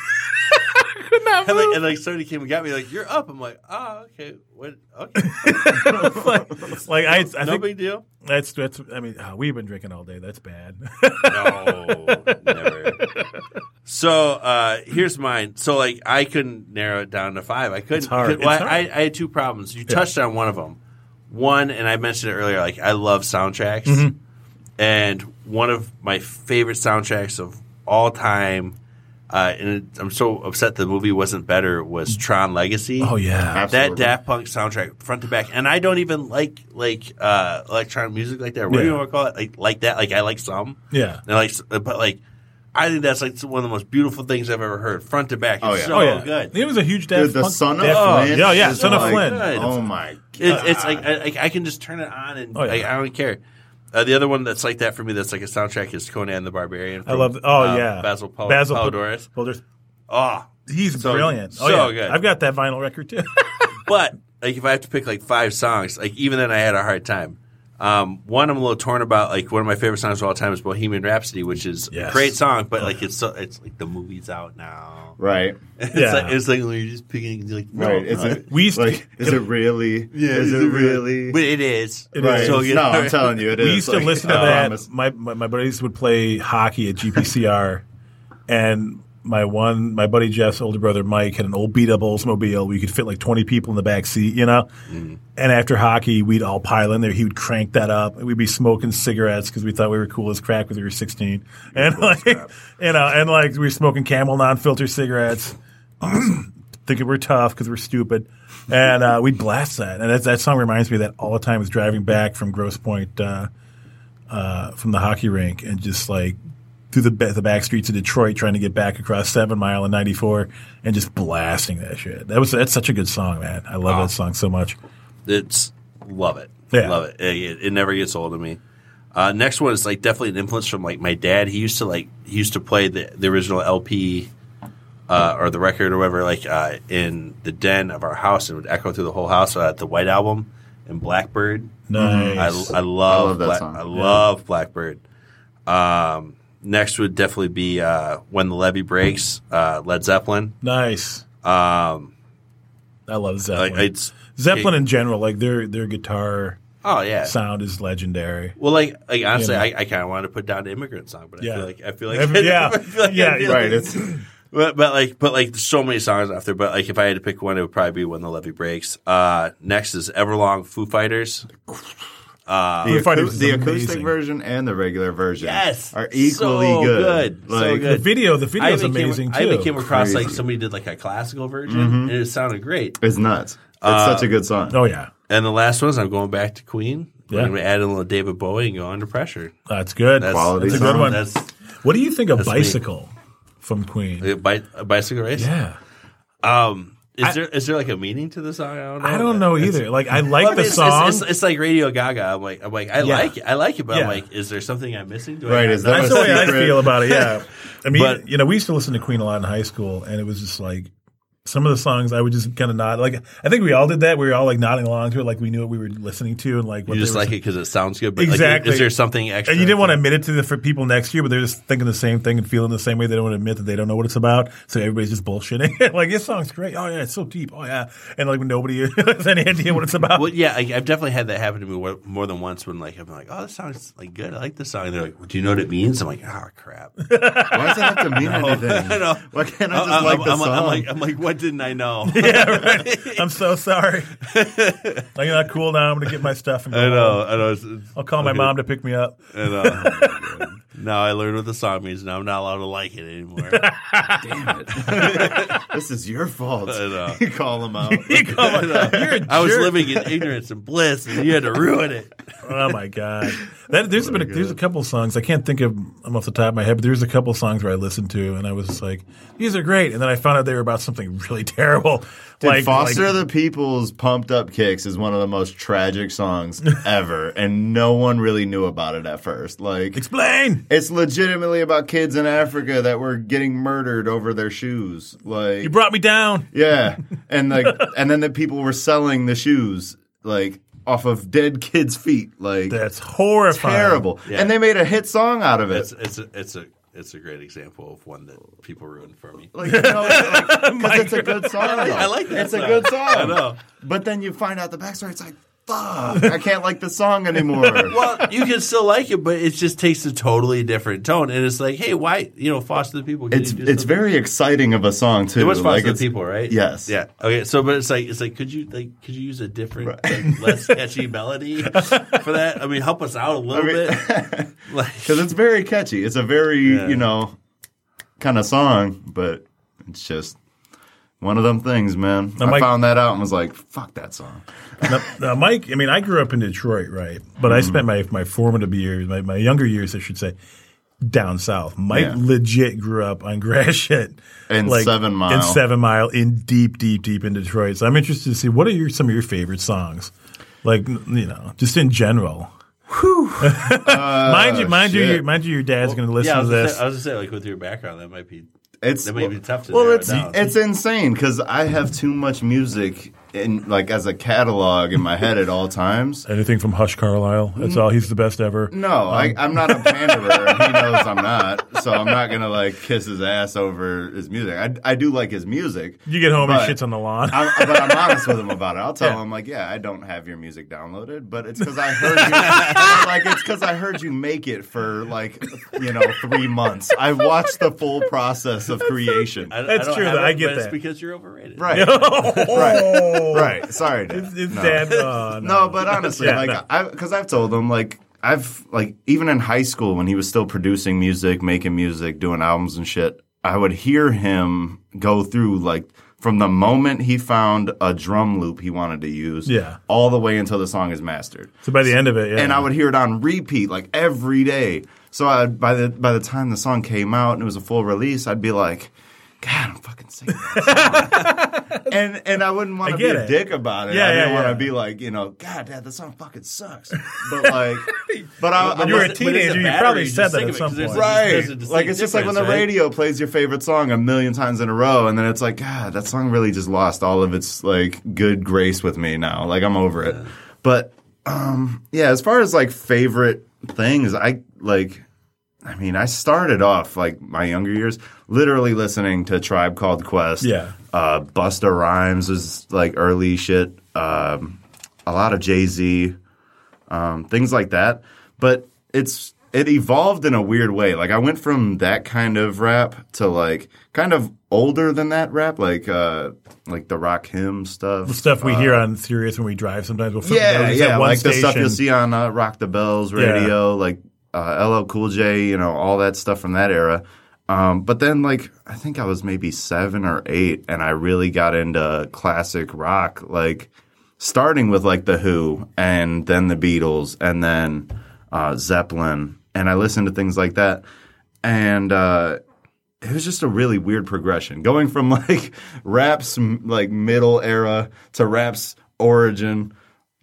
S3: could not
S1: like,
S3: move.
S1: and like somebody came and got me. Like you're up. I'm like, oh okay, what? Okay,
S3: like, I, I
S1: no
S3: think
S1: big deal.
S3: that's that's. I mean, oh, we've been drinking all day. That's bad.
S1: No, never. So uh, here's mine. So like I couldn't narrow it down to five. I couldn't.
S3: It's hard.
S1: could- well,
S3: It's
S1: I, I had two problems. You touched on one of them. One, and I mentioned it earlier. Like I love soundtracks,
S3: Mm-hmm.
S1: and one of my favorite soundtracks of all time. Uh, and I'm so upset the movie wasn't better. Was Tron Legacy?
S3: Mm. oh yeah.
S1: that
S2: Absolutely.
S1: Daft Punk soundtrack front to back, and I don't even like like uh, electronic music like that. What do you
S3: Yeah.
S1: want to call it? Like like that. Like I like some.
S3: Yeah.
S1: And like, s- but like, I think that's like one of the most beautiful things I've ever heard, front to back. It's
S2: Oh, yeah.
S1: so
S3: Oh yeah,
S1: good.
S3: He was a huge Daft
S2: Dude, the
S3: Punk-
S2: son of
S3: Daft Punk.
S2: Flynn.
S3: Yeah, yeah,
S2: is
S3: son of
S2: like-
S3: Flynn.
S1: Good.
S2: Oh my
S1: It,
S2: god!
S1: it's like I, I I can just turn it on and
S3: Oh, yeah.
S1: like, I don't care. Uh, the other one that's like that for me, that's like a soundtrack, is Conan the Barbarian.
S3: I love. Oh
S1: uh,
S3: yeah,
S1: Basil Pol-
S3: Basil Pol-
S1: Polidorus.
S3: Polidorus.
S1: Oh,
S3: He's
S1: So-
S3: brilliant. Oh,
S1: so
S3: yeah.
S1: good.
S3: I've got that vinyl record too.
S1: but like if I have to pick like five songs, like even then I had a hard time. Um, one I'm a little torn about. Like one of my favorite songs of all time is Bohemian Rhapsody, which is a
S3: Yes.
S1: great song, but like it's so it's like the movie's out now.
S2: right,
S1: It's
S3: Yeah.
S1: like it's like well, you're just picking like no,
S2: right.
S1: no,
S2: Is it
S3: We used to-
S2: like? Is it really?
S1: yeah,
S2: is it really?
S1: But it is.
S3: It
S2: Right.
S3: is.
S1: So good.
S2: no, I'm telling you, it is.
S3: we used to
S2: Like,
S3: listen
S2: I
S3: to that.
S2: promise.
S3: My, my my buddies would play hockey at GPCR, and my one my buddy Jeff's older brother Mike had an old beat up Oldsmobile. We could fit like twenty people in the back seat, you know.
S2: Mm-hmm.
S3: And after hockey, we'd all pile in there. He would crank that up, and we'd be smoking cigarettes because we thought we were cool as crack because we were sixteen, and like you know, and like we were smoking Camel non-filter cigarettes. Thinking we're tough because we're stupid, and uh, we'd blast that. And that, that song reminds me of that all the time. I was driving back from Gross Point uh, from the hockey rink and just like through the ba- the back streets of Detroit, trying to get back across Seven Mile and ninety four, and just blasting that shit. That was that's such a good song, man. I love that song so much.
S1: It's love it.
S3: Yeah.
S1: Love it. it. it- it never gets old to me. Uh, next one is like definitely an influence from like my dad. He used to like he used to play the, the original LP uh, or the record or whatever like uh, in the den of our house and would echo through the whole house. Uh, the White Album and Blackbird.
S3: Nice.
S1: Mm-hmm. I, I love,
S2: I love that
S1: Black,
S2: song.
S1: I
S2: Yeah.
S1: love Blackbird. Um, next would definitely be uh, When the Levee Breaks, uh, Led Zeppelin.
S3: nice.
S1: Um,
S3: I love
S1: like
S3: Zeppelin.
S1: it's
S3: Zeppelin in general, like their their guitar
S1: Oh yeah,
S3: sound is legendary.
S1: Well, like, like honestly,
S3: You know.
S1: I, I kind of wanted to put down the immigrant song, but I
S3: Yeah.
S1: feel like I feel like
S3: Every- yeah.
S1: I feel like- I
S3: Yeah,
S1: feel
S3: you're
S1: like-
S2: right. It's
S1: but, but like but like there's so many songs out there. But like if I had to pick one, it would probably be when the levee breaks. Uh, next is Everlong Foo Fighters. Uh,
S2: the,
S3: Foo Fighters
S2: acou-
S3: is
S2: the acoustic
S3: amazing.
S2: version and the regular version.
S1: Yes,
S2: are equally
S1: so
S2: good.
S1: good, so good.
S3: The video, the video is
S1: even came-
S3: amazing
S1: I
S3: too. Mm-hmm.
S1: even came across
S2: Crazy.
S1: like somebody did like a classical version, and it sounded great.
S2: it's nuts. It's such a
S1: Uh,
S2: good song.
S3: oh yeah,
S1: And the last ones, I'm going back to Queen.
S3: Yeah.
S1: I'm going to add in a little David Bowie and go under pressure.
S3: that's good.
S1: That's,
S2: Quality
S1: that's
S3: song. Good one.
S1: That's
S3: what do you think of
S1: me.
S3: bicycle from Queen?
S1: a, bi- a bicycle race.
S3: yeah.
S1: Um, is
S3: I-
S1: there is there like a meaning to the song? I don't know.
S3: I don't know either. Like I like
S1: Oh, Well, I
S3: the
S1: mean, it's,
S3: song.
S1: It's, it's, it's like Radio Gaga. I'm like, I'm like, I
S3: Yeah.
S1: like it. I like it, but I'm
S3: Yeah.
S1: like, is there something I'm missing? Do
S2: Right,
S1: I not
S2: is
S1: know?
S2: that
S3: That's the way I
S2: secret.
S3: feel about it. Yeah, I mean,
S1: But-
S3: you know, we used to listen to Queen a lot in high school, and it was just like some of the songs I would just kind of nod. Like I think we all did that. We were all like nodding along to it, like we knew what we were listening to, and like what
S1: you
S3: they
S1: just
S3: were
S1: like it
S3: saying.
S1: because it sounds good? But
S3: Exactly.
S1: Like, is there something extra?
S3: And you didn't want to admit it to the for people next to you, but they're just thinking the same thing and feeling the same way. They don't want to admit that they don't know what it's about, so everybody's just bullshitting. like this song's great. Oh yeah, it's so deep. Oh yeah, and like nobody has any idea what it's about.
S1: Well, yeah, I, I've definitely had that happen to me wa- more than once. When like I'm like, oh, this sounds like good. I like this song. And they're like, well, do you know what it means? I'm like, oh crap.
S2: Why does it have to mean anything?
S1: No.
S2: Why can't I just
S1: I'm-
S2: like the
S1: I'm,
S2: song?
S1: I'm like, I'm like, what didn't I know?
S3: I'm so sorry. I'm not cool now. I'm gonna get my stuff and go.
S1: I
S3: home.
S1: know. I know. It's- it's-
S3: I'll call my
S1: okay.
S3: mom to pick me up.
S1: And, uh, now I learned what the song means, and I'm not allowed to like it anymore.
S2: Damn it. this is your fault.
S1: know.
S2: You call them out.
S3: You're a
S1: I was
S3: jerk.
S1: living in ignorance and bliss, and you had to ruin it.
S3: Oh my god! That, there's been a, there's a couple songs I can't think of them off the top of my head, but there's a couple songs where I listened to and I was just like, these are great, and then I found out they were about something really terrible.
S2: Dude,
S3: like
S2: Foster
S3: like-
S2: the People's Pumped Up Kicks is one of the most tragic songs ever, and no one really knew about it at first. Like,
S3: explain.
S2: it's legitimately about kids in Africa that were getting murdered over their shoes. Like,
S3: You brought me down.
S2: yeah, and like, and then the people were selling the shoes like off of dead kids' feet. Like,
S3: That's horrifying.
S2: terrible.
S1: Yeah.
S2: And they made a hit song out of
S1: It's
S2: it.
S1: it's a, it's a it's a great example of one that people ruined for me.
S2: Like, you know, because it's a good song. though.
S1: I like that
S2: It's
S1: song.
S2: a good song.
S1: I know.
S2: But then you find out the backstory. It's like, fuck, I can't like the song anymore.
S1: Well, you can still like it, but it just takes a totally different tone, and it's like, hey, why you know foster the people?
S2: it's it's very exciting of a song too.
S1: it was foster
S2: Like,
S1: the
S2: it's-
S1: people, right?
S2: Yes.
S1: Yeah. Okay. So, but it's like it's like could you like could you use a different like, less catchy melody for that? I mean, help us out a little bit. Like,
S2: because it's very catchy. It's a very
S1: Yeah.
S2: you know kind of song, but it's just. One of them things, man. I
S3: Mike-
S2: found that out and was like, "Fuck that song."
S3: Now, now, Mike, I mean, I grew up in Detroit, right? But I spent my, my formative years, my, my younger years, I should say, down south. Mike
S2: Yeah.
S3: legit grew up on Gratiot
S2: And Seven Mile.
S3: in Seven Mile, in deep, deep, deep in Detroit. So I'm interested to see what are your some of your favorite songs, like n- you know, just in general. mind you, mind you,
S2: Uh, shit.
S3: your, mind you, your dad's going to listen
S1: yeah, I
S3: to
S1: was, uh,
S3: this.
S1: Just, I was just saying, like with your background, that might be
S2: It's
S1: that might be tough to
S2: Well,
S1: narrow
S2: it's
S1: down.
S2: it's insane because I have too much music in like as a catalog in my head at all times.
S3: Anything from Hush Carlisle? That's
S1: Mm.
S3: all. He's the best ever.
S2: No, I, I'm not a panderer. and he knows I'm not, so I'm not gonna like kiss his ass over his music. I, I do like his music.
S3: You get home
S2: but-
S3: and shits on the lawn.
S2: I'm, but I'm honest with him about it. I'll tell
S3: Yeah.
S2: him like, yeah, I don't have your music downloaded, but it's because I heard you like it's because I heard you make it for like you know three months. I watched the full process of creation.
S1: I- I
S3: That's
S1: don't
S3: true,
S1: have
S3: though.
S1: it,
S3: I get
S1: but It's
S3: that.
S1: because you're overrated.
S2: Right,
S3: oh,
S2: right. Sorry, Dad.
S3: It's, it's
S2: No.
S3: dad. oh, no.
S2: No, but honestly,
S3: Yeah,
S2: like,
S3: no.
S2: I because I've told him like I've like even in high school when he was still producing music, making music, doing albums and shit, I would hear him go through like from the moment he found a drum loop he wanted to use,
S3: Yeah.
S2: all the way until the song is mastered.
S3: So by the end of it, yeah.
S2: And I would hear it on repeat like every day. So I by the by the time the song came out and it was a full release, I'd be like. God, I'm fucking sick. Of that song." and and I wouldn't want
S3: I
S2: to be
S3: get
S2: a
S3: it.
S2: dick about it.
S3: Yeah,
S2: I didn't
S3: yeah,
S2: want
S3: yeah.
S2: to be like, you know, God, Dad, that song fucking sucks. But like, but I,
S3: But
S2: I
S3: you were a
S2: was-
S1: But it's
S3: teenager, you
S1: battery,
S3: probably
S1: just
S3: said that
S1: think
S3: at
S1: of it,
S3: some
S1: 'cause there's
S3: point.
S1: a-
S2: right.
S1: there's a distinct
S2: Like it's just like when the
S1: difference, right?
S2: radio plays your favorite song a million times in a row, and then it's like, God, that song really just lost all of its like good grace with me now. Like I'm over it. But um, yeah, as far as like favorite things, I like. I mean, I started off like my younger years, literally listening to Tribe Called Quest.
S3: Yeah.
S2: Uh, Busta Rhymes was like early shit. Um, a lot of Jay Z um, things like that. But it's it evolved in a weird way. Like I went from that kind of rap to like kind of older than that rap, like uh, like the rock hymn
S3: The
S2: stuff.
S3: stuff we hear on Sirius when we drive sometimes. We'll flip it over
S2: Uh, Yeah,
S3: to
S2: yeah,
S3: that one
S2: like the stuff
S3: station.
S2: you'll see on uh, Rock the Bells radio, like uh, LL Cool J, you know, all that stuff from that era. Um, but then, like, I think I was maybe seven or eight, and I really got into classic rock, like starting with like the Who, and then the Beatles, and then uh, Zeppelin, and I listened to things like that, and. Uh, it was just a really weird progression going from like rap's m- like middle era to rap's origin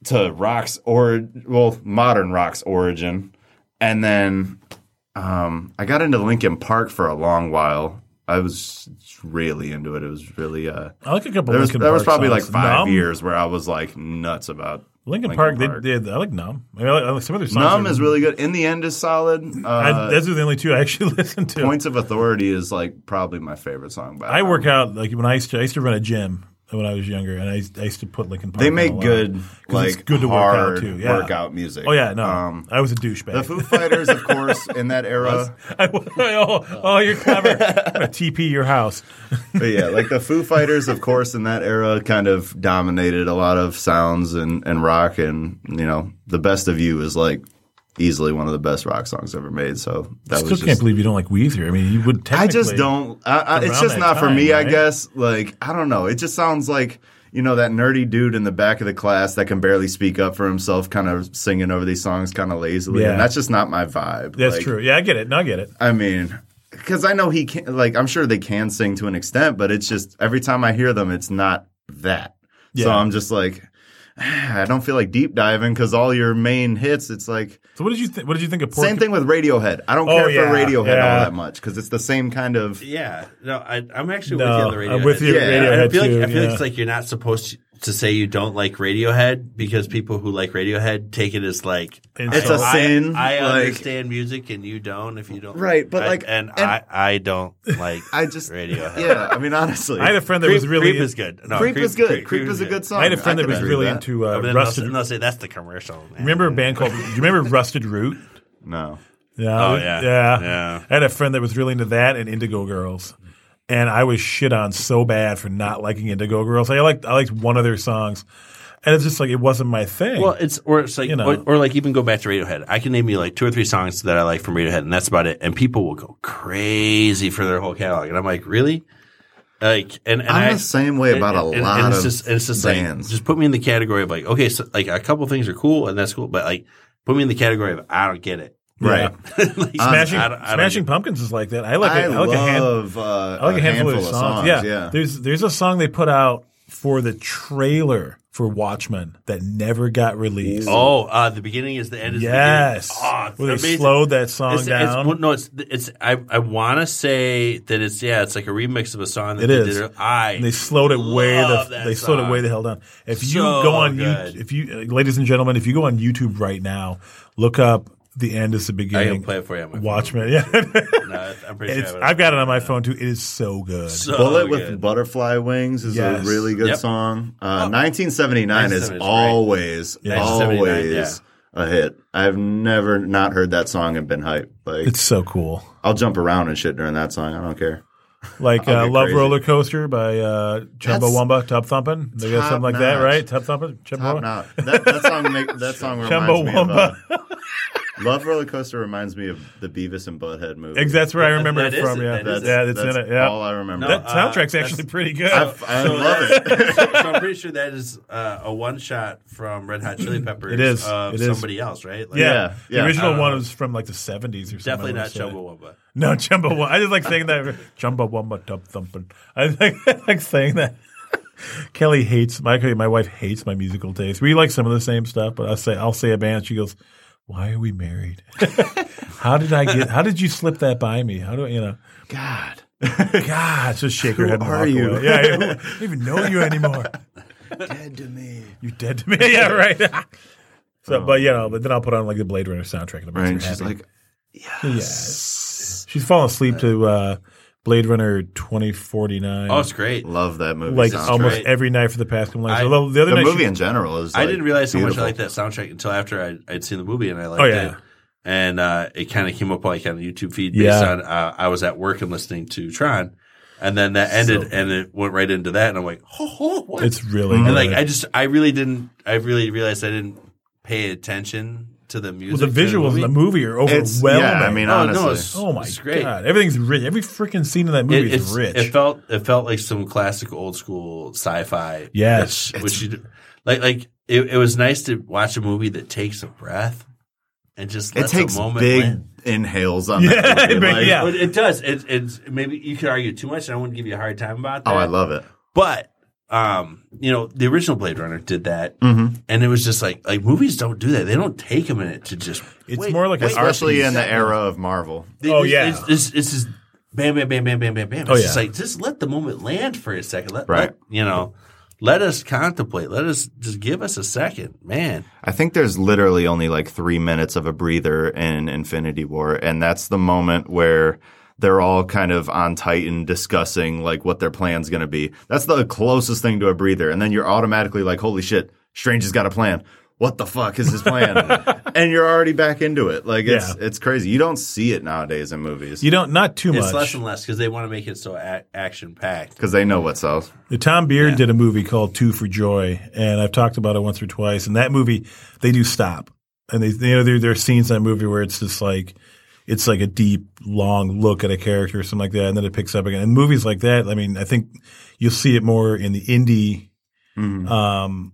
S2: to rock's or well modern rock's origin and then um, i got into linkin park for a long while i was really into it it was really uh
S3: I like a couple
S2: there was,
S3: Linkin
S2: there was
S3: Park
S2: probably like
S3: songs.
S2: five
S3: Numb?
S2: years where i was like nuts about
S3: Lincoln,
S2: Linkin
S3: Park,
S2: Park.
S3: They, they, I like Numb. I, mean, I like, I like some of their songs.
S2: numb
S3: are-
S2: is really good in the end is solid
S3: I,
S2: uh,
S3: those are the only two I actually listen to.
S2: points of authority is like probably my favorite song by
S3: I
S2: them.
S3: work out like when I used to. I used to run a gym when I was younger, and I, used- I used to put Lincoln Park.
S2: They
S3: on a
S2: make
S3: lot.
S2: good,
S3: 'Cause it's
S2: like
S3: good to work out,
S2: hard
S3: too, yeah.
S2: workout music.
S3: Oh yeah, no,
S2: Um,
S3: I was a douchebag.
S2: the Foo Fighters, of course, in that era.
S3: I was- oh, oh, you're clever. I'm gonna TP your house.
S2: But yeah, like the Foo Fighters, of course, in that era, kind of dominated a lot of sounds and and rock. And you know, the best of you is like easily one of the best rock songs ever made. So that
S3: Still
S2: was
S3: can't
S2: just.
S3: believe you don't like Weezer. I mean, you would.
S2: I just
S3: technically-
S2: don't. I, I, it's
S3: around
S2: just
S3: that
S2: not for
S3: time,
S2: me,
S3: right?
S2: I guess. Like I don't know. It just sounds like you know that nerdy dude in the back of the class that can barely speak up for himself, kind of singing over these songs, kind of lazily.
S3: Yeah.
S2: And that's just not my vibe.
S3: That's
S2: Like,
S3: true. Yeah, I get it. No, I get it.
S2: I mean, because I know he can, like, I'm sure they can sing to an extent, but it's just every time I hear them, it's not that. So
S3: Yeah.
S2: I'm just like, I don't feel like deep diving because all your main hits, it's like,
S3: So, what did you think? What did you think of Porky?
S2: same thing with Radiohead. I don't
S3: Oh,
S2: care
S3: yeah,
S2: for Radiohead
S3: yeah.
S2: all that much because it's the same kind of.
S1: Yeah, no, I, I'm actually
S3: No,
S1: with you on the
S3: I'm
S1: radio.
S3: with you on
S1: I
S3: Radiohead
S1: feel
S3: too,
S1: like I feel
S3: yeah.
S1: like it's like you're not supposed to, to say you don't like Radiohead because people who like Radiohead take it as like
S3: It's
S1: I-
S3: a
S2: sin,
S1: I, I
S2: like-
S1: understand music and you don't. If you don't,
S2: Right, but
S1: I-
S2: like-
S1: and,
S2: and-
S1: I I don't like
S2: I just.
S1: Radiohead.
S2: Yeah, I mean, honestly.
S3: I had a friend that
S1: Creep,
S3: was really.
S1: Creep is good. No,
S2: Creep, is good. Creep, is a good song.
S3: I had a friend that
S2: can
S3: was
S2: agree
S3: really
S2: with that.
S3: into
S1: Oh,
S3: uh,
S1: but then
S3: Rusted.
S1: they'll, they'll say that's the commercial. man."
S3: Remember a band called? Do you remember Rusted Root?
S2: No.
S3: Yeah.
S1: Oh, yeah.
S3: yeah.
S1: Yeah.
S3: I had a friend that was really into that and Indigo Girls. And I was shit on so bad for not liking Indigo Girls. I liked I liked one of their songs. And it's just like it wasn't my thing.
S1: Well, it's or it's like
S3: You know.
S1: or, or like even go back to Radiohead. I can name you like two or three songs that I like from Radiohead, and that's about it. And people will go crazy for their whole catalog, and I'm like, really? Like, and, and
S2: I'm
S1: I,
S2: the same way about a
S1: and- and-
S2: lot
S1: and
S2: of
S1: it's just, and it's just
S2: bands.
S1: Like, just put me in the category of like, okay, so like a couple things are cool and that's cool, but like put me in the category of I don't get it.
S2: Right.
S1: Like,
S3: Smashing,
S1: I don't- e- I don't
S3: Smashing
S1: get-
S3: Pumpkins is like that. I like,
S2: I,
S3: a, I like a hand.
S2: love uh,
S3: I like a handful, of, songs. Yeah.
S2: yeah.
S3: There's there's a song they put out for the trailer for Watchmen that never got released.
S1: Oh, uh, the beginning is the end. Is
S3: yes.
S1: The beginning. Oh, it's
S3: Where they
S1: amazing.
S3: slowed that song
S1: It's, it's-
S3: down.
S1: no, it's it's. I I want to say that it's yeah. It's like a remix of a song that
S3: It
S1: they
S3: is.
S1: did. I
S3: and they slowed it way the
S1: love that
S3: they slowed it
S1: song.
S3: way the hell down. If you
S1: So
S3: go on
S1: good.
S3: YouTube, if you uh, ladies and gentlemen, if you go on YouTube right now, look up the end is the
S1: I
S3: beginning.
S1: can play it for you. On my phone.
S3: Watchmen. Yeah,
S1: No, I'm pretty
S3: it's,
S1: sure.
S3: I've got it on my phone too. It is so good.
S1: So
S2: Bullet
S1: Oh, good.
S2: with Butterfly Wings is
S3: Yes.
S2: a really good
S1: Yep.
S2: song. Uh, 1979 is
S1: 1979 is great.
S2: always,
S3: Yeah.
S1: 1979,
S2: always a hit. I've never not heard that song and been hyped. Like
S3: it's so cool.
S2: I'll jump around and shit during that song. I don't care.
S3: Like
S2: I'll
S3: uh,
S2: get
S3: Love
S2: crazy.
S3: Roller Coaster by uh, Chumbawamba, Tub Thumpin'. They got
S2: Top
S3: something like that,
S2: notch.
S3: right? Tub Thumpin',
S2: Top
S3: Chumbawamba.
S2: notch. That, that song. Make, that song reminds me of. Uh, Love Roller Coaster reminds me of the Beavis and Butthead movie.
S3: Exactly, that's where I
S1: That-
S3: remember
S1: that
S3: it
S1: is
S3: from.
S1: it,
S3: Yeah,
S1: that is it.
S3: yeah, that's, in it. Yeah,
S2: all I remember.
S1: No,
S3: that soundtrack's
S1: uh,
S3: actually pretty good.
S2: I, I love it.
S1: that's- so I'm pretty sure that is uh, a one shot from Red Hot Chili Peppers.
S3: It is.
S1: Of
S3: It is.
S1: somebody else, right? Like,
S3: yeah.
S2: yeah, yeah,
S3: the
S2: I
S3: original
S1: don't
S3: one
S1: know.
S3: was from like the seventies or something.
S1: Definitely
S3: I
S1: not
S3: would say.
S1: Chumbawamba.
S3: No, Chumbawamba. I just like saying that. Chumbawamba, tub thumping. I like, I like saying that. Kelly hates my my wife hates my musical taste. We like some of the same stuff, but I say I'll say a band. She goes, "Why are we married? how did I get? How did you slip that by me? How do I, you know?"
S2: God.
S3: God, just shake her
S2: Who
S3: head. and
S2: are
S3: walk
S2: you?
S3: away. Yeah, yeah, who- I don't even know you anymore.
S2: Dead to me.
S3: You dead to me. yeah, right. so, but you know, but then I'll put on like the Blade Runner soundtrack. And it makes
S2: Oh, Right,
S3: her
S2: and she's
S3: happy.
S2: like,
S3: Yes. She's fallen asleep to uh, Blade Runner 2049.
S1: Oh, it's great.
S2: love that movie.
S3: like
S2: soundtrack.
S3: almost
S1: great.
S3: every night for the past couple nights.
S1: I-
S3: Although the other
S2: the
S3: night,
S2: movie
S3: she-
S2: in general is.
S1: I
S2: like,
S1: didn't realize how much I
S2: beautiful.
S1: liked that soundtrack until after I'd, I'd seen the movie and I liked
S3: Oh, yeah.
S1: it. And uh, it kind of came up like on a YouTube feed based
S3: Yeah.
S1: on uh, I was at work and listening to Tron. And then that ended and it went right into that. And I'm like, ho, ho, what?
S3: it's really
S1: and
S2: Mm-hmm.
S3: good.
S1: like, I just, I really didn't, I really realized I didn't pay attention to the
S3: well,
S1: music.
S3: the visuals in the movie are
S2: It's,
S3: overwhelming.
S2: yeah, I mean,
S1: Oh, no,
S2: honestly.
S1: it's-
S3: oh my
S1: it's great.
S3: god, everything's rich. Every freaking scene in that
S1: It,
S3: movie
S1: it's-
S3: is rich.
S1: it felt it felt like some classic old school sci-fi.
S3: Yes.
S1: which, which you do- like like it, it was nice to watch a movie that takes a breath and just
S2: It
S1: lets
S2: takes
S1: a moment
S2: big
S1: land.
S2: inhales on
S3: Yeah,
S2: that. Movie.
S3: but
S2: Like,
S3: yeah.
S1: But it does. It, it's maybe you could argue too much, and I wouldn't give you a hard time about that.
S2: Oh, I love it.
S1: But um, you know, the original Blade Runner did that,
S2: Mm-hmm.
S1: and it was just like like movies don't do that. They don't take a minute to just.
S3: It's
S1: wait,
S3: more like a
S1: wait.
S3: art
S2: Especially
S3: piece.
S2: in the era of Marvel.
S1: They
S3: Oh,
S1: just-
S3: yeah.
S1: it's, it's, it's just bam, bam, bam, bam, bam, bam, bam. It's
S3: Oh,
S1: just
S3: yeah.
S1: like just let the moment land for a second. Let,
S2: Right.
S1: let- you know, let us contemplate. Let us just give us a second, man.
S2: I think there's literally only like three minutes of a breather in Infinity War, and that's the moment where they're all kind of on Titan discussing like what their plan's going to be. That's the closest thing to a breather, and then you're automatically like, "Holy shit, Strange has got a plan." What the fuck is his plan? and you're already back into it. Like it's it's crazy. You don't see it nowadays in movies
S3: you don't not too
S1: It's less
S3: much.
S1: and less because they want to make it so a- action packed.
S2: because they know what's up.
S3: The Tom Beard did a movie called Two for Joy, and I've talked about it once or twice. And that movie, they do stop, and they you know there, there are scenes in that movie where it's just like it's like a deep, long look at a character or something like that, and then it picks up again. And movies like that, I mean, I think you'll see it more in the indie, um,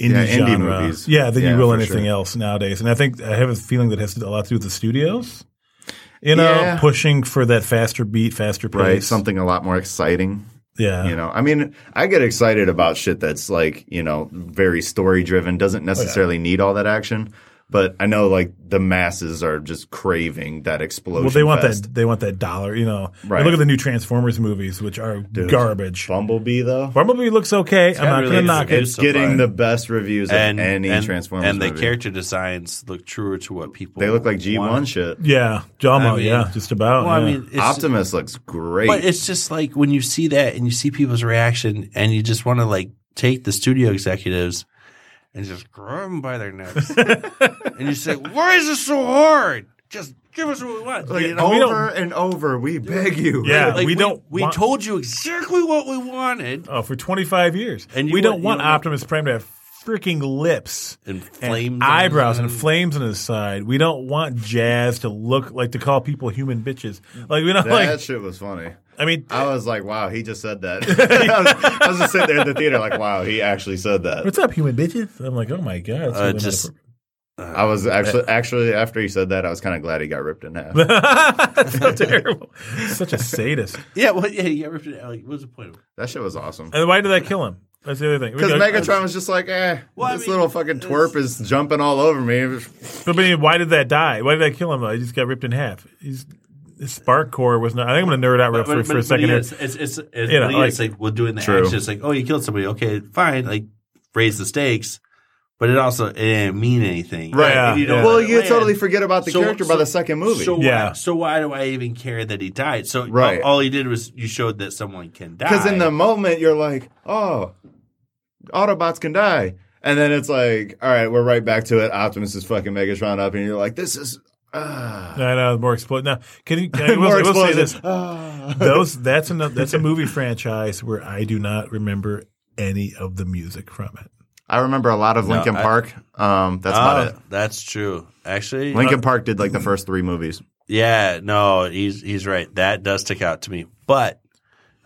S3: indie,
S2: Yeah, indie
S3: genre.
S2: movies.
S3: yeah, than
S2: Yeah,
S3: you will
S2: for
S3: anything
S2: sure.
S3: else nowadays. And I think I have a feeling that has a lot to do with the studios. You know,
S2: Yeah.
S3: pushing for that faster beat, faster pace.
S2: Right, something a lot more exciting.
S3: Yeah.
S2: You know, I mean, I get excited about shit that's like, you know, very story driven,
S3: Oh,
S2: doesn't necessarily need all that action. But I know like the masses are just craving that explosion.
S3: Well, they want
S2: fest.
S3: that. They want that dollar. You know, I
S2: Right.
S3: look at the new Transformers movies, which are garbage.
S2: Bumblebee though.
S3: Bumblebee looks okay. I'm not
S1: really
S3: going to knock
S1: good.
S3: it.
S2: It's
S1: so
S2: getting
S1: far.
S2: the best reviews of any Transformers
S1: and the
S2: movie.
S1: character designs look truer to what people
S2: they look like G1
S1: want.
S2: shit.
S3: Yeah, Jama.
S1: I mean-
S3: yeah, just about.
S1: Well, I
S3: yeah.
S1: mean, it's,
S2: Optimus looks great.
S1: But it's just like when you see that and you see people's reaction and you just want to like take the studio executives and just grab them by their necks. and you say, why is this so hard? Just give us what we want.
S2: like, oh,
S1: You know?
S3: we
S2: over and over, we beg you.
S3: Yeah.
S1: Like,
S3: we don't
S1: We
S3: want-
S1: told you exactly what we wanted.
S3: oh, for 25 years,
S1: And you
S3: we
S1: want-
S3: don't
S1: you
S3: want
S1: don't want-
S3: Optimus Prime to have freaking lips.
S1: And
S3: and
S1: flames. on
S3: eyebrows
S1: his-
S3: and flames on his side. We don't want Jazz to look like to call people human bitches. Like we don't
S2: That
S3: like.
S2: shit was funny.
S3: I mean,
S2: I was like, wow, he just said that. I, was, I was just sitting there in the theater, like, wow, he actually said that.
S3: what's up, human bitches? I'm like, oh my god, that's
S1: Uh,
S3: really not
S1: just
S3: appropriate.
S2: I was actually actually after he said that, I was kind of glad he got ripped in half.
S3: That's so terrible. Such a sadist.
S1: Yeah, well, yeah, you got ripped it out. Like, what was the point of it?
S2: that shit was awesome.
S3: And why did that kill him? That's the other thing.
S2: Because
S3: Okay,
S2: Megatron was just like, eh,
S1: Well, I
S2: this
S1: mean,
S2: little fucking twerp is jumping all over me.
S3: But I mean, why did that die? Why did that kill him? Though he just got ripped in half. He's, his spark core was not. I think I'm gonna nerd out real
S1: But-
S3: for,
S1: but-
S3: for
S1: but-
S3: a second
S1: but
S3: here.
S1: yes, It's, it's, it's,
S3: You know,
S1: but yes,
S3: like-
S1: like, we're doing the
S2: True.
S1: action. It's like, oh, you killed somebody. Okay, fine. Like, raise the stakes. But it also it didn't mean anything.
S3: Right.
S1: And you
S3: Yeah.
S1: don't
S2: Well,
S1: let it
S2: you
S1: land.
S2: totally forget about the
S1: So-
S2: character by
S1: so-
S2: the second movie.
S1: So yeah.
S3: Yeah.
S1: Why, so why do I even care that he died? So
S2: Right.
S1: all, all he did was you showed that someone can die.
S2: Because in the moment you're like, oh, Autobots can die, and then it's like, all right, we're right back to it. Optimus is fucking Megatron up, and you're like, this is ah,
S3: I know more explode. Now, can you? Can, I will,
S2: more
S3: I will say this:
S2: explosions. Ah.
S3: those that's another that's a movie franchise where I do not remember any of the music from it.
S2: I remember a lot of Lincoln
S1: I-
S2: Park. Um, that's
S1: Oh,
S2: about
S1: that's true. Actually,
S2: it. Lincoln Park did like the first three movies.
S1: yeah, no, he's he's right. That does stick out to me. But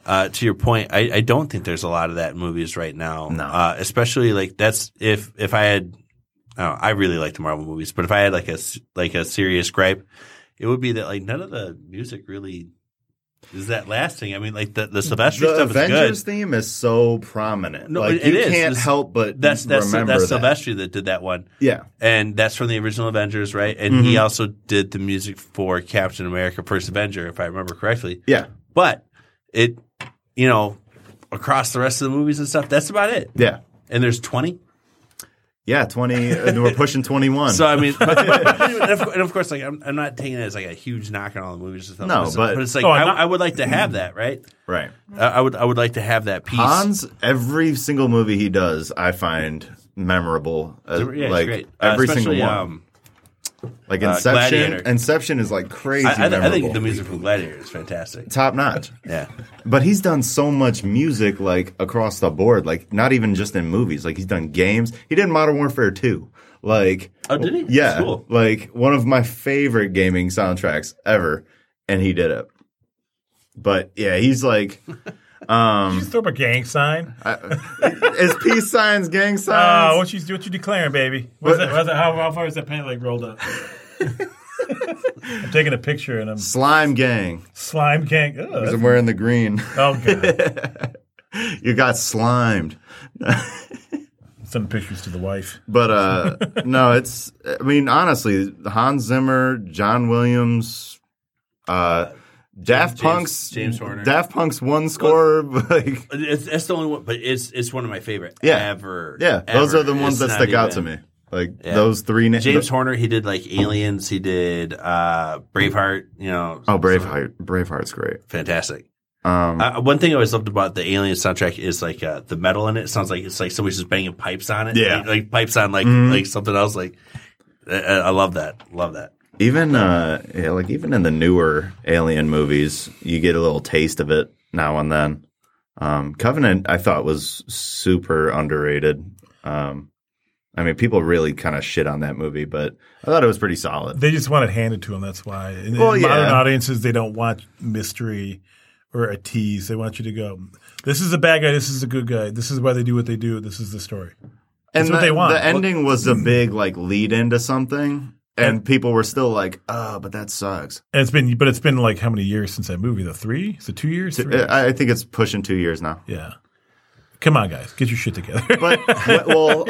S1: uh, to your point, I, I don't think there's a lot of that in movies right now.
S2: No.
S1: Uh, especially like that's if if I had, I, don't know, I really like the Marvel movies, but if I had like a s- like a serious gripe, it would be that like none of the music really is that lasting. I mean, like the the Sylvester
S2: the
S1: stuff
S2: Avengers
S1: is good.
S2: theme is so prominent.
S1: No,
S2: like
S1: it-
S2: you
S1: it is.
S2: can't
S1: It's-
S2: help but
S1: That's that's
S2: remember
S1: that's
S2: that.
S1: Sylvester that did that one.
S2: Yeah,
S1: and that's from the original Avengers, right? And
S2: Mm-hmm.
S1: he also did the music for Captain America: First Avenger, if I remember correctly.
S2: yeah,
S1: But it, you know, across the rest of the movies and stuff, that's about it.
S2: yeah,
S1: And there's twenty.
S2: yeah. Twenty. and we're pushing twenty-one.
S1: So I mean, but, but- and, of, and of course, like I'm, I'm not taking it as like a huge knock on all the movies and stuff.
S2: No,
S1: it's,
S2: but- Mm.
S1: it's like
S3: Oh,
S1: I,
S3: I'm not-
S1: I would like to have that, right?
S2: right.
S1: I I would I would like to have that piece.
S2: Hans, every single movie he does, I find memorable. Uh,
S1: yeah, it's
S2: like
S1: great. Uh,
S2: every single
S1: especially,
S2: one.
S1: um,
S2: like
S1: uh,
S2: Inception.
S1: Gladiator.
S2: Inception is like crazy
S1: I, I, th- I
S2: memorable.
S1: think the music from Gladiator is fantastic.
S2: Top notch.
S1: Yeah,
S2: But he's done so much music like across the board, like not even just in movies. Like he's done games. He did Modern Warfare 2. Like
S1: Oh, did he?
S2: Yeah.
S1: That's cool.
S2: Like one of my favorite gaming soundtracks ever and he did it. But yeah, he's like
S3: Just throw up a gang sign.
S1: Uh,
S2: is peace signs, gang signs.
S3: Ah, what you what you declaring, baby? What's that, what's that, how, how far is that pant leg rolled up? I'm taking a picture and I'm
S2: Slime gang.
S3: slime gang. Ugh,
S2: 'Cause
S3: that's-
S2: I'm wearing the green.
S3: oh god!
S2: you got slimed.
S3: Send pictures to the wife.
S2: But uh no, it's I mean honestly, Hans Zimmer, John Williams, uh Daft
S1: James-
S2: Punk's
S1: James Horner.
S2: Daft Punk's one score like
S1: it's, that's the only one, but it's it's one of my favorite
S2: Yeah.
S1: ever.
S2: yeah, those
S1: ever.
S2: are the ones
S1: It's
S2: that
S1: not
S2: stick out to
S1: even-
S2: me. Like
S1: Yeah.
S2: those three names.
S1: James Horner, he did like Aliens, he did uh Braveheart, you know.
S2: Oh, Braveheart. Braveheart's great.
S1: Fantastic.
S2: Um
S1: Uh, one thing I always loved about the Alien soundtrack is like uh, the metal in it. sounds like it's like somebody's just banging pipes on it.
S2: Yeah. Mm-hmm.
S1: Like, like pipes on like like something else. Like I, I I love that. Love that.
S2: even uh yeah, like even in the newer Alien movies, you get a little taste of it now and then. Um Covenant I thought was super underrated. Um I mean people really kind of shit on that movie, but I thought it was pretty solid.
S3: They just want it handed to them. That's why. In,
S2: Well,
S3: in
S2: yeah.
S3: modern audiences, they don't want mystery or a tease. They want you to go. This is a bad guy. This is a good guy. This is why they do what they do. This is the story.
S2: And
S3: That's what
S2: the,
S3: they want. Hmm.
S2: the ending was a big like lead into something and people were still like, "Oh, but that sucks."
S3: And it's been, but it's been like how many years since that movie? The three? Is it two years? Three?
S2: I I think it's pushing 2 years now.
S3: yeah. Come on, guys, get your shit together.
S2: But well, uh,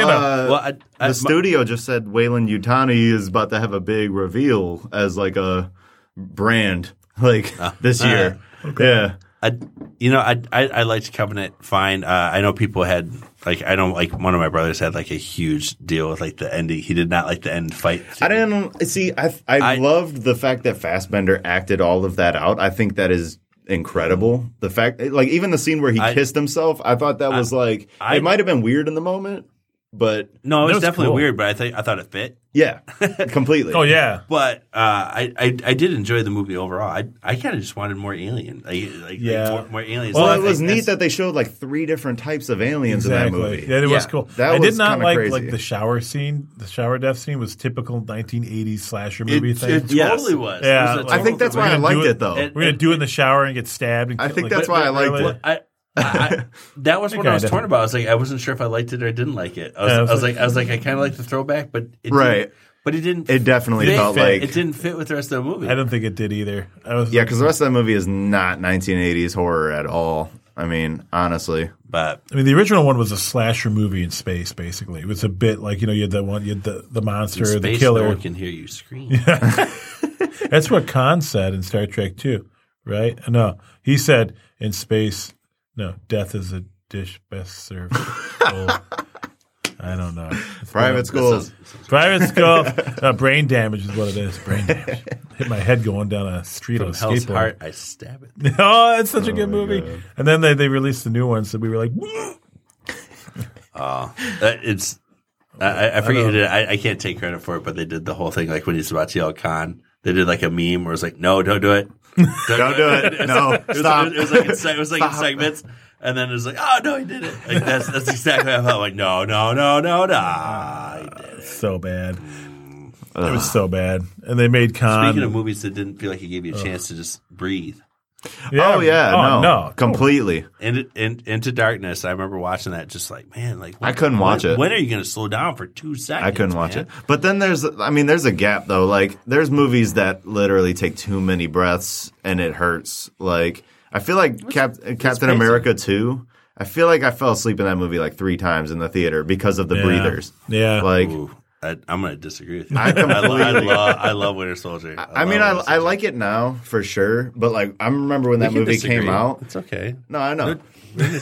S1: Well, I, I,
S2: the studio just said Waylon Utani is about to have a big reveal as like a brand like
S1: Oh.
S2: this year. Yeah.
S1: I, you know, I, I I liked Covenant fine. Uh, I know people had like I don't like one of my brothers had like a huge deal with like the ending. He did not like the end fight.
S2: I didn't see. I, I
S1: I-
S2: loved the fact that Fassbender acted all of that out. I think that is incredible. The fact, like even the scene where he
S1: I-
S2: kissed himself, I thought that was like
S1: I-
S2: it might have been weird in the moment, but
S1: No, it was
S3: was
S1: definitely
S3: cool.
S1: weird, but I think I thought it fit.
S2: yeah, completely.
S3: oh yeah,
S1: But uh, I, I I did enjoy the movie overall. I I kind of just wanted more alien, like, like
S3: Yeah.
S1: more, more aliens.
S2: Well,
S1: I
S2: it was
S1: think
S2: neat
S1: that's-
S2: that they showed like three different types of aliens
S3: exactly.
S2: in that movie.
S3: Yeah, it was
S1: Yeah.
S3: cool.
S2: That
S3: I did
S2: was
S3: not
S2: kinda
S3: like
S2: crazy.
S3: like the shower scene. The shower death scene was typical 1980s slasher movie
S1: it,
S3: thing.
S1: it
S2: Yes.
S1: totally was.
S3: Yeah,
S1: It was a
S3: I
S2: I think
S1: total-
S2: that's why I
S3: We're gonna
S2: liked
S3: do
S2: it,
S3: it-
S2: though.
S1: it-
S3: We're gonna do it in the shower and get stabbed. And
S2: I
S3: kill-
S2: think
S3: like,
S2: that's why I liked
S3: really?
S2: it.
S1: I I, that was what
S3: Okay,
S1: I was
S3: I
S1: torn about. I was like, I wasn't sure if I liked it or I didn't like it. I was,
S3: Yeah,
S1: I
S3: I
S1: was,
S3: was
S1: like, I was like, I kind of like the throwback, but it
S2: Right.
S1: Didn't, but it didn't.
S2: It definitely
S1: fit-
S2: felt
S1: fit-
S2: like-
S1: it didn't fit with the rest of the movie.
S3: I don't think it did either. I was
S2: Yeah, because the rest of that movie is not 1980s horror at all. I mean, honestly,
S1: But
S3: I mean, the original one was a slasher movie in space. Basically, it was a bit like you know you had that one, you had the the monster,
S1: in
S3: the
S1: space, no
S3: killer.
S1: one can hear you scream.
S3: That's what Khan said in Star Trek Two, right? No, he said in space, no, death is a dish best served. cold." I don't know. It's
S2: private schools.
S3: Private school. uh, brain damage is what it is. Brain damage. Hit my head going down a street on a
S1: From Hell's
S3: skateboard.
S1: Heart, I stab it.
S3: oh, that's such a good
S2: my
S3: movie.
S2: God.
S3: And then they, they released the new one, so we were like,
S1: Uh, it's I, I- I forget. who did it. I, I can't take credit for it, but they did the whole thing like when he's about to yell Khan. They did like a meme where it's like, "No, don't do it.
S2: Don't do it. No,
S1: It was,
S2: stop.
S1: It was, like in, se- it was like in segments, and then it was like, "Oh no, he did it." Like that's that's exactly how I felt. Like, no, no, no, no, no. He did it.
S3: so bad. It was so bad. And they made
S2: Um,
S3: Khan.
S1: Speaking of movies that didn't feel like it gave you a chance to just breathe.
S2: Oh yeah,
S3: oh,
S2: no,
S3: no.
S2: completely.
S1: And it, and into darkness. I remember watching that, just like man, like
S2: I couldn't watch
S1: when-
S2: it.
S1: When are you going to slow down for two seconds?
S2: I couldn't watch
S1: man?
S2: it. But then there's, I mean, there's a gap though. Like, there's movies that literally take too many breaths and it hurts. Like, I feel like Cap- Captain
S1: crazy.
S2: America 2, I feel like I fell asleep in that movie like three times in the theater because of the
S3: Yeah.
S2: breathers.
S3: Yeah.
S2: Like,
S1: Ooh, I, I'm going to disagree with you. I,
S2: I
S1: lo- I,
S2: completely-
S1: love I love Winter Soldier.
S2: I mean, I,
S1: love Winter
S2: I like it now for sure, but like, I remember when that
S1: Soldier.
S2: movie
S1: We can
S2: came
S1: disagree.
S2: out.
S1: It's okay.
S2: No, I know.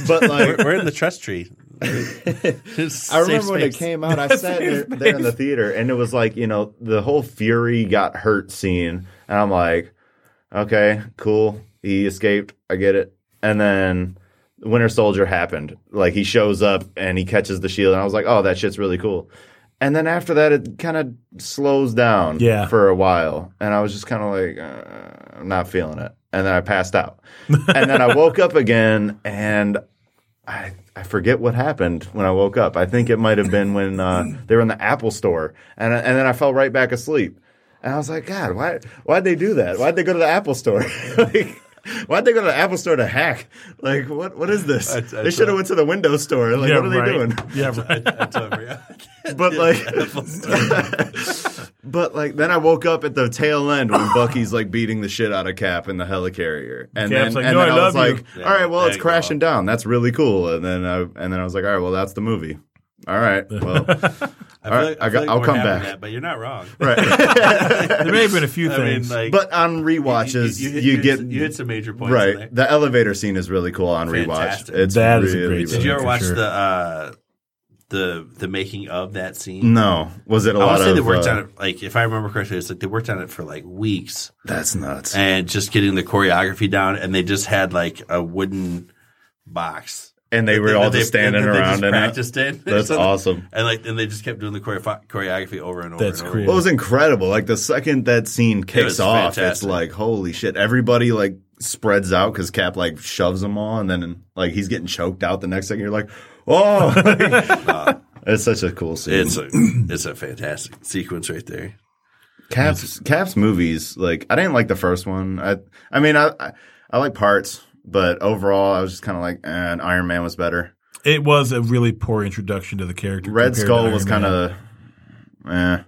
S2: but like,
S1: We're, we're in the trust tree.
S2: I remember when it came out, I sat there, there in the theater and it was like, you know, the whole Fury got hurt scene. And I'm like, okay, cool. He escaped. I get it. And then Winter Soldier happened. Like he shows up and he catches the shield. And I was like, oh, that shit's really cool. And then after that, it kind of slows down
S3: Yeah.
S2: for a while. And I was just kind of like, uh, I'm not feeling it. And then I passed out. and then I woke up again and I, I forget what happened when I woke up. I think it might have been when uh, they were in the Apple store, and I, and then I fell right back asleep. And I was like, God, why why'd they do that? Why'd they go to the Apple store? like, why'd they go to the Apple store to hack? Like, what what is this?
S1: That's-
S2: they
S1: that's
S2: should have went to the window store. Like,
S3: yeah,
S2: what are
S3: right.
S2: they doing?
S3: Yeah, right.
S2: But like, but like, then I woke up at the tail end when Bucky's like beating the shit out of Cap in the helicarrier, and then,
S3: Cap's like,
S2: and
S3: "No,
S2: then
S3: I
S2: I, was
S3: love you."
S2: like, all right, well,
S1: there
S2: it's
S1: you
S2: crashing down. That's really cool. And then I and then I was like, all right, well, that's the movie. All right, well,
S1: I
S2: All right, I got- I'll
S1: we're
S2: come
S1: having
S2: back.
S1: That, but you're not wrong.
S2: right.
S3: There may have been a few
S1: I mean,
S3: things.
S1: like,
S2: But on
S1: you-
S2: rewatches, you,
S1: hit-
S2: get
S1: some- you hit some major points. In there.
S2: right. The elevator scene is really cool on
S1: Fantastic.
S2: rewatch. It's
S3: That
S2: really,
S3: is a great
S2: really
S3: scene.
S1: Did you
S3: Yeah,
S1: ever
S3: for
S1: watch
S3: sure.
S1: the uh, the the making of that scene?
S2: No, was it a
S1: I
S2: lot
S1: want to say
S2: of?
S1: they worked
S2: uh,
S1: on it. Like, if I remember correctly, it's like they worked on it for like weeks.
S2: That's nuts.
S1: and just getting the choreography down. And they just had like a wooden box.
S2: And they were
S1: that
S2: all
S1: they-
S2: just standing
S1: that they
S2: around
S1: just
S2: in it.
S1: practiced in.
S2: That's
S1: So-
S2: awesome.
S1: And like, and they just kept doing the choreo- choreography over and over.
S3: That's
S1: and
S3: cool.
S1: over.
S2: Well, it was incredible. Like the second that scene
S1: was
S2: kicks off, it's
S1: fantastic.
S2: like holy shit! Everybody like spreads out because Cap like shoves them all, and then like he's getting choked out. The next second, you're like, oh, it's such a cool scene.
S1: It's a it's a fantastic sequence right there.
S2: Cap's Cap's movies. Like I didn't like the first one. I I mean I I, I like parts, but overall I was just kind of like, eh, and Iron Man was better.
S3: it was a really poor introduction to the character. compared
S2: Red
S3: to
S2: Skull
S3: Iron
S2: was
S3: Man.
S2: kind of, eh.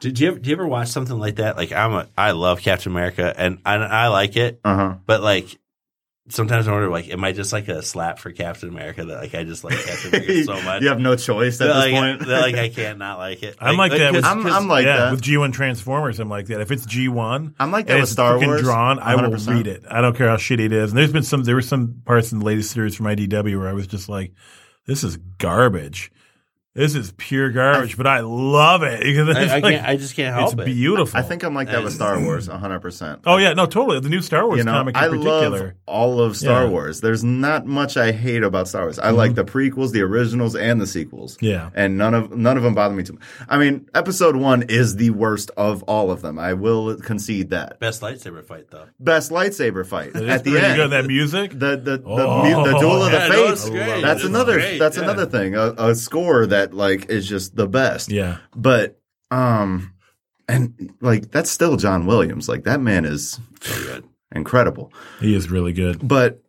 S1: Did you ever, do you ever watch something like that? Like I'm a I love Captain America and I, I like it,
S2: Uh huh.
S1: but like sometimes I wonder like am I just like a slap for Captain America that like I just like Captain America so much
S2: you have no choice at
S1: that, like,
S2: this point.
S1: that, like I can't not like it.
S3: I'm like that with-
S1: 'cause-
S2: I'm, I'm like
S3: yeah,
S2: that.
S3: with G1 Transformers, I'm like that. If it's G1,
S2: I'm like that
S3: and
S2: with
S3: it's
S2: Star
S3: freaking
S2: Wars,
S3: drawn, I will
S2: 100%.
S3: read it. I don't care how shitty it is. And there's been some, there were some parts in the latest series from IDW where I was just like, this is garbage. This is pure garbage, but I love it. Because it's,
S1: I, I
S3: like-
S1: can't. I just can't
S3: it's
S1: help it.
S3: beautiful.
S2: I think I'm like that with Star Wars, 100. percent
S3: Oh yeah, no, totally. The new Star Wars
S2: You know,
S3: comic in
S2: I
S3: particular.
S2: love all of Star
S3: Yeah. Mm-hmm.
S2: Wars. There's not much I hate about Star Wars. I like the prequels, the originals, and the sequels.
S3: Yeah.
S2: and none of none of them bother me too much. I mean, Episode One is the worst of all of them. I will concede that.
S1: Best lightsaber fight though.
S2: Best lightsaber fight
S3: It is
S2: at the
S3: pretty
S2: end.
S3: good. That music.
S2: the the the,
S3: Oh.
S2: mu- the duel of
S1: Yeah,
S2: the
S1: no,
S2: fates.
S1: it's great.
S2: that's
S1: It's
S2: another
S1: great,
S2: that's
S1: yeah.
S2: another thing. A, a score that like is just the best.
S3: yeah.
S2: But um and like that's still John Williams. Like that man is
S1: Very good.
S2: incredible.
S3: He is really good.
S2: But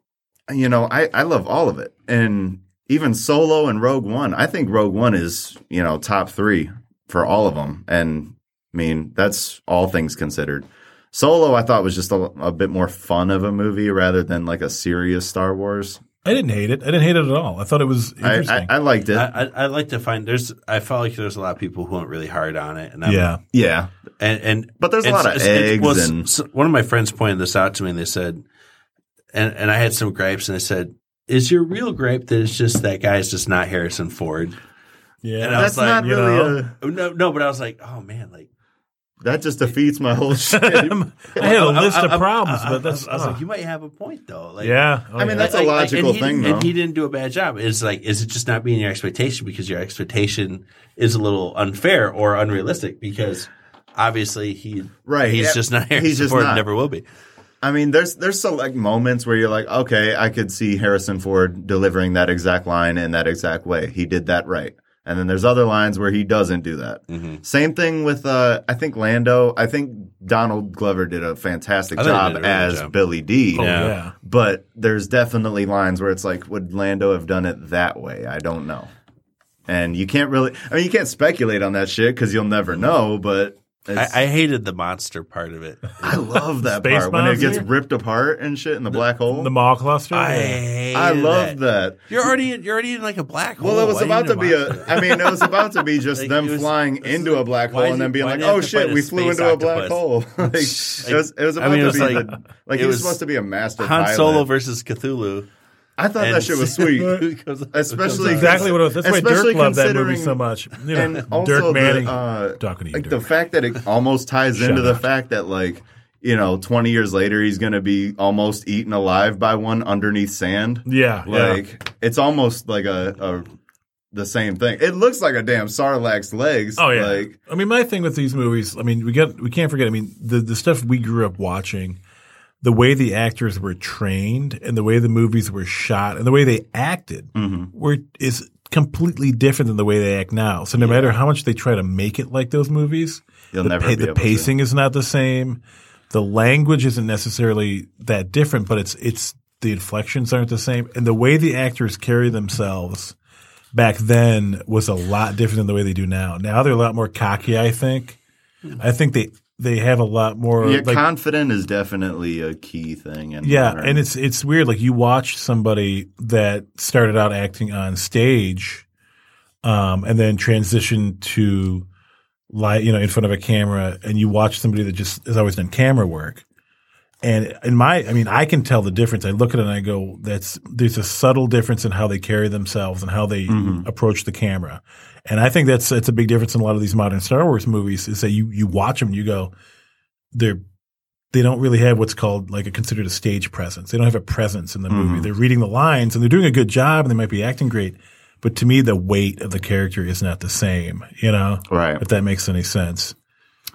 S2: you know, I, I love all of it. And even Solo and Rogue One, I think Rogue One is, you know, top three for all of them. And I mean, that's all things considered. Solo, I thought was just a, a bit more fun of a movie rather than like a serious Star Wars.
S3: I didn't hate it. I didn't hate it at all. I thought it was
S2: I,
S3: interesting.
S2: I, I liked it.
S1: I, I, I like to find there's. I felt like there's a lot of people who went really hard on it, and I'm,
S3: yeah.
S2: yeah,
S1: and and
S2: but there's a
S1: and
S2: lot of
S1: s- s-
S2: eggs
S1: well, s-
S2: and
S1: s- one of my friends pointed this out to me, and they said, and and I had some gripes, and I said, "Is your real gripe that it's just that guy's just not Harrison Ford?" And I
S3: Yeah.
S1: was
S2: that's
S1: like,
S2: not
S1: you
S2: really.
S3: know,
S2: a,
S1: No, no, but I was like, "Oh man, like."
S2: that just defeats my whole shit.
S3: I had a
S2: Oh,
S1: I- I-
S3: list of
S1: I-
S3: problems,
S1: I- I-
S3: but that's.
S1: I was
S3: uh,
S1: like, you might have a point though. Like,
S3: yeah. Oh,
S2: I mean,
S3: yeah.
S2: that's a
S1: Like, like,
S2: logical
S1: and he
S2: thing,
S1: didn't- And
S2: though.
S1: he didn't do a bad job. It's like, is it just not being your expectation because your expectation is a little unfair or unrealistic because obviously he
S2: Right,
S1: he's
S2: yeah.
S1: just not Harrison
S2: He's just
S1: Ford,
S2: not.
S1: never will be.
S2: I mean, there's there's select moments where you're like, okay, I could see Harrison Ford delivering that exact line in that exact way. He did that right. And then there's other lines where he doesn't do that.
S1: Mm-hmm.
S2: Same thing with uh, I think Lando. I think Donald Glover did a fantastic
S1: I thought he
S2: job
S1: did a really good
S2: as
S1: job.
S2: Billy D.
S3: Oh,
S1: Yeah.
S3: yeah.
S2: But there's definitely lines where it's like, would Lando have done it that way? I don't know. And you can't really, I mean, you can't speculate on that shit because you'll never know. But it's-
S1: I, I hated the monster part of it.
S2: I love that
S3: Space
S2: part when it
S3: Mountain?
S2: gets ripped apart and shit in the, black hole.
S3: The mall cluster.
S1: I
S3: Yeah.
S1: hated
S2: I love that.
S1: You're already in, you're already in like a black hole.
S2: Well, it was
S1: Why
S2: about
S1: do you
S2: to be
S1: need
S2: a.
S1: monster?
S2: I mean, it was about to be just
S1: Like,
S2: them
S1: it was-
S2: flying
S1: this is
S2: into
S1: like,
S2: a black
S1: why
S2: hole
S1: is
S2: and then
S1: it-
S2: being
S1: why
S2: like,
S1: do you have
S2: "Oh
S1: to
S2: shit,
S1: fight a
S2: we flew
S1: space
S2: into a
S1: octopus?
S2: black hole." like, it was. It was
S1: I
S2: about
S1: mean, it
S2: to
S1: was
S2: be
S1: like-
S2: the,
S1: it
S2: like he was
S1: was
S2: supposed to be a master
S1: Han
S2: pilot.
S1: Solo versus Cthulhu.
S2: I thought that
S1: and-
S2: shit was sweet.
S1: Who comes- who comes
S2: Especially-
S1: out?
S3: Exactly what it was. That's why
S2: Especially
S3: Dirk loved that movie
S2: considering-
S3: so much. You know,
S2: and also
S3: Dirk Manning.
S2: the uh,
S3: talking to you,
S2: like the
S3: Dirk.
S2: fact that it almost ties
S3: Shut
S2: into the
S3: up.
S2: fact that like you know 20 years later he's going to be almost eaten alive by one underneath sand
S3: yeah.
S2: like it's almost like a, a the same thing it looks like a damn sarlacc's legs
S3: Oh yeah.
S2: like
S3: I mean, my thing with these movies, I mean, we got we can't forget. I mean, the the stuff we grew up watching, the way the actors were trained, and the way the movies were shot, and the way they acted,
S2: Mm-hmm.
S3: were is completely different than the way they act now. So no matter how much they try to make it like those movies,
S2: You'll
S3: the,
S2: never be
S3: the
S2: able to.
S3: pacing is not the same. The language isn't necessarily that different, but it's it's the inflections aren't the same, and the way the actors carry themselves back then was a lot different than the way they do now. Now they're a lot more cocky. I think. I think they they have a lot more.
S2: yeah
S3: like,
S2: confident is definitely a key thing in
S3: yeah,
S2: modern-
S3: and it's it's weird. Like you watch somebody that started out acting on stage, um, and then transitioned to like you know in front of a camera, and you watch somebody that just has always done camera work. And in my, I mean, I can tell the difference. I look at it and I go, "That's there's a subtle difference in how they carry themselves and how they approach the camera." And I think that's that's a big difference in a lot of these modern Star Wars movies. Is that you you watch them, and you go, they're they don't really have what's called like a considered a stage presence. They don't have a presence in the movie. They're reading the lines and they're doing a good job and they might be acting great, but to me the weight of the character is not the same. You know,
S2: right
S3: if that makes any sense.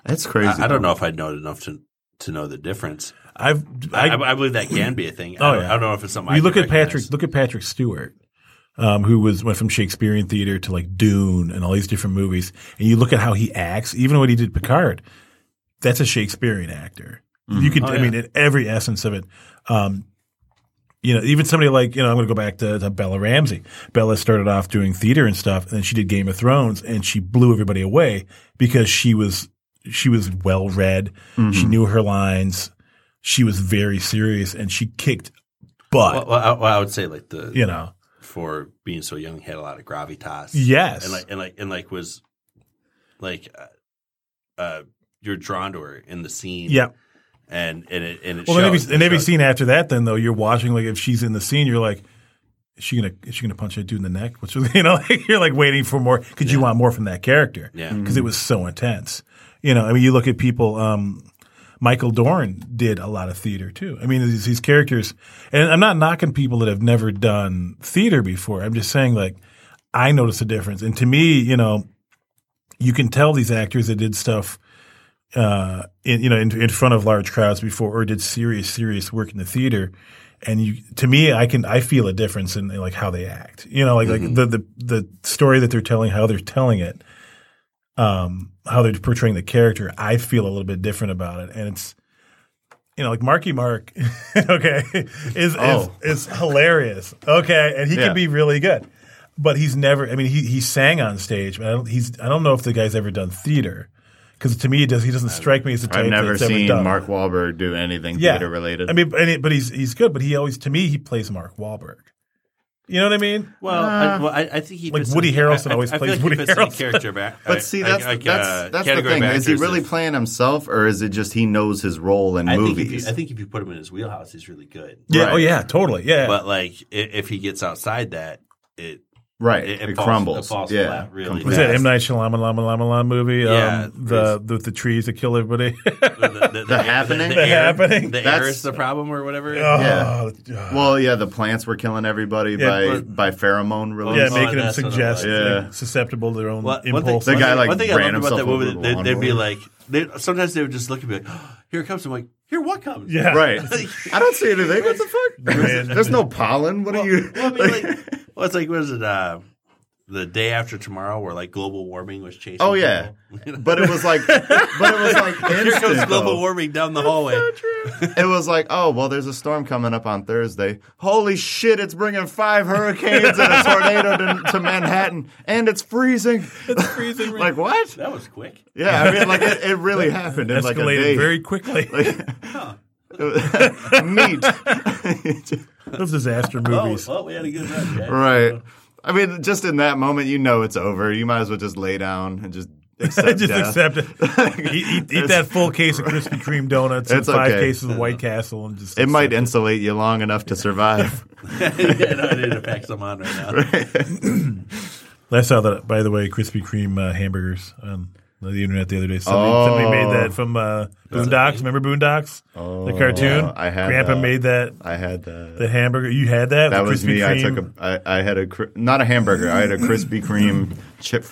S2: it's crazy
S1: I, I don't know if I know it enough to to know the difference.
S3: I've
S1: I,
S3: I,
S1: I believe that can be a thing.
S3: Oh,
S1: I, don't,
S3: yeah.
S1: I don't know if it's something. I
S3: you
S1: can
S3: look at
S1: recognize.
S3: Patrick. Look at Patrick Stewart, um, who was went from Shakespearean theater to like Dune and all these different movies. And you look at how he acts, even what he did Picard. That's a Shakespearean actor. You could,
S1: Oh,
S3: I
S1: yeah.
S3: mean, in every essence of it. Um, you know, even somebody like you know, I'm going to go back to, to Bella Ramsey. Bella started off doing theater and stuff, and then she did Game of Thrones, and she blew everybody away because she was she was well read,
S2: Mm-hmm.
S1: Mm-hmm.
S3: she knew her lines, she was very serious, and she kicked
S1: Well,
S3: butt.
S1: well, I, well, I would say like the
S3: you know,
S1: for being so young had a lot of gravitas.
S3: yes,
S1: and like and like and like was like uh, uh you're drawn to her in the scene.
S3: yeah.
S1: and and it and it
S3: Well,
S1: shows,
S3: in every,
S1: It
S3: in every
S1: shows.
S3: scene after that, then though, you're watching like if she's in the scene, you're like, is she gonna is she gonna punch that dude in the neck? Which was you know like, you're like waiting for more because you want more from that character.
S1: Yeah.
S3: because it was so intense. You know, I mean, you look at people. Um, Michael Dorn did a lot of theater too. I mean, these, these characters, and I'm not knocking people that have never done theater before. I'm just saying, like, I noticed a difference. And to me, you know, you can tell these actors that did stuff, uh, in, you know, in, in front of large crowds before, or did serious, serious work in the theater. And you, to me, I can, I feel a difference in, like how they act. You know, like like the, the the story that they're telling, how they're telling it, um, how they're portraying the character. I feel a little bit different about it, and it's. you know, like Marky Mark, okay, is,
S2: Oh.
S3: is is hilarious. Okay, and he
S2: Yeah.
S3: can be really good, but he's never. I mean, he he sang on stage, but I don't, he's I don't know if the guy's ever done theater because to me, it does he doesn't strike me as the type
S2: I've never
S3: that's ever
S2: seen
S3: done.
S2: Mark Wahlberg do anything theater related.
S3: I mean, and it- but he's he's good, but he always to me he plays Mark Wahlberg. You know what I mean?
S1: Well,
S2: Uh,
S1: I, well, I, I think he
S3: Like
S1: fits
S3: Woody
S1: in-
S3: Harrelson
S1: I- I-
S3: always
S1: I feel
S3: plays
S1: like he
S3: Woody
S1: fits in a
S3: Harrelson.
S1: character back.
S2: But see,
S1: like-
S2: that's
S1: like, uh,
S2: that's, that's the
S1: category of
S2: thing. Is he
S1: actors
S2: really
S1: that-
S2: playing himself, or is it just he knows his role in
S1: I think, if you,
S2: movies?
S1: I think if you put him in his wheelhouse, he's really good.
S3: Yeah.
S2: Right.
S3: Oh yeah. Totally. Yeah.
S1: But like, i- if he gets outside that, it
S2: right,
S1: It-
S2: it,
S1: it falls-
S2: crumbles.
S1: it falls
S2: yeah,
S1: flat, really
S2: completely.
S3: was
S1: Yeah.
S3: that M Night Shyamalan Lama Lama Lama movie?
S1: Yeah,
S3: um, the, the the trees that kill everybody.
S1: the, the, the,
S2: happening?
S1: the,
S3: The
S1: air,
S3: happening.
S1: the air
S2: That's-
S1: is the problem or whatever.
S2: Yeah.
S3: Oh,
S2: Well, yeah, the plants were killing everybody
S3: Yeah,
S2: by
S1: but-
S2: by pheromone
S3: Yeah,
S2: release.
S1: Oh,
S3: making them
S1: that's what it
S3: suggest
S2: was. Yeah.
S3: like, susceptible to their own
S1: Well, one thing,
S3: impulse.
S2: The
S1: one
S2: guy,
S1: thing-
S2: like,
S1: one thing I
S2: ran
S1: loved about that
S2: himself over
S1: movie,
S2: the
S1: they,
S2: lawn
S1: they'd be
S2: mower.
S1: like, they, sometimes they would just look and be like, "Oh, "Here it comes." I'm like, "Here what comes?"
S3: yeah,
S2: right.
S1: Like,
S2: I don't see anything. What the fuck?
S3: Man.
S2: There's, there's no pollen. What
S1: well,
S2: are you?
S1: well, I mean, like, well, it's like, was it uh, the day after tomorrow, where like global warming was chasing?
S2: oh yeah,
S1: people?
S2: but it was like, but it was like
S1: here
S2: instant.
S1: comes global
S2: though.
S1: warming down the hallway.
S2: It was like, oh well, there's a storm coming up on Thursday. Holy shit! It's bringing five hurricanes and a tornado to, to Manhattan, and it's freezing. It's
S3: freezing rain.
S2: like what?
S1: That was quick.
S2: Yeah, I mean, like it, it really happened in like a
S3: escalated
S2: day.
S3: very quickly.
S2: Neat,
S3: Those disaster
S1: Oh,
S3: movies.
S1: well, we had a good run. guys.
S2: right? I mean, just in that moment, you know it's over. You might as well just lay down and just accept
S3: Just
S2: death.
S3: accept it. eat, eat, eat that full case of Krispy Kreme donuts and
S2: It's
S3: five
S2: okay.
S3: cases of White Castle and just
S2: It might insulate you long enough to survive.
S1: yeah, no, I need to pack some on right now.
S3: I saw that by the way, Krispy Kreme uh, hamburgers on the internet the other day. Somebody, somebody
S2: Oh.
S3: made that from uh, Boondocks. Remember Boondocks? the cartoon.
S2: yeah, Oh, I had
S3: Grandpa
S2: that.
S3: made that
S2: I had that.
S3: the hamburger. You had that.
S2: That
S3: with
S2: was
S3: Krispy
S2: me. I
S3: Kreme?
S2: took a. I, I had a cri- not a hamburger. I had a Krispy Kreme chip,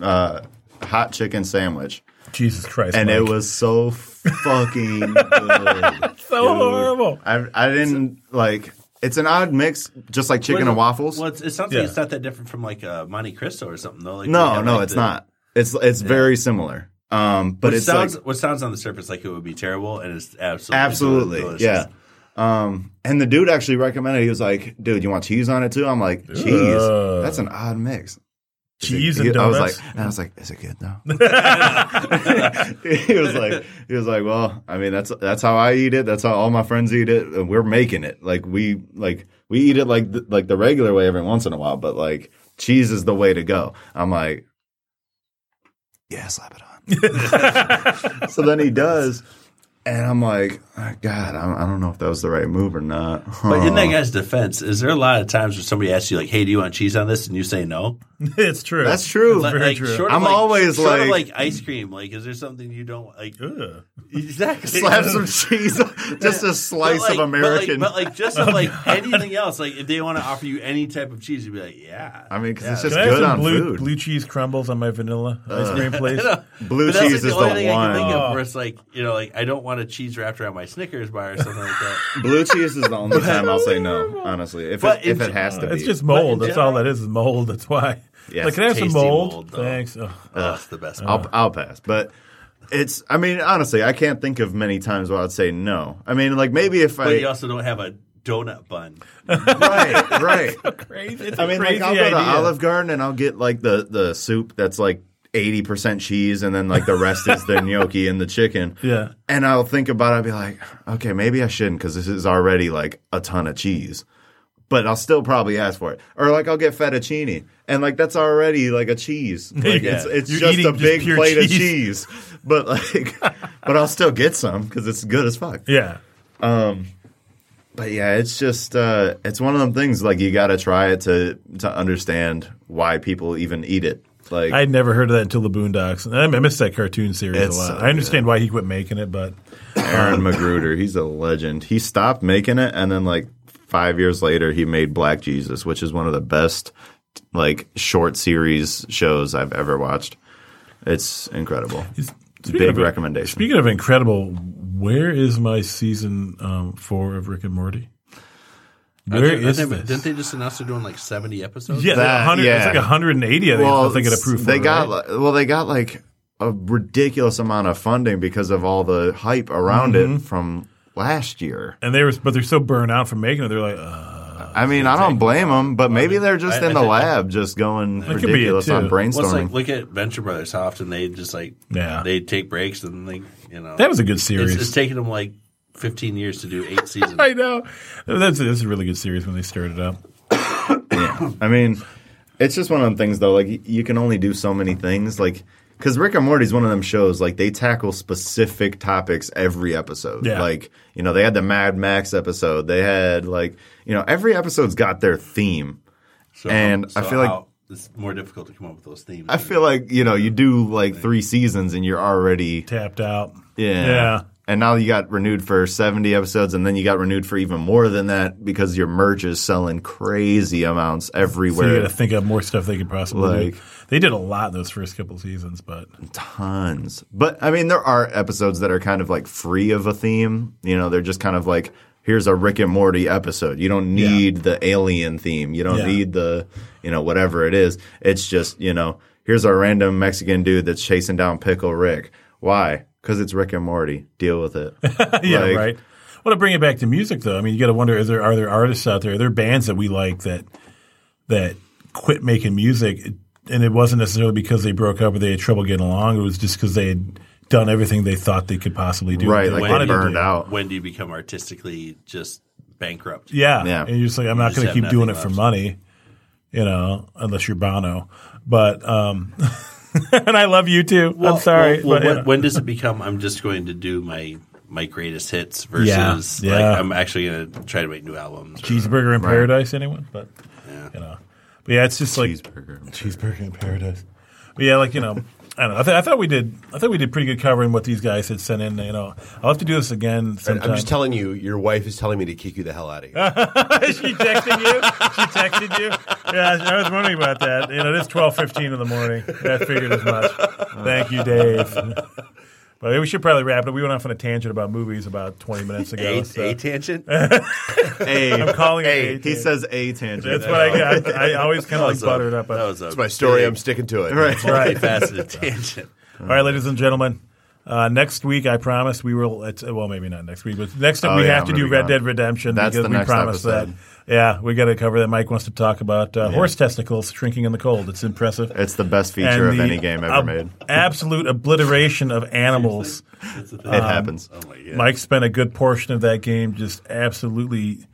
S2: uh, hot chicken sandwich,
S3: Jesus Christ,
S2: and it
S3: Mike.
S2: was so fucking good.
S3: so horrible.
S2: I I didn't like. It's an odd mix, just like chicken and waffles.
S1: Well, it's, it's something.
S3: Yeah.
S1: It's not that different from like uh, Monte Cristo or something, though. Like, we
S2: No,
S1: have,
S2: no,
S1: like,
S2: it's
S1: the-
S2: not. It's it's very similar. Um, but
S1: Which
S2: it's
S1: sounds
S2: like,
S1: what sounds on the surface like it would be terrible, and it's absolutely
S2: absolutely,
S1: delicious.
S2: yeah. Um, and the dude actually recommended. He was like, "Dude, you want cheese on it too?" I'm like, "Cheese?
S3: Ugh.
S2: That's an odd mix."
S3: Cheese
S2: He-
S3: and
S2: I
S3: donuts.
S2: was like, and I was like, "Is it good though?" he was like, he was like, well, I mean, that's that's how I eat it. That's how all my friends eat it. And we're making it like we like we eat it like th- like the regular way every once in a while, but like cheese is the way to go. I'm like, yeah, slap it on. so then he does, and I'm like, oh, God, I don't, I don't know if that was the right move or not.
S1: But in that
S2: Huh.
S1: guy's defense, is there a lot of times when somebody asks you like, "Hey, do you want cheese on this?" and you say no?
S3: it's true.
S2: that's true.
S1: Like-
S3: very
S1: like,
S3: true.
S1: short of,
S2: I'm
S1: like-
S2: always
S1: short of,
S2: like-
S1: like ice cream. Like, is there something you don't like?
S3: Ugh.
S1: Exactly.
S2: Slap some cheese, just a
S1: But,
S2: slice
S1: like-
S2: of American.
S1: but like, but like just
S3: Oh,
S1: of, like anything else. Like, if they want to offer you any type of cheese, you'd be like, "Yeah."
S2: I mean, because it's
S1: Yeah.
S2: just
S3: Can I have
S2: good on
S3: some blue,
S2: food. Uh.
S3: blue cheese crumbles on my vanilla ice cream, please?
S2: Blue
S1: But that's like
S2: cheese is
S1: the only
S2: the
S1: thing I can think
S2: one.
S1: of where it's like, you know, like I don't want a cheese wrapped around my Snickers bar or something like that.
S2: Blue cheese is the only time I'll say no. Honestly, if
S1: But
S2: it, if
S1: in-
S2: it has to be,
S3: It's just mold.
S1: But in
S3: That's all that is, is mold. That's why.
S2: Yes,
S3: like, can I have some
S1: tasty
S3: mold?
S1: mold, though.
S3: Thanks. Ugh.
S1: Oh, that's the best. part.
S2: I'll I'll pass. But it's. I mean, honestly, I can't think of many times where I'd say no. I mean, like maybe if
S1: but you
S2: I
S1: also don't have a donut bun.
S2: right right.
S3: Crazy. It's
S2: I
S3: a
S2: mean, like
S3: crazy
S2: I'll go to
S3: idea.
S2: Olive Garden and I'll get like the the soup that's like. 80% cheese and then like the rest is the gnocchi and the chicken.
S3: Yeah.
S2: And I'll think about it. I'll be like, okay, maybe I shouldn't because this is already like a ton of cheese. But I'll still probably ask for it. Or like I'll get fettuccine. And like that's already like a cheese. Like it's it's
S3: You're
S2: just
S3: eating
S2: a
S3: just
S2: big
S3: pure
S2: plate
S3: cheese.
S2: of cheese. But like but I'll still get some because it's good as fuck.
S3: Yeah.
S2: But yeah, it's just uh it's one of them things like you gotta try it to to understand why people even eat it. Like
S3: I'd never heard of that until the Boondocks. And I I missed that cartoon series
S2: It's
S3: a lot.
S2: so
S3: I understand why he quit making it, but
S2: Aaron Magruder, he's a legend. He stopped making it, and then like five years later, he made Black Jesus, which is one of the best like short series shows I've ever watched. It's incredible.
S3: Speaking
S2: Big
S3: of-
S2: recommendation.
S3: Speaking of incredible, where is my season um, four of Rick and Morty? Where
S1: Aren't
S3: is
S1: they-
S3: this?
S1: Didn't they just announce they're doing like 70 episodes?
S3: yeah,
S2: That-
S3: that, 100, it's
S2: yeah.
S3: like 180. I think
S2: well,
S3: unless they get approved.
S2: they
S3: for,
S2: got
S3: right?
S2: like, well, they got
S3: Mm-hmm.
S2: like a ridiculous amount of funding because of all the hype around it from last year.
S3: and they were, but they're so burnt out from making it. They're like, uh,
S2: I mean, I don't blame them, but maybe they're just
S1: I- I
S2: in the
S1: think-
S2: lab, just going
S3: could be it,
S2: ridiculous on
S3: too.
S1: Well, it's
S2: brainstorming.
S1: like look at Venture Brothers. How often they just like
S3: Yeah.
S1: they take breaks and they you know
S3: that was a good series.
S1: it's, it's taken them like 15 years to do eight seasons.
S3: I know. That's this is a really good series when they started up.
S2: I mean, it's just one of them things though. Like y- you can only do so many things. Like because Rick and Morty's one of them shows. Like they tackle specific topics every episode.
S3: Yeah.
S2: Like you know they had the Mad Max episode. They had like you know every episode's got their theme.
S1: So,
S2: And I feel like-
S1: how- it's more difficult to come up with those themes.
S2: I feel like you know you do like three seasons and you're already
S3: Tapped out.
S2: yeah.
S3: Yeah.
S2: And now you got renewed for 70 episodes, and then you got renewed for even more than that because your merch is selling crazy amounts
S3: So you
S2: everywhere.
S3: got to think up more stuff they could possibly do.
S2: Like-
S3: They did a lot in those first couple seasons, but
S2: tons. But I mean, there are episodes that are kind of like free of a theme. You know, they're just kind of like, here's a Rick and Morty episode. You don't need the alien theme. You don't
S3: Yeah.
S2: need the, you know, whatever it is. It's just, you know, here's a random Mexican dude that's chasing down Pickle Rick. Why? Because it's Rick and Morty. Deal with it.
S3: yeah,
S2: Like-
S3: right. Well, to bring it back to music, though, I mean, you got to wonder: is there are there artists out there? Are there bands that we like that that quit making music, and it wasn't necessarily because they broke up or they had trouble getting along. It was just because they had done everything they thought they could possibly do.
S2: Right,
S3: that
S2: like
S3: wanted
S2: they
S3: to do.
S2: burned out.
S1: when do you become artistically just bankrupt?
S3: Yeah.
S2: Yeah.
S3: And you're just like, I'm not
S1: just
S3: going to
S1: have
S3: keep doing it
S1: nothing
S3: for
S1: left.
S3: money, you know, unless you're Bono. But, um, and I love you too. I'm sorry.
S1: Well, well,
S3: but, you
S1: when,
S3: know.
S1: when does it become? I'm just going to do my my greatest hits versus
S3: Yeah, yeah.
S1: like I'm actually going to try to make new albums. or-
S3: cheeseburger in paradise, anyone? But,
S1: Yeah.
S3: you know, but yeah, it's just like
S2: Cheeseburger.
S3: cheeseburger in paradise. But yeah, like, you know, I don't know. I, th- I thought we did. I thought we did pretty good covering what these guys had sent in. You know, I'll have to do this again sometime.
S4: I'm just telling you, your wife is telling me to kick you the hell out of here.
S3: she texted you. She texted you. Yeah, I was wondering about that. You know, it is twelve fifteen in the morning. I figured as much. Thank you, Dave. But we should probably wrap it. up. We went off on a tangent about movies about twenty minutes ago.
S1: A,
S3: so-
S1: a tangent.
S2: A.
S3: I'm calling it
S2: A.
S3: a
S2: He says A tangent.
S3: That's what I got. I always kind of like butter it up.
S1: That was a
S4: That's my story. I'm sticking to it.
S2: Right.
S1: multifaceted tangent.
S3: All right, ladies and gentlemen. Uh, next week, I promise we will. It's, well, maybe not next week, but next time
S2: Oh,
S3: we
S2: yeah,
S3: have
S2: I'm
S3: to
S2: gonna
S3: do
S2: be
S3: Red
S2: gone.
S3: Dead Redemption
S2: That's
S3: because
S2: the
S3: we
S2: next
S3: promised
S2: episode.
S3: that. Yeah, we got to cover that. Mike wants to talk about uh, horse testicles shrinking in the cold. It's impressive.
S2: It's the um, best feature of
S3: the
S2: any game ever
S3: ab-
S2: made.
S3: absolute obliteration of animals.
S1: That's a thing.
S2: It happens.
S1: oh my god.
S3: Mike spent a good portion of that game just absolutely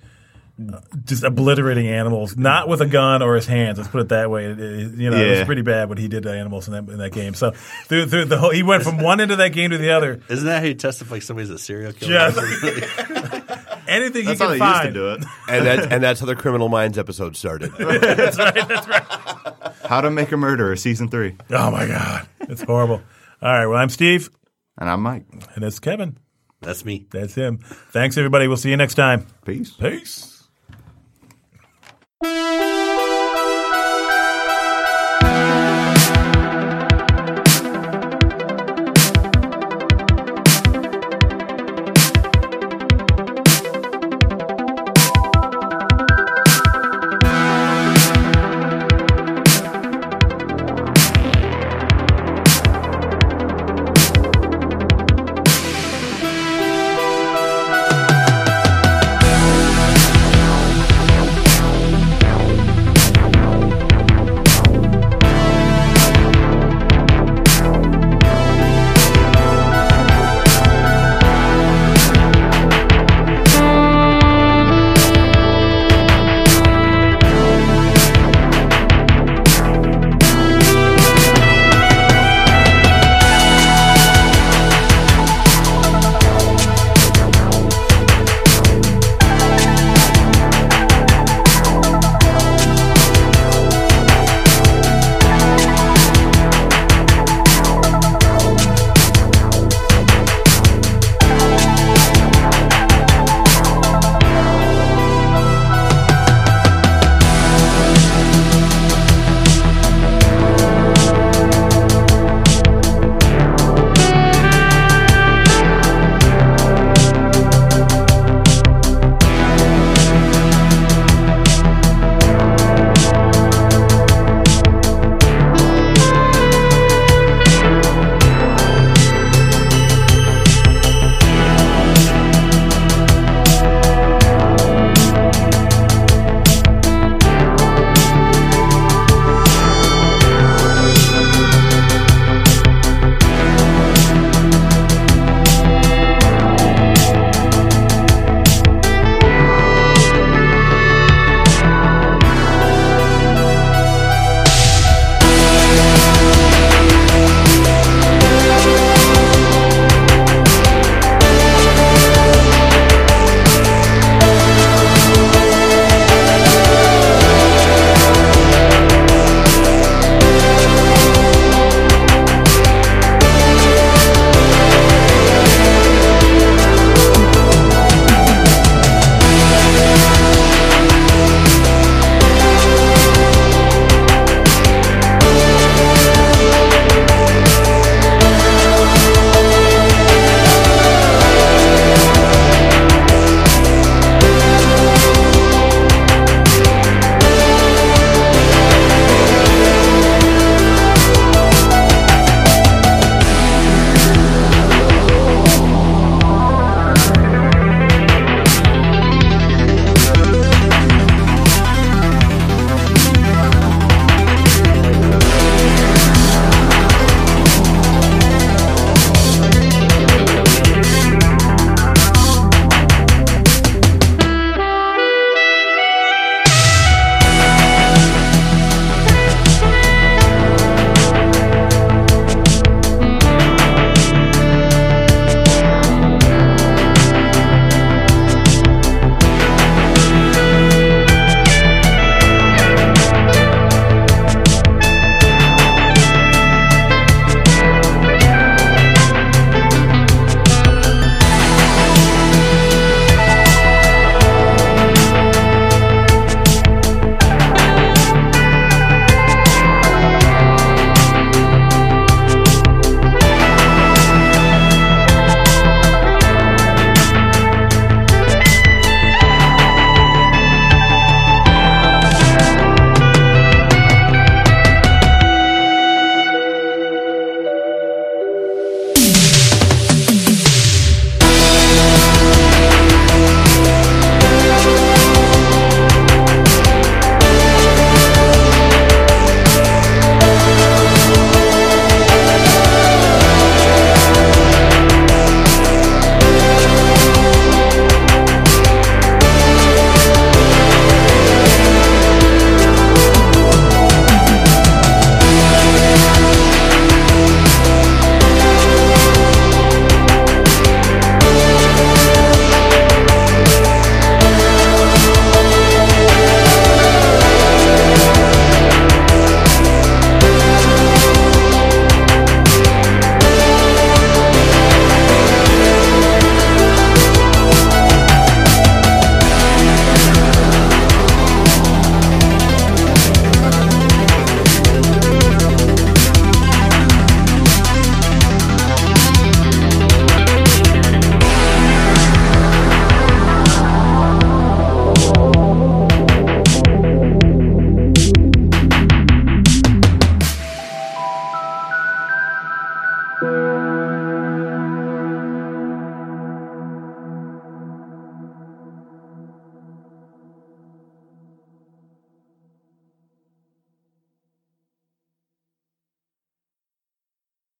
S3: uh, just obliterating animals, not with a gun or his hands. Let's put it that way. It- it- you know, it was
S2: Yeah.
S3: pretty bad what he did to animals in that, in that game. So through, through the whole, he went from one end of that game to the other.
S1: Isn't that how you test if like somebody's a serial killer?
S3: Just- Anything
S2: That's
S3: he
S2: how
S3: can
S2: they
S3: find.
S2: used to do it.
S4: And that, and that's how the Criminal Minds episode started.
S2: How to Make a Murderer, Season 3.
S3: Oh my god, it's horrible. All right, well I'm Steve,
S2: And I'm Mike.
S3: and it's Kevin.
S1: That's me.
S3: That's him. Thanks everybody. We'll see you next time.
S2: Peace.
S3: Peace.